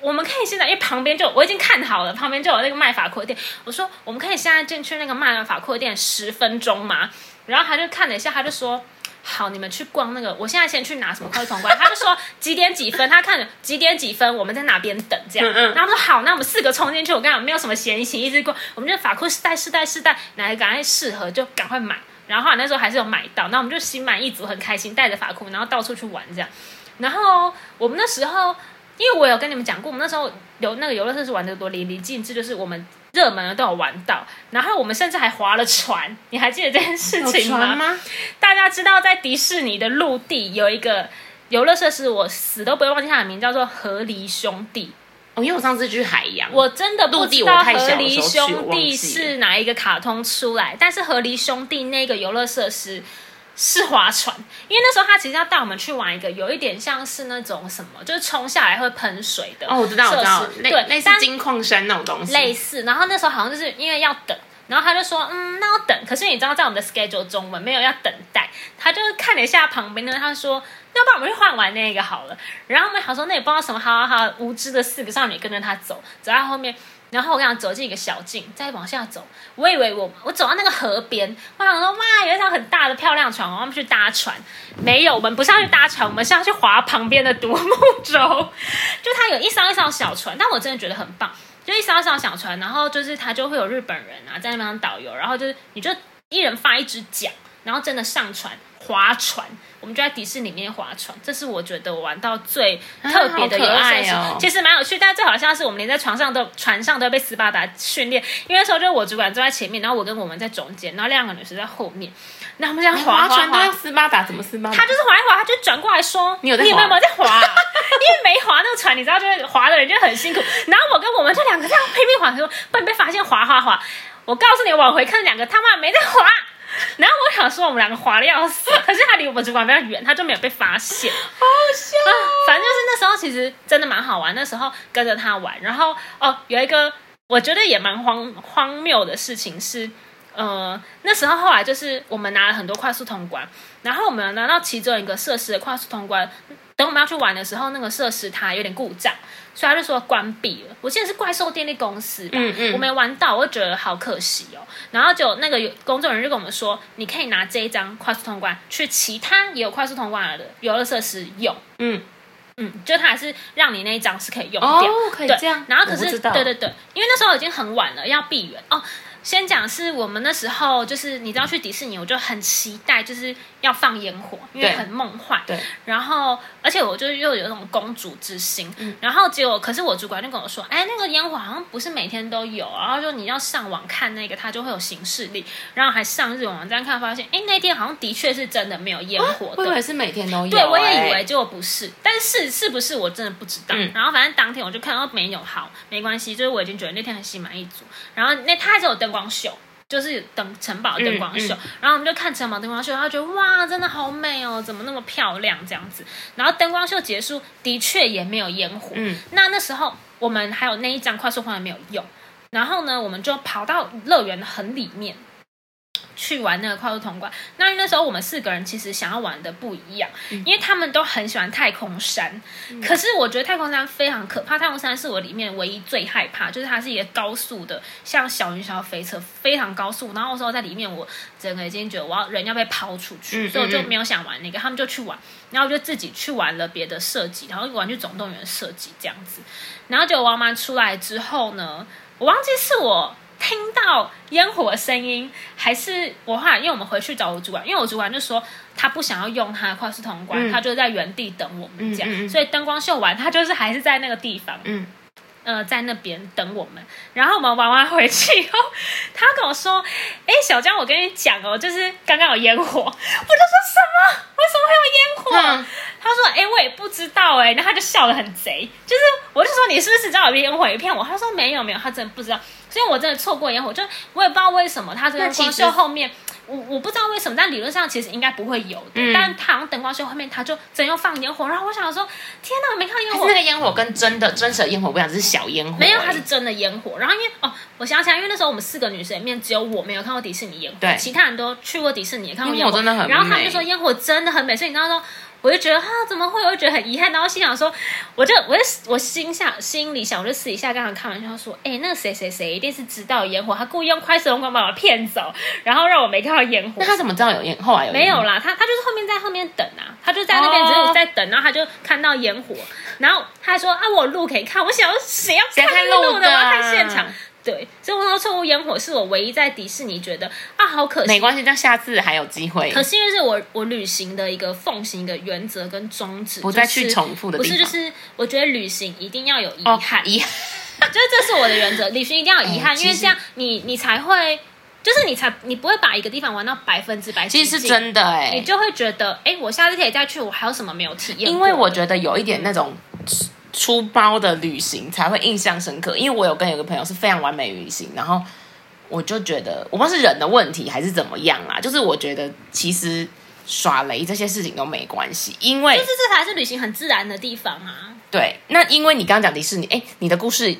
Speaker 3: 我们可以现在，因为旁边就我已经看好了，旁边就有那个卖法裤的店。我说我们可以现在进去那个卖法裤的店十分钟吗？然后他就看了一下，他就说。好，你们去逛那个，我现在先去拿什么快通关。他就说几点几分，他看着几点几分，我们在哪边等这样。
Speaker 2: 嗯嗯
Speaker 3: 然后他说好，那我们四个冲进去。我跟你讲，没有什么嫌疑，请一直逛。我们就法库试戴试戴试戴，哪个赶快适合就赶快买。然后后来那时候还是有买到，那我们就心满意足，很开心，带着法裤，然后到处去玩这样。然后我们那时候，因为我有跟你们讲过，我们那时候游那个游乐设施玩的多淋漓尽致，就是我们热门的都有玩到，然后我们甚至还划了船，你还记得这件事
Speaker 2: 有
Speaker 3: 情
Speaker 2: 哦船吗？
Speaker 3: 大家知道在迪士尼的陆地有一个游乐设施，我死都不会忘记它的名，叫做河狸兄弟。
Speaker 2: 哦，因为我上次去海洋，
Speaker 3: 我真的不
Speaker 2: 陆地
Speaker 3: 知道
Speaker 2: 我
Speaker 3: 河
Speaker 2: 太小的
Speaker 3: 狸
Speaker 2: 时候去
Speaker 3: 兄
Speaker 2: 我忘记
Speaker 3: 弟是哪一个卡通出来，但是河狸兄弟那个游乐设施。是划船，因为那时候他其实要带我们去玩一个，有一点像是那种什么，就是冲下来会喷水的
Speaker 2: 哦，我知道，我知道
Speaker 3: 设，施
Speaker 2: 类
Speaker 3: 对，
Speaker 2: 类似
Speaker 3: 但
Speaker 2: 金矿山那种东西，
Speaker 3: 类似。然后那时候好像就是因为要等，然后他就说，嗯，那要等。可是你知道，在我们的 schedule 中，我们没有要等待。他就看了一下旁边的，他说，那不然我们去换完那个好了。然后我们想说，那也不知道什么，好好好，无知的四个少女跟着他走，走到后面。然后我跟他走进一个小径，再往下走，我以为我我走到那个河边，我想说哇，有一条很大的漂亮船，我们去搭船。没有，我们不是要去搭船，我们是要去划旁边的独木 舟。就它有一艘一艘小船，但我真的觉得很棒，就一艘一艘小船，然后就是它就会有日本人啊在那边当导游，然后就是你就一人发一只桨，然后真的上船划船，我们就在迪士尼里面划船，这是我觉得我玩到最特别的游乐
Speaker 2: 啊好可
Speaker 3: 设
Speaker 2: 爱
Speaker 3: 施，
Speaker 2: 哦
Speaker 3: 其实蛮有趣，但最好像是我们连在床上都船上都被斯巴达训练，因为那时候就是我主管坐在前面，然后我跟我们在中间，然后两个女生在后面，然后我们这样划
Speaker 2: 哎划船都
Speaker 3: 划
Speaker 2: 要斯巴达，怎么斯巴达？
Speaker 3: 他就是划一划，他就转过来说：“
Speaker 2: 你有在
Speaker 3: 你们有
Speaker 2: 划
Speaker 3: 没有在划、啊？”因为没划那个船，你知道，就是划的人就很辛苦。然后我跟我们这两个这样拼命划，说不然被发现划划划。我告诉你，往回看，两个他妈没在划。然后我想说，我们两个划的 要死，可是他离我们主管比较远，他就没有被发现。好笑、
Speaker 2: 哦
Speaker 3: 反正就是那时候其实真的蛮好玩，那时候跟着他玩。然后哦，有一个我觉得也蛮荒荒谬的事情是，呃，那时候后来就是我们拿了很多快速通关，然后我们拿到其中一个设施的快速通关，等我们要去玩的时候，那个设施它有点故障，所以它就说关闭了。我记得是怪兽电力公司吧，
Speaker 2: 嗯嗯
Speaker 3: 我没玩到，我就觉得好可惜哦。然后就那个有工作人员就跟我们说，你可以拿这一张快速通关去其他也有快速通关的游乐设施用，
Speaker 2: 嗯，
Speaker 3: 嗯，就它还是让你那一张是可以用掉。
Speaker 2: 哦，可以
Speaker 3: 对，
Speaker 2: 这样。
Speaker 3: 然后可
Speaker 2: 我不
Speaker 3: 是
Speaker 2: 知道
Speaker 3: 对对对，因为那时候已经很晚了，要闭园哦。先讲是我们那时候就是你知道去迪士尼，我就很期待，就是要放烟火，因为
Speaker 2: 对
Speaker 3: 很梦幻。
Speaker 2: 对，
Speaker 3: 然后，而且我就又有那种公主之心，
Speaker 2: 嗯
Speaker 3: 然后结果，可是我主管就跟我说，哎，那个烟火好像不是每天都有，啊然后就你要上网看那个，它就会有形式力，然后还上日文网站看，发现，哎，那天好像的确是真的没有烟火
Speaker 2: 我
Speaker 3: 的，
Speaker 2: 以为是每天都有、
Speaker 3: 对，我也
Speaker 2: 哎
Speaker 3: 以为，结果不是，但是是不是我真的不知道。
Speaker 2: 嗯
Speaker 3: 然后反正当天我就看到没有，好，没关系，就是我已经觉得那天很心满意足。然后那他还是有灯光秀，就是等城堡的灯光秀，
Speaker 2: 嗯
Speaker 3: 然后我们就看城堡灯光秀，然后觉得哇，真的好美哦，怎么那么漂亮这样子。然后灯光秀结束，的确也没有烟火。
Speaker 2: 嗯，
Speaker 3: 那那时候我们还有那一张快速通关没有用，然后呢，我们就跑到乐园的很里面。去玩那个快速通关，那因为那时候我们四个人其实想要玩的不一样，
Speaker 2: 嗯
Speaker 3: 因为他们都很喜欢太空山，可是我觉得太空山非常可怕。太空山是我里面唯一最害怕，就是它是一个高速的，像小云霄飞车，非常高速。然后那时候在里面，我整个已经觉得我要人要被抛出去，
Speaker 2: 嗯
Speaker 3: 所以我就
Speaker 2: 嗯嗯
Speaker 3: 没有想玩那个，他们就去玩，然后我就自己去玩了别的设计，然后玩去总动员设计这样子。然后结果玩完出来之后呢，我忘记是我听到烟火的声音，还是我后来因为我们回去找我主管，因为我主管就说他不想要用他的快速通关，
Speaker 2: 嗯
Speaker 3: 他就在原地等我们这样，
Speaker 2: 嗯嗯嗯
Speaker 3: 所以灯光秀完他就是还是在那个地方。
Speaker 2: 嗯，
Speaker 3: 呃在那边等我们。然后我们玩完回去以后，他跟我说：“哎、小江，我跟你讲哦，就是刚刚有烟火。”我就说什么？为什么会有烟 火？
Speaker 2: 嗯
Speaker 3: 他说：“哎、我也不知道哎、然后他就笑得很贼，就是我就说你是不是知道有烟火？一片我，他说没有没有，他真的不知道。所以我真的错过烟火，就我也不知道为什么他这个
Speaker 2: 那其实
Speaker 3: 光秀后面，我我不知道为什么，但理论上其实应该不会有的。
Speaker 2: 嗯
Speaker 3: 但他好像灯光秀后面他就真又放烟火，然后我想说，天哪，我没看到烟
Speaker 2: 还
Speaker 3: 火
Speaker 2: 是那，个烟火跟真的真实的烟火不一样，只是小烟火而已。
Speaker 3: 没有，它是真的烟火。然后因为哦，我想起来，因为那时候我们四个女生里面只有我没有看过迪士尼烟火，
Speaker 2: 对
Speaker 3: 其他人都去过迪士尼也看过
Speaker 2: 烟
Speaker 3: 烟火，
Speaker 2: 火真的很
Speaker 3: 然后他们
Speaker 2: 美
Speaker 3: 就说烟火真的很美，所以你知道说。我就觉得哈、怎么会？我就觉得很遗憾，然后心想说，我就我就我心下心里想，我就私底下跟他们开玩笑说，哎、那个谁谁谁一定是知道有烟火，他故意用快速龙光把我骗走，然后让我没看到烟火
Speaker 2: 那。他怎么知道有烟？后来有
Speaker 3: 没
Speaker 2: 烟
Speaker 3: 有
Speaker 2: 火？
Speaker 3: 啦，他他就是后面在后面等啊，他就在那边
Speaker 2: 哦
Speaker 3: 只是我在等，然后他就看到烟火，然后他还说啊，我有路可以看，我想要谁要
Speaker 2: 谁
Speaker 3: 看
Speaker 2: 看
Speaker 3: 那个
Speaker 2: 路
Speaker 3: 路
Speaker 2: 的
Speaker 3: 的，我
Speaker 2: 啊
Speaker 3: 要看现场。对，所以我说错过烟火是我唯一在迪士尼觉得啊好可
Speaker 2: 没
Speaker 3: 惜。
Speaker 2: 关系，这样下次还有机会
Speaker 3: 可。是因为是我我旅行的一个奉行一个原则跟宗旨，
Speaker 2: 不再
Speaker 3: 就是
Speaker 2: 去重复的
Speaker 3: 不
Speaker 2: 地方
Speaker 3: 是就是我觉得旅行一定要有遗
Speaker 2: 哦
Speaker 3: 憾，，
Speaker 2: 遗憾，
Speaker 3: 就是这是我的原则，旅行一定要有遗憾，
Speaker 2: 哎
Speaker 3: 因为
Speaker 2: 其实
Speaker 3: 这样你你才会，就是你才你不会把一个地方玩到百分之百
Speaker 2: 其
Speaker 3: 尽
Speaker 2: 实是
Speaker 3: 兴。
Speaker 2: 真的哎、
Speaker 3: 你就会觉得，哎、我下次可以再去，我还有什么没有体验过？
Speaker 2: 因为我觉得有一点那种出出包的旅行才会印象深刻，因为我有跟有个朋友是非常完美旅行，然后我就觉得我不知道是人的问题还是怎么样啦，就是我觉得其实耍雷这些事情都没关系，因为
Speaker 3: 就是这才是旅行很自然的地方啊。
Speaker 2: 对，那因为你刚刚讲迪士尼，哎，你的故事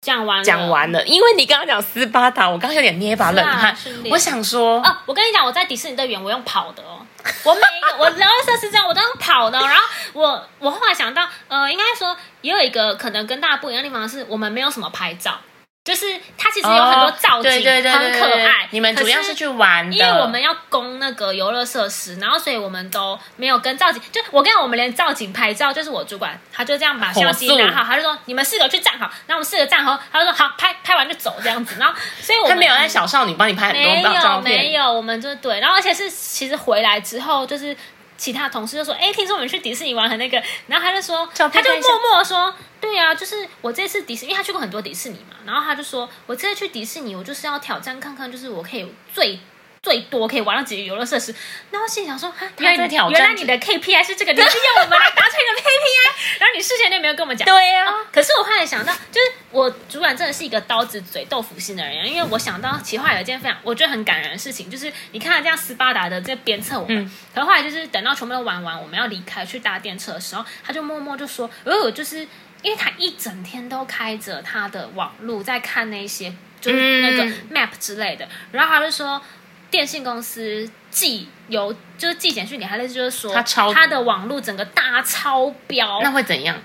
Speaker 3: 讲完了
Speaker 2: 讲完了，因为你刚刚讲斯巴达，我刚刚有点捏一把冷汗
Speaker 3: 是啊训，练
Speaker 2: 我想说，
Speaker 3: 哦，我跟你讲，我在迪士尼乐园我用跑 的哦，我每一个我聊到设施这样，我都用跑的哦、然后我我后来想到，呃，应该说也有一个可能跟大家不一样的地方是，我们没有什么拍照，就是它其实有很多造
Speaker 2: 哦
Speaker 3: 景，
Speaker 2: 对对对
Speaker 3: 很
Speaker 2: 对
Speaker 3: 可
Speaker 2: 对
Speaker 3: 爱。
Speaker 2: 你们主要
Speaker 3: 可
Speaker 2: 是去玩的，
Speaker 3: 因为我们要供那个游乐设施，然后所以我们都没有跟造景，就我跟你讲我们连造景拍照，就是我主管他就这样把相机
Speaker 2: 火速
Speaker 3: 拿好，他就说你们四个去站好，然后我们四个站好，他就说好拍拍完就走这样子，然后所以我
Speaker 2: 他
Speaker 3: 们
Speaker 2: 没有在小少女帮你拍很
Speaker 3: 没
Speaker 2: 多照
Speaker 3: 有
Speaker 2: 照片，
Speaker 3: 没有，我们就对，然后而且是其实回来之后就是。其他同事就说：“哎、听说我们去迪士尼玩很那个。”然后他就说，
Speaker 2: 照
Speaker 3: 他
Speaker 2: 片
Speaker 3: 就
Speaker 2: 看一下
Speaker 3: 默默地说：“对啊，就是我这次迪士尼，因为他去过很多迪士尼嘛。”然后他就说：“我这次去迪士尼，我就是要挑战看看，就是我可以最最多可以玩到几个游乐设施。”然后心想说：“哈，原
Speaker 2: 在
Speaker 3: 来
Speaker 2: 挑战
Speaker 3: 原来你的 KPI 是这个，你是要我们来达成你的 KPI，然后 你事先就没有跟我们讲。”
Speaker 2: 对啊呀、
Speaker 3: 可是我后来想到，就是我主管真的是一个刀子嘴豆腐心的人，因为我想到其实后来有一件非常我觉得很感人的事情，就是你看到这样斯巴达的这鞭策我们，
Speaker 2: 嗯
Speaker 3: 可是后来就是等到全部都玩完，我们要离开去搭电车的时候，他就默默就说，因为我就是因为他一整天都开着他的网路在看那些就是那个
Speaker 2: 嗯
Speaker 3: map 之类的，然后他就说。电信公司寄邮就是寄简讯给他，类似就是说
Speaker 2: 他超
Speaker 3: 他的网路整个大超标，
Speaker 2: 那会怎样？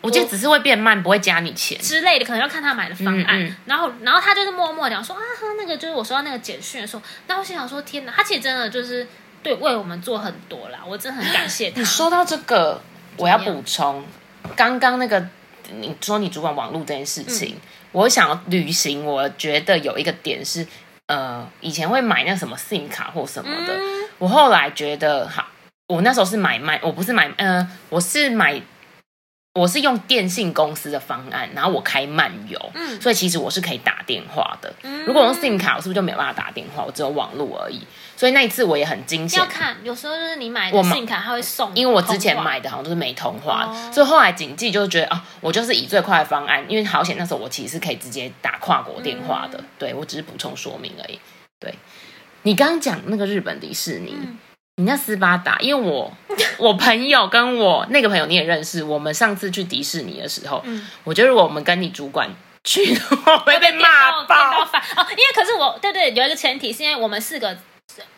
Speaker 2: 我觉得只是会变慢，不会加你钱。
Speaker 3: 之类的，可能要看他买的方案。
Speaker 2: 嗯嗯
Speaker 3: 然后，然后他就是默默地讲说啊，他那个就是我收到那个简讯的时候，那我心想说，天哪，他其实真的就是对为我们做很多啦，我真的很感 谢他
Speaker 2: 你。说到这个，我要
Speaker 3: 怎么样
Speaker 2: 补充，刚刚那个你说你主管网络这件事情，我想要旅行，我觉得有一个点是，呃，以前会买那什么 SIM 卡或什么的，
Speaker 3: 嗯，
Speaker 2: 我后来觉得，好，我那时候是买卖，我不是买，呃，我是买，我是用电信公司的方案，然后我开漫游，
Speaker 3: 嗯
Speaker 2: 所以其实我是可以打电话的。
Speaker 3: 嗯
Speaker 2: 如果用 SIM 卡，我是不是就没有办法打电话？我只有网络而已。所以那一次我也很惊险
Speaker 3: 要，看，有时候就是你买
Speaker 2: 我
Speaker 3: 的
Speaker 2: 买
Speaker 3: SIM 卡，他会送，
Speaker 2: 因为我之前，买的好像都是没通话的，
Speaker 3: 哦
Speaker 2: 所以后来谨记就觉得啊，我就是以最快的方案，因为好险那时候我其实是可以直接打跨国电话
Speaker 3: 嗯
Speaker 2: 的。对我只是补充说明而已。对你刚刚讲那个日本迪士尼，
Speaker 3: 嗯
Speaker 2: 你那斯巴达，因为 我我朋友跟我那个朋友你也认识，我们上次去迪士尼的时候，
Speaker 3: 嗯
Speaker 2: 我觉得如果我们跟你主管去 的话，我会被
Speaker 3: 电到
Speaker 2: 骂
Speaker 3: 电到
Speaker 2: 爆。
Speaker 3: 烦哦。因为可是我，对对，有一个前提是因为我们四个。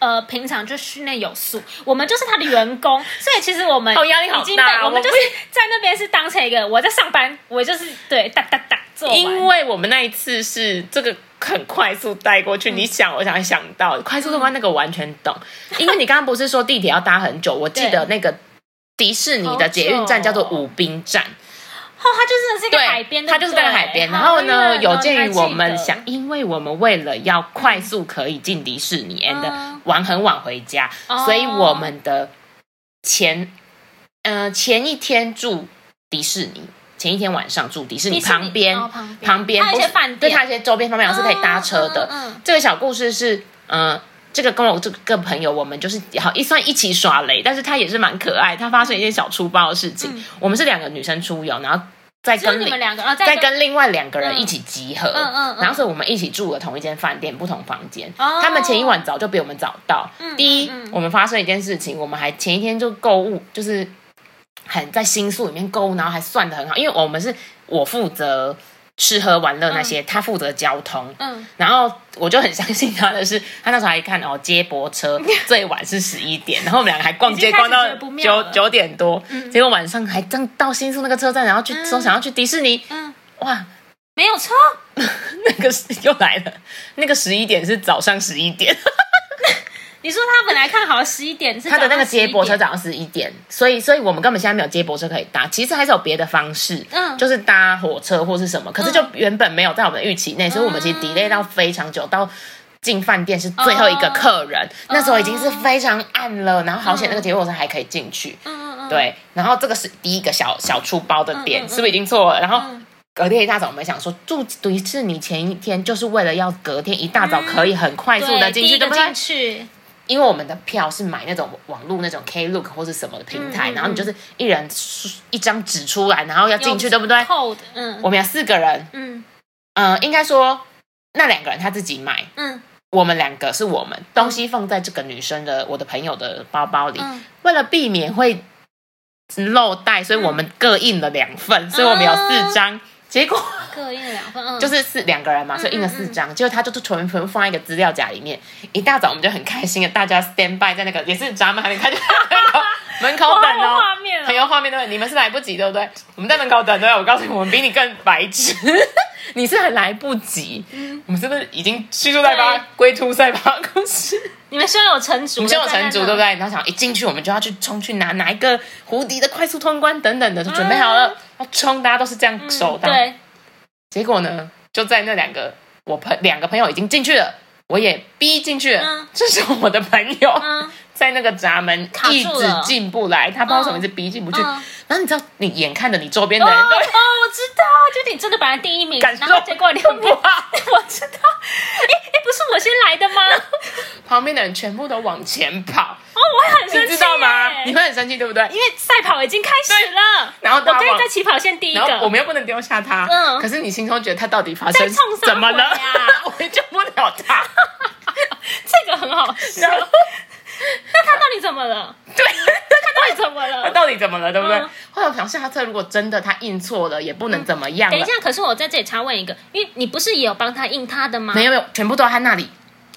Speaker 3: 呃，平常就训练有素，我们就是他的员工， 所以其实我们
Speaker 2: 哦压力好
Speaker 3: 已经被
Speaker 2: 大
Speaker 3: 我们
Speaker 2: 我
Speaker 3: 就是在那边是当成一个我在上班，我就是对哒哒哒做完。
Speaker 2: 因为我们那一次是这个很快速带过
Speaker 3: 嗯
Speaker 2: 去，你想，我想想到快速的话，那个我完全懂。因为你刚刚不是说地铁要搭很久，我记得那个迪士尼的捷运站叫 做武滨站，
Speaker 3: 哦，它就真的是一个海边，
Speaker 2: 它就是在海边。然后呢，有鉴于我们想，
Speaker 3: 哦
Speaker 2: 因为我们为了要快速可以进迪士尼，and
Speaker 3: 嗯
Speaker 2: 玩很晚回家，所以我们的前呃前一天住迪士尼，前一天晚上住迪士尼
Speaker 3: 迪士尼
Speaker 2: 旁边、
Speaker 3: 哦旁边
Speaker 2: 旁边
Speaker 3: 它有一些饭店
Speaker 2: 对它有一些周边方面是可以搭车的。
Speaker 3: 嗯嗯嗯
Speaker 2: 这个小故事是，嗯、这个跟我这个朋友，我们就是好也算一起耍雷，但是他也是蛮可爱。他发生一件小粗暴的事情，
Speaker 3: 嗯
Speaker 2: 我们是两个女生出游，然后再
Speaker 3: 只有
Speaker 2: 跟
Speaker 3: 你
Speaker 2: 另
Speaker 3: 们两个，然后哦
Speaker 2: 再
Speaker 3: 再
Speaker 2: 跟另外两个人
Speaker 3: 嗯
Speaker 2: 一起集合，
Speaker 3: 嗯嗯嗯
Speaker 2: 然后所以我们一起住了同一间饭店，不同房间。
Speaker 3: 哦
Speaker 2: 他们前一晚早就比我们早到。
Speaker 3: 嗯
Speaker 2: 第一，
Speaker 3: 嗯嗯
Speaker 2: 我们发生一件事情，我们还前一天就购物，就是很在新宿里面购物，然后还算的很好，因为我们是我负责吃喝玩乐那些，他负责交通。
Speaker 3: 嗯，
Speaker 2: 然后我就很相信他的是，他那时候还看哦，接驳车最晚是十一 点，然后我们两个还逛街
Speaker 3: 已经开
Speaker 2: 逛
Speaker 3: 始
Speaker 2: 到
Speaker 3: 觉得不妙
Speaker 2: 九
Speaker 3: 了嗯
Speaker 2: 九点多，结果晚上还刚到新宿那个车站，然后去说想要去迪士尼，
Speaker 3: 嗯
Speaker 2: 哇，
Speaker 3: 没有错，
Speaker 2: 那个是又来了，那个十一点是早上十一点，
Speaker 3: 你说他本来看好十一点，是
Speaker 2: 他的那个
Speaker 3: 早上11
Speaker 2: 接驳车
Speaker 3: 点
Speaker 2: 早上十一点，所以所以我们根本现在没有接驳车可以搭，其实还是有别的方式，
Speaker 3: 嗯
Speaker 2: 就是搭火车或是什么，可是就原本没有在我们的预期内，所以我们其实
Speaker 3: 嗯
Speaker 2: delay 到非常久到。进饭店是最后一个客人，
Speaker 3: 哦
Speaker 2: 那时候已经是非常暗了，然后好险那个接驳车还可以进去，
Speaker 3: 嗯嗯嗯，
Speaker 2: 对，然后这个是第一个小小粗包的点，
Speaker 3: 嗯嗯嗯
Speaker 2: 是不是已经错了？然后
Speaker 3: 嗯
Speaker 2: 隔天一大早，我们想说住迪士尼前一天，就是为了要隔天一大早可以很快速的
Speaker 3: 嗯对，
Speaker 2: 进
Speaker 3: 第
Speaker 2: 去，对
Speaker 3: 一个
Speaker 2: 不对？
Speaker 3: 进去，
Speaker 2: 因为我们的票是买那种网络那种 Klook 或是什么的平台，
Speaker 3: 嗯嗯
Speaker 2: 然后你就是一人出一张纸出来，然后要进去，对不对？
Speaker 3: 扣的，嗯
Speaker 2: 我们有四个人，
Speaker 3: 嗯
Speaker 2: 呃，应该说那两个人他自己买，
Speaker 3: 嗯
Speaker 2: 我们两个是我们东西放在这个女生的我的朋友的包包里，
Speaker 3: 嗯，
Speaker 2: 为了避免会漏带，所以我们各印了两份，所以我们有四张。
Speaker 3: 嗯
Speaker 2: 结果
Speaker 3: 各印了两份，嗯，嗯
Speaker 2: 就是四两个人嘛，所以印了四张。结果他就是全全部放在一个资料夹里面。一大早我们就很开心的，大家 stand by 在那个也是闸门还没开，就 门口门口
Speaker 3: 哇
Speaker 2: 等
Speaker 3: 好有
Speaker 2: 哦。
Speaker 3: 画面
Speaker 2: 很
Speaker 3: 哦，
Speaker 2: 有画面对不对？你们是来不及对不对？我们在门口等对不对？我告诉你，我们比你更白痴， 你是还来不及。我们是不是已经叙述在巴
Speaker 3: 嗯对
Speaker 2: 龟兔赛巴 故事？
Speaker 3: 你们胸有成竹，
Speaker 2: 我们胸有成竹，对不
Speaker 3: 对？
Speaker 2: 对？然后想一进去，我们就要去冲去拿哪一个胡迪的快速通关等等的，都准备好了，要冲，大家都是这样
Speaker 3: 嗯
Speaker 2: 手到。
Speaker 3: 对，
Speaker 2: 结果呢，就在那两个我朋两个朋友已经进去了，我也逼进去了。
Speaker 3: 嗯
Speaker 2: 这时候我的朋友、
Speaker 3: 嗯
Speaker 2: 在那个闸门
Speaker 3: 卡住
Speaker 2: 一直
Speaker 3: 了
Speaker 2: 进不来，他不知道什么一直逼进不去。
Speaker 3: 嗯
Speaker 2: 然后你知道，你眼看着你周边
Speaker 3: 哦
Speaker 2: 的人都
Speaker 3: 哦，我知道，就你真的本来第一名，
Speaker 2: 感受
Speaker 3: 然后结果你
Speaker 2: 不
Speaker 3: 我
Speaker 2: 好，
Speaker 3: 知道，哎哎，不是我先来的吗？哦，
Speaker 2: 旁边的人全部都往前跑，
Speaker 3: 我会很生
Speaker 2: 你
Speaker 3: 气，
Speaker 2: 知道吗？你会很生气，对不对？
Speaker 3: 因为赛跑已经开始了，
Speaker 2: 然后
Speaker 3: 我
Speaker 2: 大
Speaker 3: 可
Speaker 2: 家
Speaker 3: 以
Speaker 2: 往
Speaker 3: 在起跑线第一
Speaker 2: 然后我
Speaker 3: 个，
Speaker 2: 们又不能丢下他，
Speaker 3: 嗯
Speaker 2: 可是你心中觉得他到底发生
Speaker 3: 在冲啥
Speaker 2: 怎么了？
Speaker 3: 鬼啊
Speaker 2: 我也救不了 他。
Speaker 3: 这个很好笑。
Speaker 2: 然后
Speaker 3: 那他到底怎么了？
Speaker 2: 对，
Speaker 3: 他到底怎么
Speaker 2: 他
Speaker 3: 了？
Speaker 2: 到底怎么了，对不对？
Speaker 3: 嗯
Speaker 2: 后来我想，下车如果真的他印错了，也不能怎么样了。
Speaker 3: 等一下，可是我在这里插问一个，因为你不是也有帮他印他的吗？
Speaker 2: 没有没有，全部都在那里，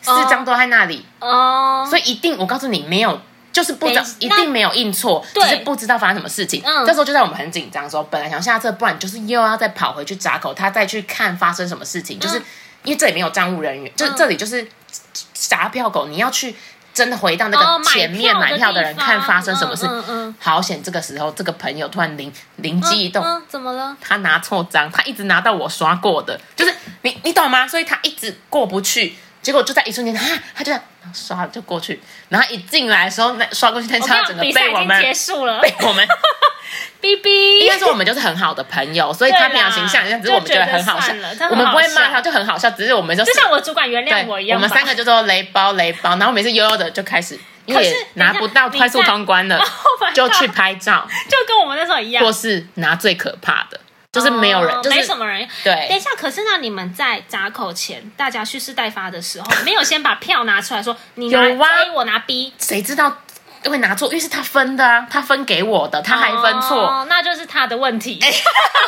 Speaker 3: 哦
Speaker 2: 四张都在那里，
Speaker 3: 哦，
Speaker 2: 所以一定我告诉你没有。就是不知道
Speaker 3: 等一，
Speaker 2: 一定没有印错，只
Speaker 3: 对
Speaker 2: 是不知道发生什么事情。
Speaker 3: 嗯
Speaker 2: 这时候就在我们很紧张的时候，本来想下车，不然就是又要再跑回去闸口，他再去看发生什么事情。就是因为这里没有站务人员，就
Speaker 3: 嗯
Speaker 2: 这里就是闸票口，你要去真的回到那
Speaker 3: 哦
Speaker 2: 个前面买票的
Speaker 3: 的
Speaker 2: 人看发生什么事
Speaker 3: 地。方嗯嗯
Speaker 2: 好险，这个时候这个朋友突然灵灵
Speaker 3: 嗯，
Speaker 2: 机一动，
Speaker 3: 嗯，嗯怎么了？
Speaker 2: 他拿错章，他一直拿到我刷过的，就是你你懂吗？所以他一直过不去，结果就在一瞬间，他他就这样刷了就过去，然后一进来的时候，那刷过去，但
Speaker 3: 我
Speaker 2: 是他
Speaker 3: 看
Speaker 2: 整个
Speaker 3: 比赛
Speaker 2: 被
Speaker 3: 已
Speaker 2: 我
Speaker 3: 经
Speaker 2: 们
Speaker 3: 结束了，
Speaker 2: 被 我们，
Speaker 3: 哔
Speaker 2: 应
Speaker 3: 哔
Speaker 2: 该，说我们就是很好的朋友，所以他平常形象，
Speaker 3: 对啦啊
Speaker 2: 但只是我们觉得很好笑
Speaker 3: 就觉得算了这，很
Speaker 2: 我们不会
Speaker 3: 好笑
Speaker 2: 骂他，就很好笑，只是我们就
Speaker 3: 就是像我主管原谅
Speaker 2: 对，
Speaker 3: 我一样
Speaker 2: 我
Speaker 3: 吧。
Speaker 2: 们 三个就说雷包雷包，然后每次悠悠的就开始，因为
Speaker 3: 可是
Speaker 2: 也拿不到
Speaker 3: 等一下
Speaker 2: 快速通关了
Speaker 3: 你在 Oh my，God
Speaker 2: 就去拍照，
Speaker 3: 就跟我们那时候一样
Speaker 2: 或，是拿最可怕的，就是没有人，
Speaker 3: 哦
Speaker 2: 就
Speaker 3: 没
Speaker 2: 是
Speaker 3: 什么人。
Speaker 2: 对
Speaker 3: 等一下，可是那你们在闸口前，大家蓄势待发的时候，没有先把票拿出来说你拿
Speaker 2: 有啊
Speaker 3: A，我拿 B，
Speaker 2: 谁知道会拿错？因为是他分的啊，他分给我的，他还分错，
Speaker 3: 哦，那就是他的问题。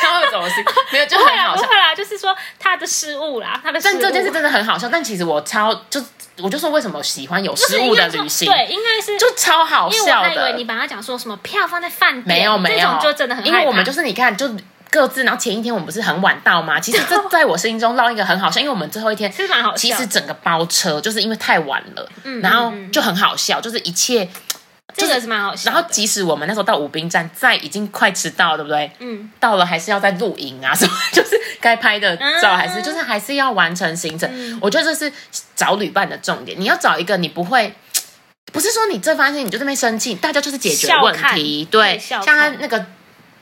Speaker 2: 他会怎么是？没有，就
Speaker 3: 不会
Speaker 2: 很
Speaker 3: 啦，
Speaker 2: 好
Speaker 3: 不
Speaker 2: 笑
Speaker 3: 会。啦， 就是说他的失误啦，他的失误。
Speaker 2: 但这件事真的很好笑，但其实我超就我就说为什么喜欢有
Speaker 3: 不是
Speaker 2: 失误的
Speaker 3: 应该说
Speaker 2: 旅行，
Speaker 3: 对，应该是
Speaker 2: 就超好
Speaker 3: 因为我
Speaker 2: 笑
Speaker 3: 还以为
Speaker 2: 的
Speaker 3: 你。把他讲说什么票放在饭店，
Speaker 2: 没有没
Speaker 3: 这
Speaker 2: 有
Speaker 3: 种，就真的很害
Speaker 2: 因
Speaker 3: 怕，
Speaker 2: 为我们就是你看就。各自，然后前一天我们不是很晚到 吗？其实这在我心中烙一个很好笑，因为我们最后一天
Speaker 3: 是蛮好笑
Speaker 2: 其实整个包车就是因为太晚了，
Speaker 3: 嗯
Speaker 2: 然后
Speaker 3: 嗯嗯
Speaker 2: 就很好笑，就是一切。
Speaker 3: 这个是蛮好笑
Speaker 2: 然
Speaker 3: 的。
Speaker 2: 后即使我们那时候到武滨站，在已经快迟到了，对不对？
Speaker 3: 嗯，
Speaker 2: 到了还是要再录影啊，什 么就是该拍的照，
Speaker 3: 嗯
Speaker 2: 还是就是还是要完成行程。我觉得这是找旅伴的重点，你要找一个你不会。不是说你这发现你就这边生气，大家就是解决
Speaker 3: 笑
Speaker 2: 问
Speaker 3: 看
Speaker 2: 题，
Speaker 3: 对
Speaker 2: 对，
Speaker 3: 笑
Speaker 2: 像他
Speaker 3: 看
Speaker 2: 那个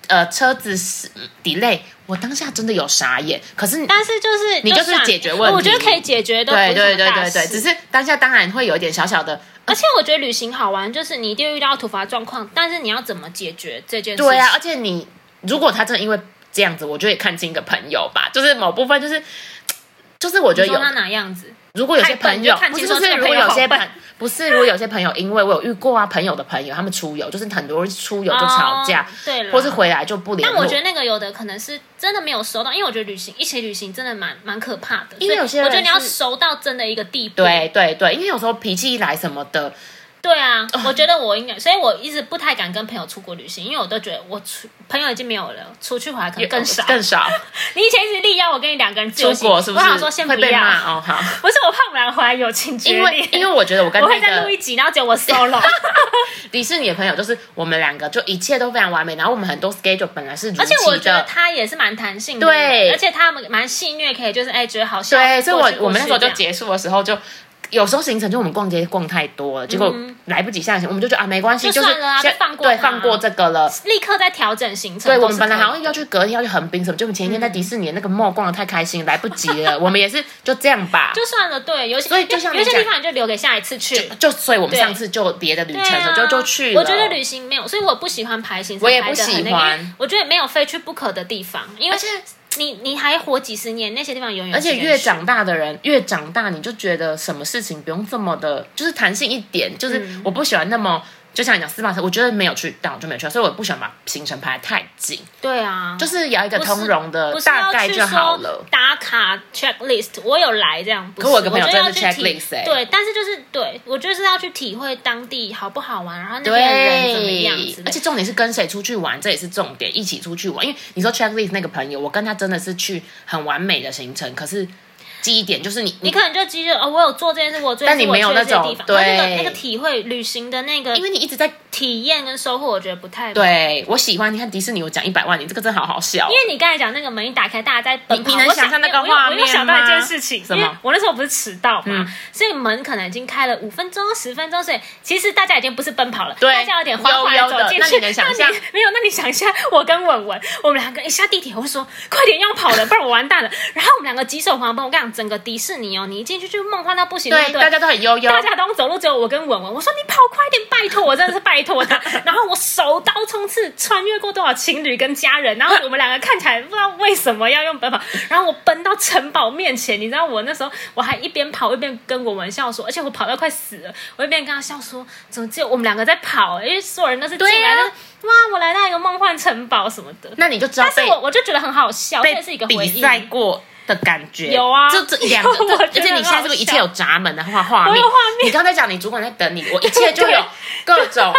Speaker 2: 呃车子是 delay，我当下真的有傻眼。可是
Speaker 3: 但是就是
Speaker 2: 你就是
Speaker 3: 算了
Speaker 2: 解决问题
Speaker 3: 我觉得可以解决都不
Speaker 2: 对
Speaker 3: 是
Speaker 2: 对
Speaker 3: 什
Speaker 2: 对
Speaker 3: 么大
Speaker 2: 对对，
Speaker 3: 事
Speaker 2: 只是当下当然会有一点小小的。呃
Speaker 3: 而且我觉得旅行好玩，就是你一定会遇到突发状况，但是你要怎么解决这件事情？
Speaker 2: 对啊，而且你如果他真的因为这样子，我觉得也看清一个朋友吧，就是某部分就是就是我觉
Speaker 3: 你
Speaker 2: 得有
Speaker 3: 说他哪样子？
Speaker 2: 如果有些
Speaker 3: 太笨
Speaker 2: 朋友
Speaker 3: 就看
Speaker 2: 不
Speaker 3: 清
Speaker 2: 是
Speaker 3: 楚
Speaker 2: 不是，
Speaker 3: 这个
Speaker 2: 如果
Speaker 3: 朋友
Speaker 2: 有些
Speaker 3: 好笨
Speaker 2: 朋不是，如果有些朋友，因为我有遇过啊，朋友的朋友他们出游，就是很多人出游就吵架，
Speaker 3: 哦对了，
Speaker 2: 或是回来就不联
Speaker 3: 但
Speaker 2: 络。
Speaker 3: 我觉得那个有的可能是真的没有熟到，因为我觉得旅行一起旅行真的蛮蛮可怕的，
Speaker 2: 因为有些
Speaker 3: 所以
Speaker 2: 人
Speaker 3: 我觉得你要
Speaker 2: 是
Speaker 3: 熟到真的一个地步。
Speaker 2: 对对对，因为有时候脾气一来什么的，
Speaker 3: 对啊，
Speaker 2: 哦
Speaker 3: 我觉得我应该，所以我一直不太敢跟朋友出国旅行，因为我都觉得我出朋友已经没有了，出去回来可能更少。
Speaker 2: 更少。
Speaker 3: 你以前一直力邀我跟你两个人自由
Speaker 2: 出
Speaker 3: 行，
Speaker 2: 国是不是
Speaker 3: 我想说先不
Speaker 2: 会被
Speaker 3: 要，
Speaker 2: 骂哦？ 好，
Speaker 3: 不是我怕我们俩回来有情决
Speaker 2: 因为
Speaker 3: 裂
Speaker 2: 因为我觉得我跟
Speaker 3: 我会再
Speaker 2: 那
Speaker 3: 录
Speaker 2: 个
Speaker 3: 一集，然后结果我 solo。
Speaker 2: 迪士尼的朋友，就是我们两个就一切都非常完美，然后我们很多 schedule 本来是如
Speaker 3: 而且我
Speaker 2: 期
Speaker 3: 觉得
Speaker 2: 的。
Speaker 3: 他也是蛮弹性的，
Speaker 2: 对
Speaker 3: 而且他们蛮戏虐，可以就是哎觉得好笑，
Speaker 2: 对，所以
Speaker 3: 过去
Speaker 2: 我我们那时候就
Speaker 3: 过去这
Speaker 2: 结
Speaker 3: 样
Speaker 2: 束的时候就。有时候行程就我们逛街逛太多了，结果来不及下行，我们就觉得啊没关系，
Speaker 3: 就
Speaker 2: 就是
Speaker 3: 算了啊
Speaker 2: 先
Speaker 3: 就放过
Speaker 2: 对
Speaker 3: 它
Speaker 2: 放过这个了。
Speaker 3: 立刻在调整行程。
Speaker 2: 对我
Speaker 3: 都
Speaker 2: 们
Speaker 3: 是
Speaker 2: 本来
Speaker 3: 可以
Speaker 2: 好像要去隔天要去横滨什么，就我们前一天在迪士尼那个 mall 逛的太开心，来不及 了。我们也是就这样吧，
Speaker 3: 就算了，对，有些
Speaker 2: 所以就像你
Speaker 3: 有些地
Speaker 2: 讲
Speaker 3: 方你就留给下一次去。
Speaker 2: 就所以我们
Speaker 3: 对
Speaker 2: 上次就别的旅
Speaker 3: 对
Speaker 2: 程
Speaker 3: 啊
Speaker 2: 了，就就去了。
Speaker 3: 我觉得旅行没有，所以我不喜欢排行程，
Speaker 2: 我也不
Speaker 3: 排得很那个
Speaker 2: 喜欢
Speaker 3: 因为我觉得没有非去不可的地方，因为
Speaker 2: 而且
Speaker 3: 你你还活几十年，那些地方永远
Speaker 2: 而且越
Speaker 3: 长
Speaker 2: 长大的人，越长大你就觉得什么事情不用这么的，就是弹性一点。就是我不喜欢那么，就像你讲司马特，我觉得没有去到就没有去到，所以我不喜欢把行程排得太紧，
Speaker 3: 对啊，
Speaker 2: 就是要一个
Speaker 3: 不是
Speaker 2: 通融的
Speaker 3: 不是
Speaker 2: 呃大
Speaker 3: 要
Speaker 2: 概
Speaker 3: 去
Speaker 2: 就好
Speaker 3: 说
Speaker 2: 了。
Speaker 3: 打卡 checklist，我有来这样，不是
Speaker 2: 可我有个朋友
Speaker 3: 觉得要去
Speaker 2: 真的是
Speaker 3: 体
Speaker 2: checklist 欸
Speaker 3: 对，但是就是对我就是要去体会当地好不好玩，然后那边的人怎么样
Speaker 2: 对
Speaker 3: 子，
Speaker 2: 而且重点是跟谁出去玩，这也是重点。一起出去玩，因为你说 checklist 那个朋友，我跟他真的是去很完美的行程，可是记忆点就是你
Speaker 3: 你可能就记得哦，我有做这件事，我有做这件事，
Speaker 2: 但你没有
Speaker 3: 我去了这
Speaker 2: 那
Speaker 3: 些
Speaker 2: 种
Speaker 3: 地方，然后那
Speaker 2: 对
Speaker 3: 个那个体会旅行的那个
Speaker 2: 因为你一直在
Speaker 3: 体验跟收获，我觉得不太。
Speaker 2: 对我喜欢，你看迪士尼我讲一百万，你这个真的好好笑哦、
Speaker 3: 因为你刚才讲那个门一打开，大家在奔跑，
Speaker 2: 你你能
Speaker 3: 我想
Speaker 2: 想象那个
Speaker 3: 我又
Speaker 2: 画
Speaker 3: 我
Speaker 2: 面
Speaker 3: 又想到一
Speaker 2: 吗
Speaker 3: 件事情，
Speaker 2: 什
Speaker 3: 因
Speaker 2: 么
Speaker 3: 为我那时候不是迟到嘛，
Speaker 2: 嗯
Speaker 3: 所以门可能已经开了五分钟、十分钟，所以其实大家已经不是奔跑了，
Speaker 2: 对
Speaker 3: 大家有点缓缓地
Speaker 2: 悠悠
Speaker 3: 走
Speaker 2: 的
Speaker 3: 进
Speaker 2: 那
Speaker 3: 去。
Speaker 2: 你能想象
Speaker 3: 那你 没有？那你想一下，我跟文文，我们两个一下地铁，我就说快点要跑了，不然我完蛋了。然后我们两个急手旁奔，我跟你讲，整个迪士尼哦，你一进去就梦幻到不行，对不
Speaker 2: 对，
Speaker 3: 对？
Speaker 2: 大家都很悠悠，
Speaker 3: 大家都走路，只有我跟文文。我说你跑快点，拜托，我真的是拜 托他。然后我手刀冲刺，穿越过多少情侣跟家人。然后我们两个看起来不知道为什么要用奔跑，然后我奔到城堡面前，你知道我那时候我还一边跑一边跟文文笑说，而且我跑到快死了，我一边跟他笑说，怎么只有我们两个在跑、因为所有人都是进
Speaker 2: 对
Speaker 3: 来
Speaker 2: 啊
Speaker 3: 的，哇，我来到一个梦幻城堡什么的。
Speaker 2: 那你就知道
Speaker 3: 但是
Speaker 2: 被
Speaker 3: 我我就觉得很好笑，这也
Speaker 2: 被
Speaker 3: 是一个回忆
Speaker 2: 比。赛过的感觉。
Speaker 3: 有啊
Speaker 2: 这这两个，
Speaker 3: 我觉
Speaker 2: 这
Speaker 3: 得
Speaker 2: 而且你现在是不是一切有闸门的画画
Speaker 3: 我
Speaker 2: 面？
Speaker 3: 有画面
Speaker 2: 你刚才讲你主管在等你，我一切 就有各种，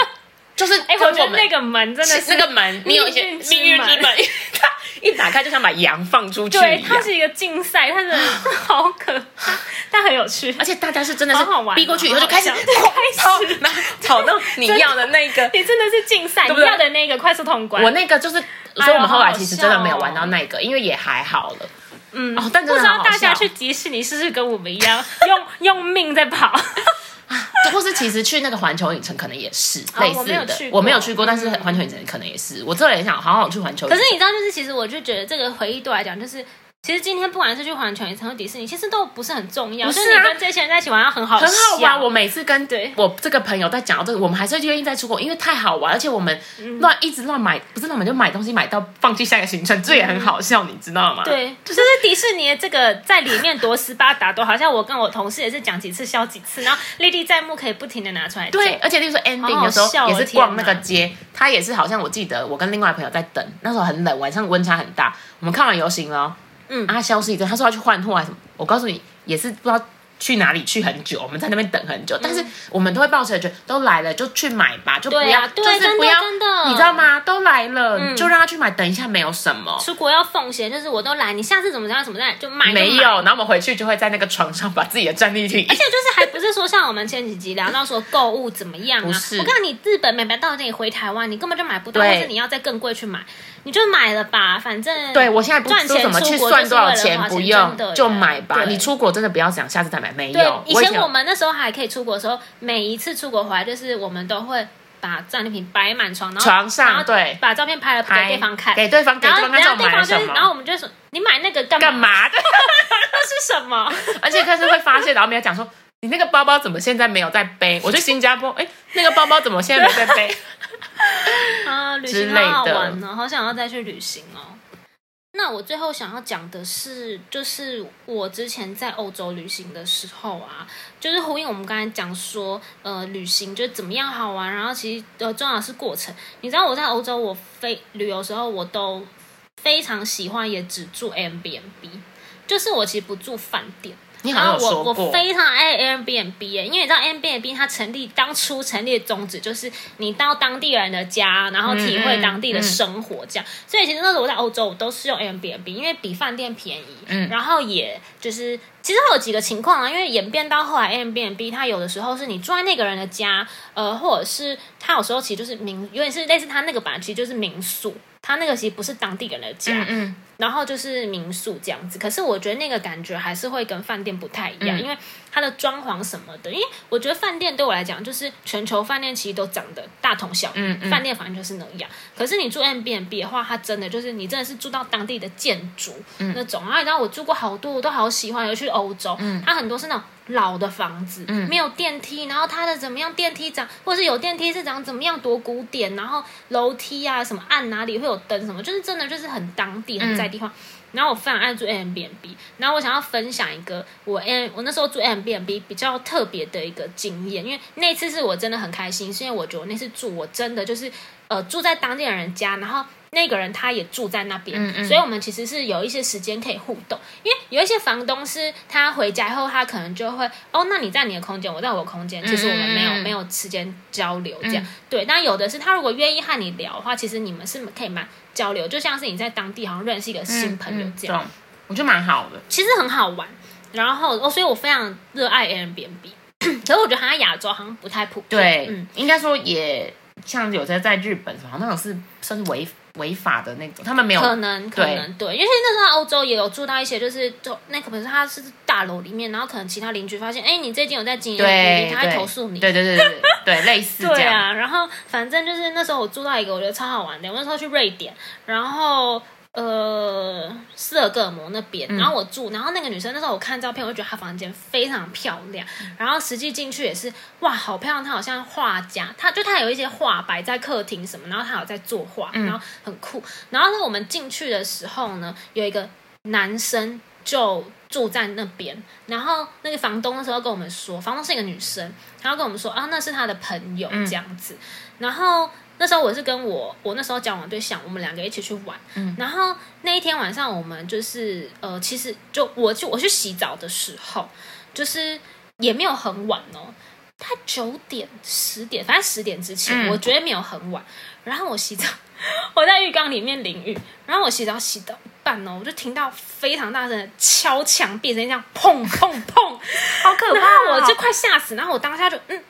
Speaker 2: 就是
Speaker 3: 哎、
Speaker 2: 跟
Speaker 3: 我觉
Speaker 2: 我
Speaker 3: 得
Speaker 2: 们
Speaker 3: 那个门真的是
Speaker 2: 那个门，你有一些
Speaker 3: 命运之
Speaker 2: 命运之
Speaker 3: 门
Speaker 2: 门，它一打开就像把羊放出去
Speaker 3: 对，
Speaker 2: 一
Speaker 3: 它
Speaker 2: 样。
Speaker 3: 是一个竞赛，它真的 好可怕，但很有趣。
Speaker 2: 而且大家是真的是
Speaker 3: 好好玩哦
Speaker 2: 逼过去以后就开始
Speaker 3: 好好 哦
Speaker 2: 狂跑，
Speaker 3: 对
Speaker 2: 然后跑到你要的那个。
Speaker 3: 你真的是竞赛，
Speaker 2: 对
Speaker 3: 你
Speaker 2: 不对
Speaker 3: 要的哎那个快速通关。
Speaker 2: 我那个就是，所以我们后来其实真的没有玩到那个，因为也还好了。
Speaker 3: 嗯
Speaker 2: 哦但真的
Speaker 3: 不知
Speaker 2: 很好
Speaker 3: 道大
Speaker 2: 笑
Speaker 3: 家去迪士尼是不是跟我们一样， 用用命在跑？
Speaker 2: 或是其实去那个环球影城可能也是
Speaker 3: 哦
Speaker 2: 类似的，
Speaker 3: 我没有去过
Speaker 2: 我没有去过，但是环球影城可能也是。我真的也想好好去环球影
Speaker 3: 可
Speaker 2: 城，
Speaker 3: 是你知道，就是其实我就觉得这个回忆对我来讲，就是其实今天不管是去环球影城或迪士尼，其实都不是很重要。
Speaker 2: 不是
Speaker 3: 就是你
Speaker 2: 啊
Speaker 3: 跟这些人在一起玩，要很好
Speaker 2: 很好玩。
Speaker 3: 笑
Speaker 2: 我每次跟
Speaker 3: 对
Speaker 2: 我这个朋友在讲到这个，我们还是愿意再出国，因为太好玩，而且我们乱、一直乱买，不是乱买就买东西，买到放弃下一个行程，这也很好笑，你知道吗？。
Speaker 3: 对，就是迪士尼的这个在里面多斯巴达多，好像我跟我同事也是讲几次笑几次，然后历历在目，可以不停的拿出来讲。
Speaker 2: 对，而且例如说 ending
Speaker 3: 好
Speaker 2: 的时候
Speaker 3: 笑哦
Speaker 2: 也是逛那个
Speaker 3: 天哪
Speaker 2: 街，他也是好像我记得我跟另外朋友在等，那时候很冷，晚上温差很大，我们看完游行了哦，
Speaker 3: 嗯
Speaker 2: 啊，他消失一阵，他说要去换货还是什么，我告诉你也是不知道去哪里去很久，我们在那边等很
Speaker 3: 嗯
Speaker 2: 久，但是我们都会抱持着觉得都来了就去买吧，就不
Speaker 3: 对
Speaker 2: 要、
Speaker 3: 啊对
Speaker 2: 就是
Speaker 3: 真
Speaker 2: 不
Speaker 3: 的
Speaker 2: 要
Speaker 3: 真的嗯
Speaker 2: 你知道吗？都来了、就让他去买，等一下没有什么。
Speaker 3: 出国要奉献，就是我都来，你下次怎么样怎么样就买就买
Speaker 2: 没有，然后我们回去就会在那个床上把自己的战利 品
Speaker 3: 而且就是还不是说像我们前几集聊到说购物怎么样啊？
Speaker 2: 不是
Speaker 3: 我告诉你，日本买不到，你回台湾你根本就买不到，或
Speaker 2: 对
Speaker 3: 是你要再更贵去买，你就买了吧，反正
Speaker 2: 对我现在不
Speaker 3: 赚
Speaker 2: 说
Speaker 3: 钱
Speaker 2: 怎么去
Speaker 3: 出国
Speaker 2: 算
Speaker 3: 就是
Speaker 2: 多少
Speaker 3: 为了
Speaker 2: 钱
Speaker 3: 花，
Speaker 2: 不用
Speaker 3: 真的耶
Speaker 2: 就买吧。
Speaker 3: 对
Speaker 2: 你出国真的不要想下次再买，没
Speaker 3: 对
Speaker 2: 有。
Speaker 3: 以前
Speaker 2: 有
Speaker 3: 我们那时候还可以出国的时候，每一次出国回来就是我们都会。把战利品摆满床，然后
Speaker 2: 床上
Speaker 3: 然后
Speaker 2: 对
Speaker 3: 把照片拍了
Speaker 2: 拍
Speaker 3: 给对方看，
Speaker 2: 给对方给
Speaker 3: 然
Speaker 2: 对
Speaker 3: 后
Speaker 2: 方看
Speaker 3: 然后
Speaker 2: 这买
Speaker 3: 对方
Speaker 2: 了
Speaker 3: 就
Speaker 2: 什
Speaker 3: 是，
Speaker 2: 么，
Speaker 3: 然后我们就说你买那个干嘛？
Speaker 2: 干嘛的？
Speaker 3: 那是什么？
Speaker 2: 而且开始会发现，然后没有讲说。你那个包包怎么现在没有在背？我去新加坡，哎、那个包包怎么现在没在 背？
Speaker 3: 啊，旅
Speaker 2: 之
Speaker 3: 行
Speaker 2: 类
Speaker 3: 好好
Speaker 2: 的
Speaker 3: 玩哦，好想要再去旅行哦。那我最后想要讲的是，就是我之前在欧洲旅行的时候啊，就是呼应我们刚才讲说，呃，旅行就是怎么样好玩，然后其实呃重要的是过程。你知道我在欧洲，我飞旅游的时候，我都非常喜欢，也只住 Airbnb，就是我其实不住饭店。
Speaker 2: 你好
Speaker 3: 然
Speaker 2: 像
Speaker 3: 后
Speaker 2: 有说
Speaker 3: 我
Speaker 2: 过
Speaker 3: 我，非常爱 Airbnb 耶、因为你知道 Airbnb 它成立当初成立的宗旨就是你到当地人的家，然后体
Speaker 2: 嗯
Speaker 3: 会当地的生活这样。所以其实那时候我在欧洲，我都是用 Airbnb，因为比饭店便宜，
Speaker 2: 嗯
Speaker 3: 然后也就是其实会有几个情况啊，因为演变到后来 Airbnb 它有的时候是你住在那个人的家，呃，或者是它有时候其实就是民，有点是类似它那个吧，其实就是民宿。它那个其实不是当地人的家，
Speaker 2: 嗯嗯，
Speaker 3: 然后就是民宿这样子。可是我觉得那个感觉还是会跟饭店不太一样，
Speaker 2: 嗯
Speaker 3: 因为它的装潢什么的。因为我觉得饭店对我来讲，就是全球饭店其实都长得大同小异，
Speaker 2: 嗯嗯
Speaker 3: 饭店反正就是那样。可是你住 M B N B 的话，它真的就是你真的是住到当地的建筑、那种。然后你知道我住过好多，我都好喜欢，尤其去欧洲，它很多是那种。老的房子，没有电梯，然后它的怎么样电梯长，或是有电梯是长怎么样多古典，然后楼梯啊什么按哪里会有灯什么，就是真的就是很当地很在地化。然后我非常爱住 a m b n b 然后我想要分享一个我 a 我那时候住 a m b n b 比较特别的一个经验，因为那次是我真的很开心，是因为我觉得我那次住我真的就是呃住在当地的人家，然后那个人他也住在那
Speaker 2: 嗯
Speaker 3: 边，所以我们其实是有一些时间可以互动，因为有一些房东是他回家以后，他可能就会哦，那你在你的空间，我在我的空间，其实我们没有、
Speaker 2: 嗯嗯嗯
Speaker 3: 没有时间交流这样，
Speaker 2: 嗯
Speaker 3: 对。但有的是他如果愿意和你聊的话，其实你们是可以蛮交流，就像是你在当地好像认识一个新朋友这
Speaker 2: 嗯
Speaker 3: 样，
Speaker 2: 懂我觉得蛮好的。
Speaker 3: 其实很好玩。然后哦，所以我非常热爱 Airbnb，可是我觉得它在亚洲好像不太普遍。
Speaker 2: 对，
Speaker 3: 嗯，
Speaker 2: 应该说也像有些在日本什么，好像那种是算是违违法的那种，他们没有
Speaker 3: 可能可
Speaker 2: 对
Speaker 3: 能对，因为那时候在欧洲也有住到一些，就是就那可能是他是大楼里面，然后可能其他邻居发现，哎、你最近有在经营 Airbnb，
Speaker 2: 对，
Speaker 3: 他会
Speaker 2: 对
Speaker 3: 投诉你。
Speaker 2: 对对对对对对，类似这
Speaker 3: 对
Speaker 2: 样，
Speaker 3: 啊，然后反正就是那时候我住到一个我觉得超好玩的，我那时候去瑞典，然后呃斯德哥尔摩那边，
Speaker 2: 嗯
Speaker 3: 然后我住，然后那个女生那时候我看照片，我就觉得她房间非常漂亮，然后实际进去也是哇，好漂亮，她好像画家，她就她有一些画摆在客厅什么，然后她有在作画，
Speaker 2: 嗯
Speaker 3: 然后很酷。然后呢，我们进去的时候呢，有一个男生就住在那边，然后那个房东那时候跟我们说，房东是一个女生，她要跟我们说啊，那是她的朋友这样子。然后那时候我是跟我我那时候交往对象，我们两个一起去玩。然后那一天晚上，我们就是呃，其实就我去我去洗澡的时候，就是也没有很晚哦，大概九点十点，反正十点之前，
Speaker 2: 嗯
Speaker 3: 我觉得没有很晚。然后我洗澡，我在浴缸里面淋浴，然后我洗澡洗到一半哦，我就听到非常大声的敲墙壁声，这样砰砰砰，
Speaker 2: 好可
Speaker 3: 然后哦我就快吓死，然后我当下就嗯，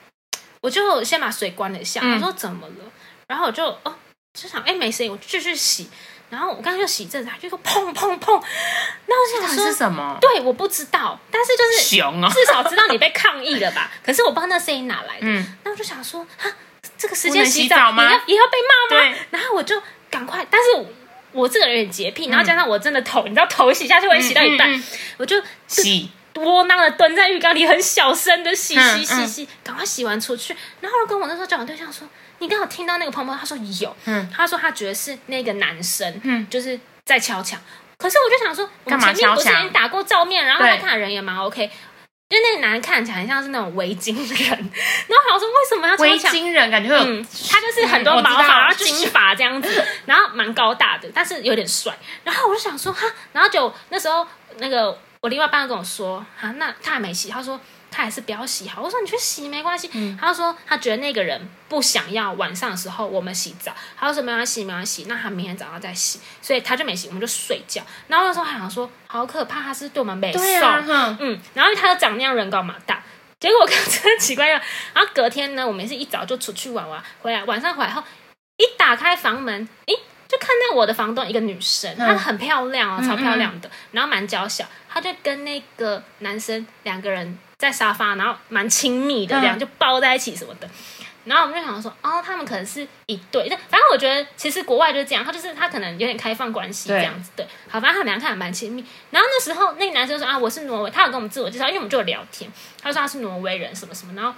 Speaker 3: 我就先把水关了一下，
Speaker 2: 嗯
Speaker 3: 我说怎么了？然后我就哦就想哎没声音，我继续洗。然后我刚才就洗一阵子，它就说砰砰砰，那我
Speaker 2: 到
Speaker 3: 想
Speaker 2: 底
Speaker 3: 说
Speaker 2: 是，什么？
Speaker 3: 对，我不知道，但是就是
Speaker 2: 熊哦，
Speaker 3: 至少知道你被抗议了 吧？可是我不知道那声音哪来的，
Speaker 2: 嗯，
Speaker 3: 那我就想说啊，这个时
Speaker 2: 不
Speaker 3: 间
Speaker 2: 能洗
Speaker 3: 洗澡
Speaker 2: 澡吗
Speaker 3: 也要也要被骂吗
Speaker 2: 对？
Speaker 3: 然后我就赶快，但是我我这个人有点洁癖，然后加上我真的头，你知道头洗下去会洗到一半，
Speaker 2: 嗯嗯嗯
Speaker 3: 我就
Speaker 2: 洗，
Speaker 3: 窝囊的蹲在浴缸里，很小声的洗
Speaker 2: 嗯
Speaker 3: 洗洗洗，赶、快洗完出去。然后跟我那时候交往对象说：“你刚好听到那个砰砰？”他说有，
Speaker 2: 嗯
Speaker 3: 他说他觉得是那个男生，
Speaker 2: 嗯
Speaker 3: 就是在敲墙。可是我就想说，我们
Speaker 2: 干嘛
Speaker 3: 前面不是
Speaker 2: 敲
Speaker 3: 已
Speaker 2: 墙
Speaker 3: 经打过照面，然后他
Speaker 2: 对
Speaker 3: 看人也蛮 OK，就那个男人看起来很像是那种围巾的人， 然后我想说为什么要敲
Speaker 2: 维
Speaker 3: 墙？
Speaker 2: 京人感觉会有
Speaker 3: 嗯，他就是很多
Speaker 2: 嗯我知
Speaker 3: 毛
Speaker 2: 道
Speaker 3: 发，然后
Speaker 2: 就是
Speaker 3: 金发这样子，然后蛮高大的，但是有点帅。然后我就想说哈，然后就那时候那个我另外一半跟我说哈，那他还没洗，他说他还是不要洗好。我说你去洗没关系，
Speaker 2: 嗯
Speaker 3: 他说他觉得那个人不想要晚上的时候我们洗澡，他就说没关系没关系，那他明天早上再洗，所以他就没洗，我们就睡觉。然后那时候还想说好可怕，他是对我们没
Speaker 2: 对
Speaker 3: 送
Speaker 2: 啊，哼，
Speaker 3: 嗯，然后他又长那样人高马大。结果我看真的奇怪了，然后隔天呢，我们也是一早就出去玩玩，啊回来晚上回来后，一打开房门，诶，就看到我的房东一个女生，
Speaker 2: 嗯
Speaker 3: 她很漂亮哦，超漂亮的，然后蛮娇小，她就跟那个男生两个人在沙发，然后蛮亲密的，这样、
Speaker 2: 嗯
Speaker 3: 就抱在一起什么的。然后我们就想说，哦，他们可能是一对，但反正我觉得其实国外就是这样，他就是他可能有点开放关系
Speaker 2: 对
Speaker 3: 这样子，对，好，反正他们俩看得蛮亲密。然后那时候那个男生就说啊，我是挪威，他有跟我们自我介绍，因为我们就有聊天，他说他是挪威人什么什么，然后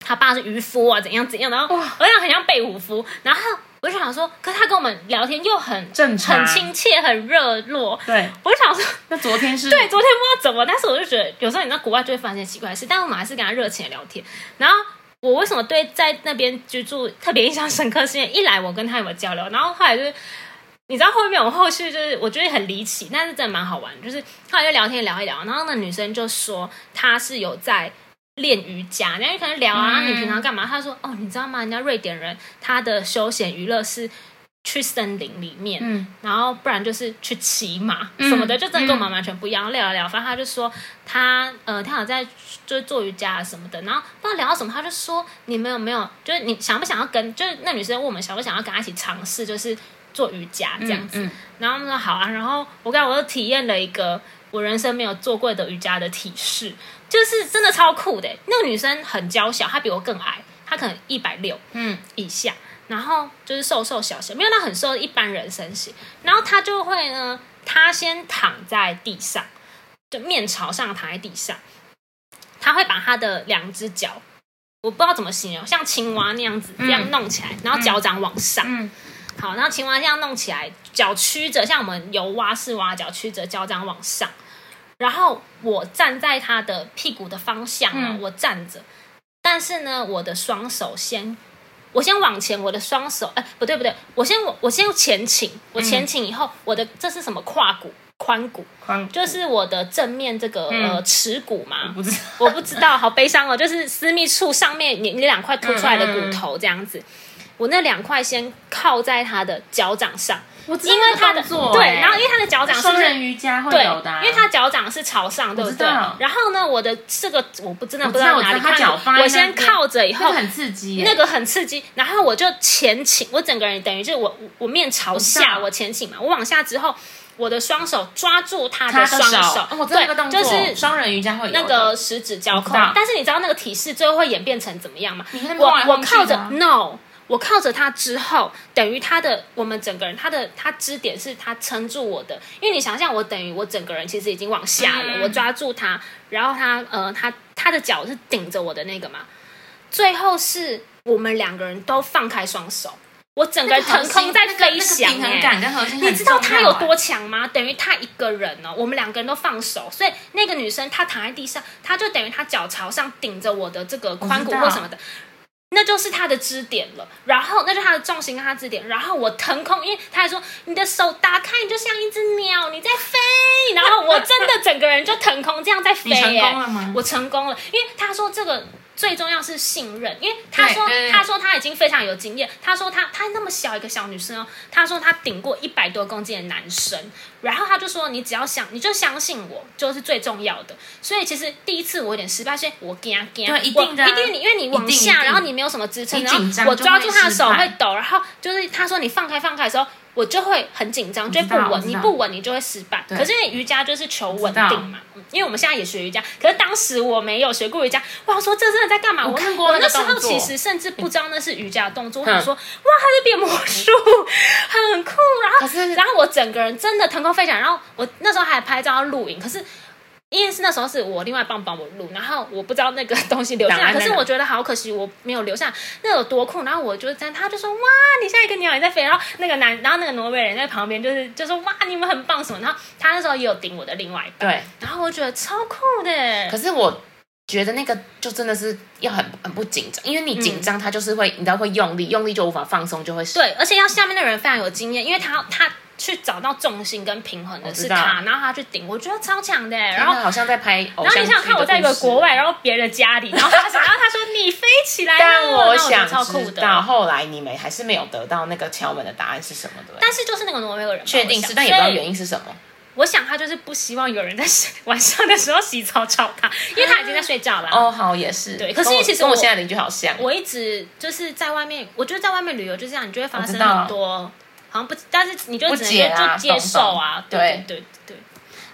Speaker 3: 他爸是渔夫啊，怎样怎样，然后我想很像贝武夫，然后我就想说，可是他跟我们聊天又很
Speaker 2: 正常
Speaker 3: 很亲切，很热络，
Speaker 2: 对，
Speaker 3: 我就想说。
Speaker 2: 那昨天是
Speaker 3: 对，昨天不知道怎么，但是我就觉得有时候你在国外就会发现奇怪的事，但我们还是跟他热情的聊天。然后我为什么对在那边居住特别印象深刻？是因为一来我跟他有交流，然后后来就是。你知道后面我后续就是我觉得很离奇，但是真的蛮好玩。就是后来就聊天聊一聊，然后那女生就说她是有在练瑜伽，然后就可能聊啊，
Speaker 2: 嗯
Speaker 3: 你平常干嘛？她说哦，你知道吗？人家瑞典人他的休闲娱乐是去森林里面，
Speaker 2: 嗯
Speaker 3: 然后不然就是去骑马
Speaker 2: 嗯
Speaker 3: 什么的，就真的跟我们完全不一样。聊一聊，反正他就说他呃，他有在就是做瑜伽啊什么的，然后不知道聊到什么，他就说你们有没有就是你想不想要跟就是那女生问我们想不想要跟她一起尝试就是做瑜伽这样子，
Speaker 2: 嗯嗯
Speaker 3: 然后我们说好啊，然后我刚我又体验了一个我人生没有做过的瑜伽的体式，就是真的超酷的。那个女生很娇小，她比我更矮，她可能一百六，
Speaker 2: 嗯，
Speaker 3: 以下，然后就是瘦瘦小小，没有到很瘦，一般人身形。然后他就会呢，他先躺在地上，就面朝上躺在地上，他会把他的两只脚，我不知道怎么形容，像青蛙那样子这样弄起来，然后脚掌往上。
Speaker 2: 嗯
Speaker 3: 好，然后青蛙这样弄起来，脚曲着，像我们游蛙式蛙，脚曲着，脚掌往上。然后我站在他的屁股的方向哦，
Speaker 2: 嗯
Speaker 3: 我站着，但是呢，我的双手先，我先往前，我的双手，哎、不对不对，我先我我先前倾，我前倾以后，我的这是什么胯骨、髋骨，
Speaker 2: 宽
Speaker 3: 就是我的正面这个、
Speaker 2: 嗯
Speaker 3: 呃耻骨嘛，
Speaker 2: 不知道，
Speaker 3: 我不知道，好悲伤哦， 就是私密处上面你你两块凸出来的骨头这样子，我那两块先靠在他的脚掌上，
Speaker 2: 我
Speaker 3: 因为他的对，然后因为他的脚掌是
Speaker 2: 双
Speaker 3: 不是
Speaker 2: 哎人瑜伽会
Speaker 3: 对
Speaker 2: 有的啊，，
Speaker 3: 因为他脚掌是朝上，对不
Speaker 2: 知
Speaker 3: 对
Speaker 2: 道？
Speaker 3: 然后呢，我的这个我不真的
Speaker 2: 我
Speaker 3: 不
Speaker 2: 知道
Speaker 3: 道
Speaker 2: 我知
Speaker 3: 哪里
Speaker 2: 道他
Speaker 3: 看
Speaker 2: 脚放在
Speaker 3: 我先
Speaker 2: 那边
Speaker 3: 靠着以
Speaker 2: 那
Speaker 3: 后
Speaker 2: 个。很刺激耶，
Speaker 3: 那个很刺激，然后我就前倾，我整个人等于就是我我我面朝
Speaker 2: 我知
Speaker 3: 下，
Speaker 2: 道
Speaker 3: 我前倾嘛，我往下之后，我的双手抓住他
Speaker 2: 他
Speaker 3: 的
Speaker 2: 的
Speaker 3: 双
Speaker 2: 手，哦我知道那个
Speaker 3: 对，
Speaker 2: 动
Speaker 3: 就
Speaker 2: 作
Speaker 3: 是
Speaker 2: 双人瑜伽会有的
Speaker 3: 那个十指交
Speaker 2: 我
Speaker 3: 扣
Speaker 2: 知道。
Speaker 3: 但是你知道那个体式最后会演变成怎么样吗？
Speaker 2: 你看他们
Speaker 3: 我
Speaker 2: 晃来
Speaker 3: 我
Speaker 2: 晃去的
Speaker 3: 靠着嗯
Speaker 2: 啊
Speaker 3: no，我靠着他之后，等于他的我们整个人，他的他支点是他撑住我的，因为你想象我等于我整个人其实已经往下了，
Speaker 2: 嗯
Speaker 3: 我抓住他，然后他呃他他的脚是顶着我的那个嘛，最后是我们两个人都放开双手，我整个
Speaker 2: 那
Speaker 3: 人
Speaker 2: 个核
Speaker 3: 腾
Speaker 2: 心
Speaker 3: 空在
Speaker 2: 那个
Speaker 3: 飞翔、
Speaker 2: 那个平衡
Speaker 3: 哎
Speaker 2: 感跟核心很重要，欸
Speaker 3: 你知道他有多强吗？等于他一个人哦，我们两个人都放手，所以那个女生她躺在地上，她就等于她脚朝上顶着我的这个髋
Speaker 2: 我知
Speaker 3: 骨
Speaker 2: 道
Speaker 3: 或什么的，那就是她的支点了。然后那就是她的重心跟她支点，然后我腾空，因为她还说你的手打开，你就像一只鸟，你在飞。然后我真的整个人就腾空这样在飞、
Speaker 2: 你成
Speaker 3: 哎
Speaker 2: 功了吗
Speaker 3: 我成功了，因为她说这个。最重要是信任，因为他说
Speaker 2: 对嗯
Speaker 3: 他说他已经非常有经验，他说他他那么小一个小女生哦，他说他顶过一百多公斤的男生，然后他就说你只要想你就相信我，就是最重要的。所以其实第一次我有点失败，所以我惊惊，
Speaker 2: 对一定的啊
Speaker 3: 我一定你因为你往
Speaker 2: 一定一
Speaker 3: 下，
Speaker 2: 定
Speaker 3: 然后你没有什么支撑，
Speaker 2: 你
Speaker 3: 然后
Speaker 2: 紧张
Speaker 3: 我
Speaker 2: 就
Speaker 3: 抓
Speaker 2: 会
Speaker 3: 住他的
Speaker 2: 失
Speaker 3: 手
Speaker 2: 败
Speaker 3: 会抖，然后就是他说你放开放开的时候。我就会很紧张，就会不
Speaker 2: 我知道我
Speaker 3: 稳，
Speaker 2: 知
Speaker 3: 你
Speaker 2: 道
Speaker 3: 不稳你就会失败。
Speaker 2: 对
Speaker 3: 可是因为瑜伽就是求稳
Speaker 2: 我知
Speaker 3: 定
Speaker 2: 道
Speaker 3: 嘛，嗯因为我们现在也学瑜伽，可是当时我没有学过瑜伽，哇，我说这真的在干嘛？
Speaker 2: 我
Speaker 3: 我
Speaker 2: 看过
Speaker 3: 我
Speaker 2: 那
Speaker 3: 那
Speaker 2: 个
Speaker 3: 时候
Speaker 2: 动作
Speaker 3: 其实甚至不知道那是瑜伽的动作，我
Speaker 2: 嗯
Speaker 3: 想说哇，它是变魔术，很酷。然后
Speaker 2: 可是
Speaker 3: 然后我整个人真的腾空飞翔，然后我那时候还拍照要录影，可是因为是那时候是我另外帮帮我录，然后我不知道那个东西留下
Speaker 2: 档
Speaker 3: 来，
Speaker 2: 案
Speaker 3: 可
Speaker 2: 在哪
Speaker 3: 是我觉得好可惜，我没有留下那有多酷。然后我就在，他就说哇，你像一个鸟也在飞，然后那个男，然后那个挪威人在旁边就是就说哇，你们很棒什么，然后他那时候也有顶我的另外一半，
Speaker 2: 对，
Speaker 3: 然后我觉得超酷的，
Speaker 2: 可是我觉得那个就真的是要很很不紧张，因为你紧张，它就是会，你知道会用力，用力就无法放松，就会
Speaker 3: 嗯对，而且要下面的人非常有经验，因为他他去找到重心跟平衡
Speaker 2: 我
Speaker 3: 的
Speaker 2: 知
Speaker 3: 是
Speaker 2: 道
Speaker 3: 他，然后他去顶，我觉得超强的，欸
Speaker 2: 天
Speaker 3: 然
Speaker 2: 哪。
Speaker 3: 后
Speaker 2: 好像在拍偶
Speaker 3: 然后
Speaker 2: 像
Speaker 3: 你想想
Speaker 2: 剧
Speaker 3: 看，
Speaker 2: 的
Speaker 3: 我在一个
Speaker 2: 故事
Speaker 3: 国，外，然后别人的家里，然后他 说，然后他说你飞起来了，
Speaker 2: 但我
Speaker 3: 然后觉
Speaker 2: 想
Speaker 3: 得超酷
Speaker 2: 知道
Speaker 3: 的。
Speaker 2: 后来你们还是没有得到那个敲门的答案是什么，对不对？
Speaker 3: 但是就是那个挪威人嘛，
Speaker 2: 确定
Speaker 3: 我
Speaker 2: 是，
Speaker 3: 想
Speaker 2: 但也不知道
Speaker 3: 所以
Speaker 2: 原因是什么。
Speaker 3: 我想他就是不希望有人在 洗晚上的时候洗澡吵他，因为他已经在睡觉了。
Speaker 2: 哦，好，也是。
Speaker 3: 对可是
Speaker 2: 跟我
Speaker 3: 其实
Speaker 2: 跟
Speaker 3: 我
Speaker 2: 我现在邻居好像，
Speaker 3: 我一直就是在外面，我觉得在外面旅游就这样，你就会发生
Speaker 2: 我知道
Speaker 3: 很多，好像不，但是你就
Speaker 2: 不
Speaker 3: 只能
Speaker 2: 解
Speaker 3: 就
Speaker 2: 啊
Speaker 3: 就接受啊，
Speaker 2: 懂懂
Speaker 3: 对对对对。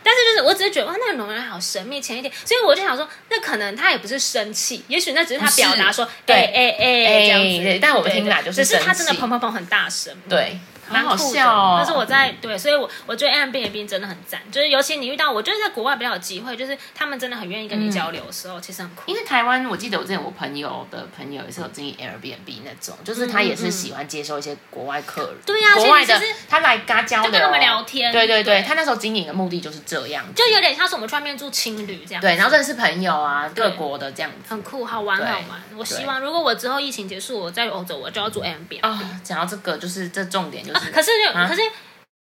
Speaker 3: 但是就是我只是觉得哇，那个聋人好神秘，前一天，所以我就想说，那可能他也不是生气，也许那只是他表达说，
Speaker 2: 是
Speaker 3: 哎哎哎
Speaker 2: 哎
Speaker 3: 这样子。
Speaker 2: 对但我们听
Speaker 3: 对
Speaker 2: 来就是
Speaker 3: 只是他
Speaker 2: 生
Speaker 3: 真
Speaker 2: 气
Speaker 3: 的砰砰砰很大声，
Speaker 2: 对，蛮
Speaker 3: 蛮
Speaker 2: 好
Speaker 3: 酷的
Speaker 2: 笑哦。
Speaker 3: 但是我在对，所以我我觉得 a m b n b 真的很赞，就是尤其你遇到，我觉得在国外比较有机会，就是他们真的很愿意跟
Speaker 2: 嗯
Speaker 3: 你交流的时候，其实很酷
Speaker 2: 因。为台湾，我记得我之前我朋友的朋友也是有经营 Airbnb 那种，就是他也是喜欢接受一些国外客人，
Speaker 3: 嗯对呀
Speaker 2: 国外
Speaker 3: 所以
Speaker 2: 的
Speaker 3: 你就是
Speaker 2: 他来跟他交流，
Speaker 3: 就跟他们聊天
Speaker 2: 对对对，
Speaker 3: 对
Speaker 2: 他那时候经营的目的就是这样，
Speaker 3: 就有点像是我们去外面住青旅这样，
Speaker 2: 对，然后认识朋友啊，各国的这样子。
Speaker 3: 很酷，好玩
Speaker 2: 对
Speaker 3: 好玩。我希望如果我之后疫情结束，我在欧洲我就要住 a m b n
Speaker 2: 啊、讲到这个，就是这重点就是，
Speaker 3: 可是就、
Speaker 2: 啊
Speaker 3: 可是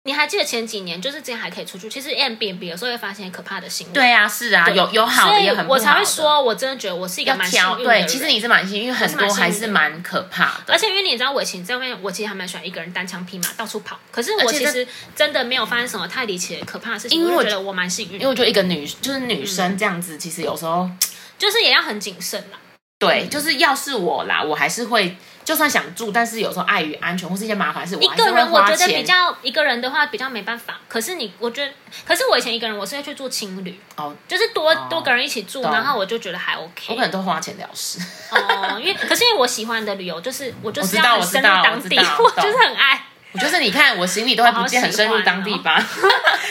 Speaker 3: 你还记得前几年，就是之前还可以出去，其实 a m b n b 有时候会发现可怕的新闻。
Speaker 2: 对啊，是啊，
Speaker 3: 对，
Speaker 2: 有有好
Speaker 3: 所
Speaker 2: 的，
Speaker 3: 以
Speaker 2: 也很不好
Speaker 3: 我
Speaker 2: 的
Speaker 3: 才会说，我真的觉得我是一个
Speaker 2: 要
Speaker 3: 蛮幸
Speaker 2: 挑。
Speaker 3: 运的
Speaker 2: 对，
Speaker 3: 人。
Speaker 2: 其实你是蛮幸运，因为很
Speaker 3: 我是
Speaker 2: 多
Speaker 3: 蛮幸运的
Speaker 2: 还是蛮可怕的，
Speaker 3: 而且因为你知道，我以前在外面，我其实还蛮喜欢一个人单枪匹马到处跑。可是我
Speaker 2: 而且
Speaker 3: 其
Speaker 2: 这
Speaker 3: 实真的没有发生什么太离奇的可怕的事情，
Speaker 2: 因为
Speaker 3: 我
Speaker 2: 我
Speaker 3: 就觉得我蛮幸运
Speaker 2: 因为我
Speaker 3: 的，
Speaker 2: 觉得一个女就是女生
Speaker 3: 嗯
Speaker 2: 这样子，其实有时候
Speaker 3: 就是也要很谨慎啦。
Speaker 2: 对，
Speaker 3: 嗯
Speaker 2: 就是要是我啦，我还是会，就算想住，但是有时候碍于安全或是一些麻烦事，
Speaker 3: 一
Speaker 2: 我还是
Speaker 3: 个
Speaker 2: 会
Speaker 3: 人我
Speaker 2: 花
Speaker 3: 觉得
Speaker 2: 钱。
Speaker 3: 比较一个人的话比较没办法。可是你，我觉得，可是我以前一个人我是会去住青旅，
Speaker 2: 哦，
Speaker 3: 就是多、
Speaker 2: 哦
Speaker 3: 多个人一起住，
Speaker 2: 懂
Speaker 3: 然后我就觉得还 OK。
Speaker 2: 我可能都花钱了事。
Speaker 3: 哦，因为可是因为我喜欢的旅游就是我就是
Speaker 2: 我知道
Speaker 3: 要很
Speaker 2: 我知
Speaker 3: 深入
Speaker 2: 道
Speaker 3: 当
Speaker 2: 我知
Speaker 3: 地，
Speaker 2: 道
Speaker 3: 我
Speaker 2: 懂
Speaker 3: 就是很爱。
Speaker 2: 我就是你看，我行李都还
Speaker 3: 我
Speaker 2: 不
Speaker 3: 好
Speaker 2: 见，很
Speaker 3: 喜
Speaker 2: 深入
Speaker 3: 欢
Speaker 2: 当
Speaker 3: 哦
Speaker 2: 地吧。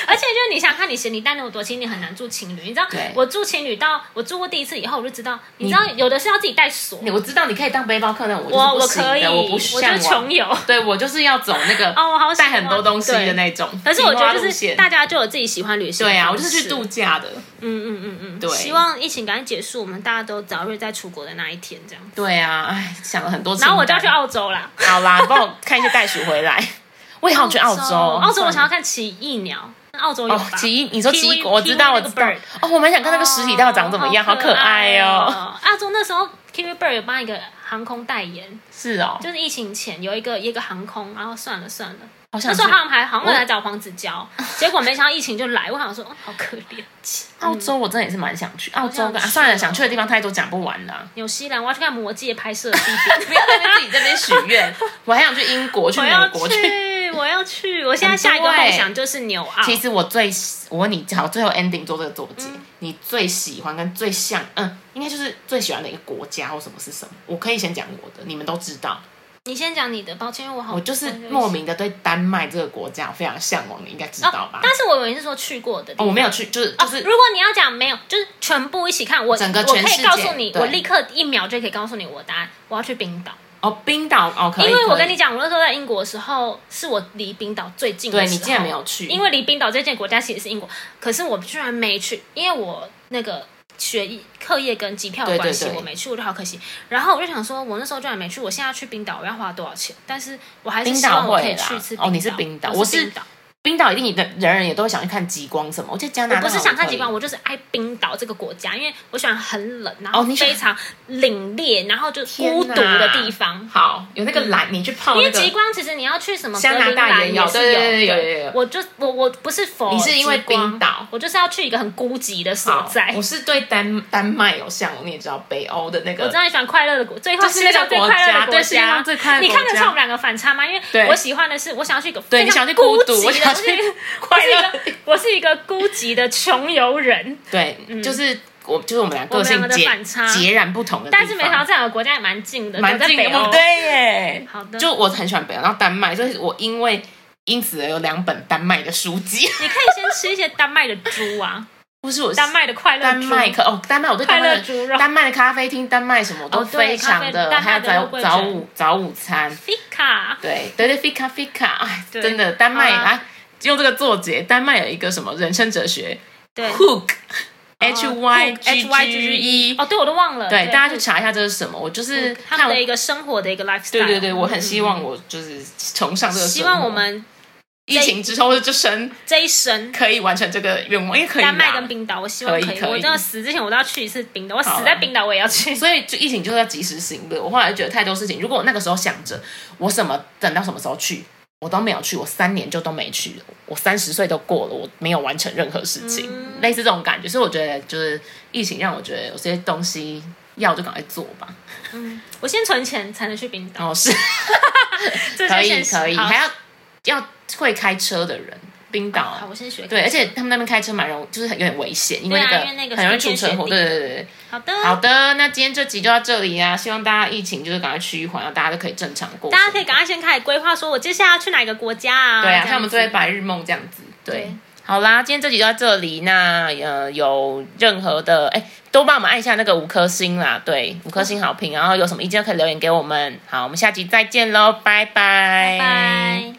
Speaker 3: 而且就是你想看你行李带那么多，其实你很难住情侣。你知道
Speaker 2: 对
Speaker 3: 我住情侣到我住过第一次以后，我就知道，你知道有的是要自己带锁，
Speaker 2: 你我知道你可以当背包客，那我
Speaker 3: 我
Speaker 2: 就是不行
Speaker 3: 可以，
Speaker 2: 的，我
Speaker 3: 我
Speaker 2: 不
Speaker 3: 就
Speaker 2: 向
Speaker 3: 是
Speaker 2: 往
Speaker 3: 穷。游。
Speaker 2: 对我就是要走那个
Speaker 3: 哦，我好喜
Speaker 2: 带
Speaker 3: 欢
Speaker 2: 很多东西的
Speaker 3: 对
Speaker 2: 那种。
Speaker 3: 可是我觉得
Speaker 2: 青蛙
Speaker 3: 就
Speaker 2: 路
Speaker 3: 是
Speaker 2: 线
Speaker 3: 大家就有自己喜欢旅行的
Speaker 2: 对啊，我
Speaker 3: 方
Speaker 2: 就是去
Speaker 3: 式
Speaker 2: 度假的。
Speaker 3: 嗯嗯嗯嗯，
Speaker 2: 对
Speaker 3: 希望疫情赶紧结束，我们大家都早日在出国的那一天这样。
Speaker 2: 对啊，哎，想了很多。
Speaker 3: 然后我就要去。澳洲啦，
Speaker 2: 好啦，帮我看一些袋鼠回来。 我也好想去澳洲，
Speaker 3: 澳洲我想要
Speaker 2: 要。
Speaker 3: 看奇异鸟，澳洲有
Speaker 2: 哦
Speaker 3: 吧？，
Speaker 2: 奇异，你说
Speaker 3: Kiwi-
Speaker 2: 奇异果，我知道，
Speaker 3: Kiwi
Speaker 2: 我
Speaker 3: 那个
Speaker 2: 知道
Speaker 3: bird。
Speaker 2: 哦，我蛮想看那个实体到底长怎么样，
Speaker 3: 哦
Speaker 2: 好可爱哦。
Speaker 3: 哦！澳洲那时候 Kiwi Bird 有帮一个航空代言，
Speaker 2: 是哦，
Speaker 3: 就是疫情前有一个一个航空，然后算了算了，
Speaker 2: 好
Speaker 3: 那
Speaker 2: 想
Speaker 3: 时
Speaker 2: 去
Speaker 3: 候他们还好像
Speaker 2: 我
Speaker 3: 来找黄子佼，结果没想到疫情就来，我想说、哦、好可怜。
Speaker 2: 澳洲，我真的也是蛮想去澳洲
Speaker 3: 好想
Speaker 2: 跟。
Speaker 3: 去
Speaker 2: 啊
Speaker 3: 哦
Speaker 2: 算了，想去的地方太多，讲不完了。
Speaker 3: 纽西兰我要去看《魔戒》拍摄的地点，
Speaker 2: 不要在那边自己这边许愿，我还想去英国，去
Speaker 3: 我
Speaker 2: 美
Speaker 3: 要
Speaker 2: 国去。欸
Speaker 3: 去，我要去，我现在下一个梦想就是纽澳。 嗯
Speaker 2: 其实我最喜，我问你，好，最后 ending 做这个总结，你最喜欢跟最像，嗯，应该就是最喜欢的一个国家或什么是什么？我可以先讲我的，你们都知道。
Speaker 3: 你先讲你的，抱歉，因为哦我好
Speaker 2: 我就是莫名的对丹麦这个国家非常向往，你应该知道吧
Speaker 3: 哦？但是我以为你是说去过的地
Speaker 2: 哦，
Speaker 3: 方。
Speaker 2: 我没有去，就是
Speaker 3: 哦
Speaker 2: 就，是
Speaker 3: 如果你要讲没有，就是全部一起看，我
Speaker 2: 整个
Speaker 3: 我可
Speaker 2: 全世
Speaker 3: 以
Speaker 2: 界
Speaker 3: 告诉你，
Speaker 2: 对
Speaker 3: 我立刻一秒就可以告诉你我答案。我要去冰岛，
Speaker 2: 哦，冰岛哦，可以，
Speaker 3: 因为我
Speaker 2: 可以
Speaker 3: 跟你讲，我那时候在英国的时候，是我离冰岛最近的
Speaker 2: 对
Speaker 3: 时候。
Speaker 2: 你竟然没有去，
Speaker 3: 因为离冰岛最近的国家其实是英国，可是我居然没去，因为我那个学业、课业跟机票的
Speaker 2: 对对
Speaker 3: 关系，
Speaker 2: 对
Speaker 3: 我没去，我就好可惜。然后我就想说，我那时候居然没去，我现在要去冰岛，我要花多少钱？但是我还是
Speaker 2: 冰
Speaker 3: 希
Speaker 2: 岛
Speaker 3: 望我可
Speaker 2: 会
Speaker 3: 以
Speaker 2: 啦
Speaker 3: 去一次
Speaker 2: 哦你是冰岛
Speaker 3: 我
Speaker 2: 我
Speaker 3: 是
Speaker 2: 是
Speaker 3: 冰岛，
Speaker 2: 冰岛一定的人人也都会想去看极光什么。我记得加拿
Speaker 3: 我
Speaker 2: 大
Speaker 3: 不是想看极
Speaker 2: 好
Speaker 3: 光，
Speaker 2: 像
Speaker 3: 我就是爱冰岛这个国家，因为我喜欢很冷，然后
Speaker 2: 哦你喜欢
Speaker 3: 非常凛冽，然后就
Speaker 2: 可以
Speaker 3: 孤独的地方嗯
Speaker 2: 天哪。好有那个蓝，你去泡
Speaker 3: 因为
Speaker 2: 哦那
Speaker 3: 极
Speaker 2: 个。
Speaker 3: 光，其实你要去什么格
Speaker 2: 加拿
Speaker 3: 陵
Speaker 2: 大
Speaker 3: 兰
Speaker 2: 也有
Speaker 3: 是
Speaker 2: 对对对
Speaker 3: 有
Speaker 2: 有有有
Speaker 3: 我就我我不是否
Speaker 2: 你是因为
Speaker 3: 极光
Speaker 2: 冰岛
Speaker 3: 我就是要去一个很孤寂的所
Speaker 2: 好
Speaker 3: 在。
Speaker 2: 我是对丹丹麦有向往，你也知道北欧的那个，
Speaker 3: 我知道你喜欢快乐的国，最后
Speaker 2: 就是那
Speaker 3: 世界
Speaker 2: 个
Speaker 3: 上最
Speaker 2: 国
Speaker 3: 快乐
Speaker 2: 家
Speaker 3: 的国
Speaker 2: 对世界
Speaker 3: 家，
Speaker 2: 上最快乐的
Speaker 3: 你看得
Speaker 2: 国家
Speaker 3: 出我们两个反差吗？因为
Speaker 2: 对
Speaker 3: 我喜欢的是，我想要去一个
Speaker 2: 对
Speaker 3: 非
Speaker 2: 你
Speaker 3: 常
Speaker 2: 想去孤独
Speaker 3: 寂的
Speaker 2: 我想去
Speaker 3: 我是
Speaker 2: 快乐
Speaker 3: 我是一个我是一个孤寂的穷游人，
Speaker 2: 对，就是我就是我们俩
Speaker 3: 嗯我
Speaker 2: 个
Speaker 3: 们两
Speaker 2: 性
Speaker 3: 个的
Speaker 2: 截
Speaker 3: 反差
Speaker 2: 截然不同的地方，
Speaker 3: 但是没想到这两个国家也蛮近的，
Speaker 2: 蛮
Speaker 3: 都在
Speaker 2: 近
Speaker 3: 北
Speaker 2: 的，
Speaker 3: 欧。
Speaker 2: 对耶。
Speaker 3: 好的，
Speaker 2: 就我很喜欢北欧，然后丹麦，所以我因为因此而有两本丹麦的书籍，
Speaker 3: 你可以先吃一些丹麦的猪啊，
Speaker 2: 不是我
Speaker 3: 丹麦的快乐
Speaker 2: 丹
Speaker 3: 猪
Speaker 2: 麦可哦，丹麦我对丹
Speaker 3: 快
Speaker 2: 麦
Speaker 3: 乐
Speaker 2: 的
Speaker 3: 猪肉
Speaker 2: 丹麦的咖啡厅、丹麦什么我都
Speaker 3: 哦对
Speaker 2: 非常的，
Speaker 3: 咖啡
Speaker 2: 还有
Speaker 3: 丹麦的肉
Speaker 2: 早
Speaker 3: 桂
Speaker 2: 早
Speaker 3: 卷
Speaker 2: 午早午餐，
Speaker 3: Fika。
Speaker 2: 对对对，fika fika，哎，
Speaker 3: 对
Speaker 2: 真的丹麦
Speaker 3: 好啊
Speaker 2: 啊，用这个作结，丹麦有一个什么人生哲学
Speaker 3: 对
Speaker 2: hook，h y
Speaker 3: 哦 H
Speaker 2: g
Speaker 3: Y
Speaker 2: g
Speaker 3: G
Speaker 2: e，
Speaker 3: 哦，对我都忘了。
Speaker 2: 对，大家去
Speaker 3: 就
Speaker 2: 查一下这是什么。我就是
Speaker 3: 他们
Speaker 2: 看我，
Speaker 3: 的一个生活的一个 lifestyle。
Speaker 2: 对对对，我很希望我就是崇尚这个生活，
Speaker 3: 嗯希望我们
Speaker 2: 疫情之后这生
Speaker 3: 这一生。
Speaker 2: 可以完成这个愿望，因为可以
Speaker 3: 丹麦
Speaker 2: 啦
Speaker 3: 跟冰岛，我希望
Speaker 2: 可以
Speaker 3: 以。
Speaker 2: 可以
Speaker 3: 我真的死之前，我都要去一次冰岛。我
Speaker 2: 好
Speaker 3: 死
Speaker 2: 啊
Speaker 3: 在冰岛，我也要 去。
Speaker 2: 所以就疫情就是要及时行乐。我后来觉得太多事情，如果我那个时候想着我什么等到什么时候去，我都没有去，我三年就都没去了，我三十岁都过了，我没有完成任何事情，
Speaker 3: 嗯
Speaker 2: 类似这种感觉。所以我觉得就是疫情让我觉得有些东西要就赶快做吧。
Speaker 3: 嗯我先存钱才能去冰 岛，
Speaker 2: 然后是
Speaker 3: 这就
Speaker 2: 可
Speaker 3: 是
Speaker 2: 以
Speaker 3: 现实。
Speaker 2: 可以，
Speaker 3: 好
Speaker 2: 还要要会开车的人。冰
Speaker 3: 好，
Speaker 2: 岛。
Speaker 3: 我先学。
Speaker 2: 对，而且他们那边开车蛮容易，就是很有点危险，因为
Speaker 3: 对啊
Speaker 2: 那个
Speaker 3: 因为那个
Speaker 2: 很容易
Speaker 3: 冰
Speaker 2: 出
Speaker 3: 天
Speaker 2: 车祸。
Speaker 3: 雪
Speaker 2: 对
Speaker 3: 地
Speaker 2: 对对对。
Speaker 3: 好的，
Speaker 2: 好的，那今天这集就到这里啊！希望大家疫情就是赶快趋缓，然后大家都可以正常过生活。
Speaker 3: 大家可以赶快先开始规划，说我接下来要去哪个国家啊？
Speaker 2: 对啊，
Speaker 3: 这样
Speaker 2: 像我们
Speaker 3: 子
Speaker 2: 做白日梦这样子。对，
Speaker 3: 对
Speaker 2: 好啦，今天这集就到这里。那呃，有任何的哎，都帮我们按一下那个五颗星啦，对，五颗星好评。然后有什么意见都可以留言给我们。好，我们下集再见喽，拜拜，
Speaker 3: 拜拜。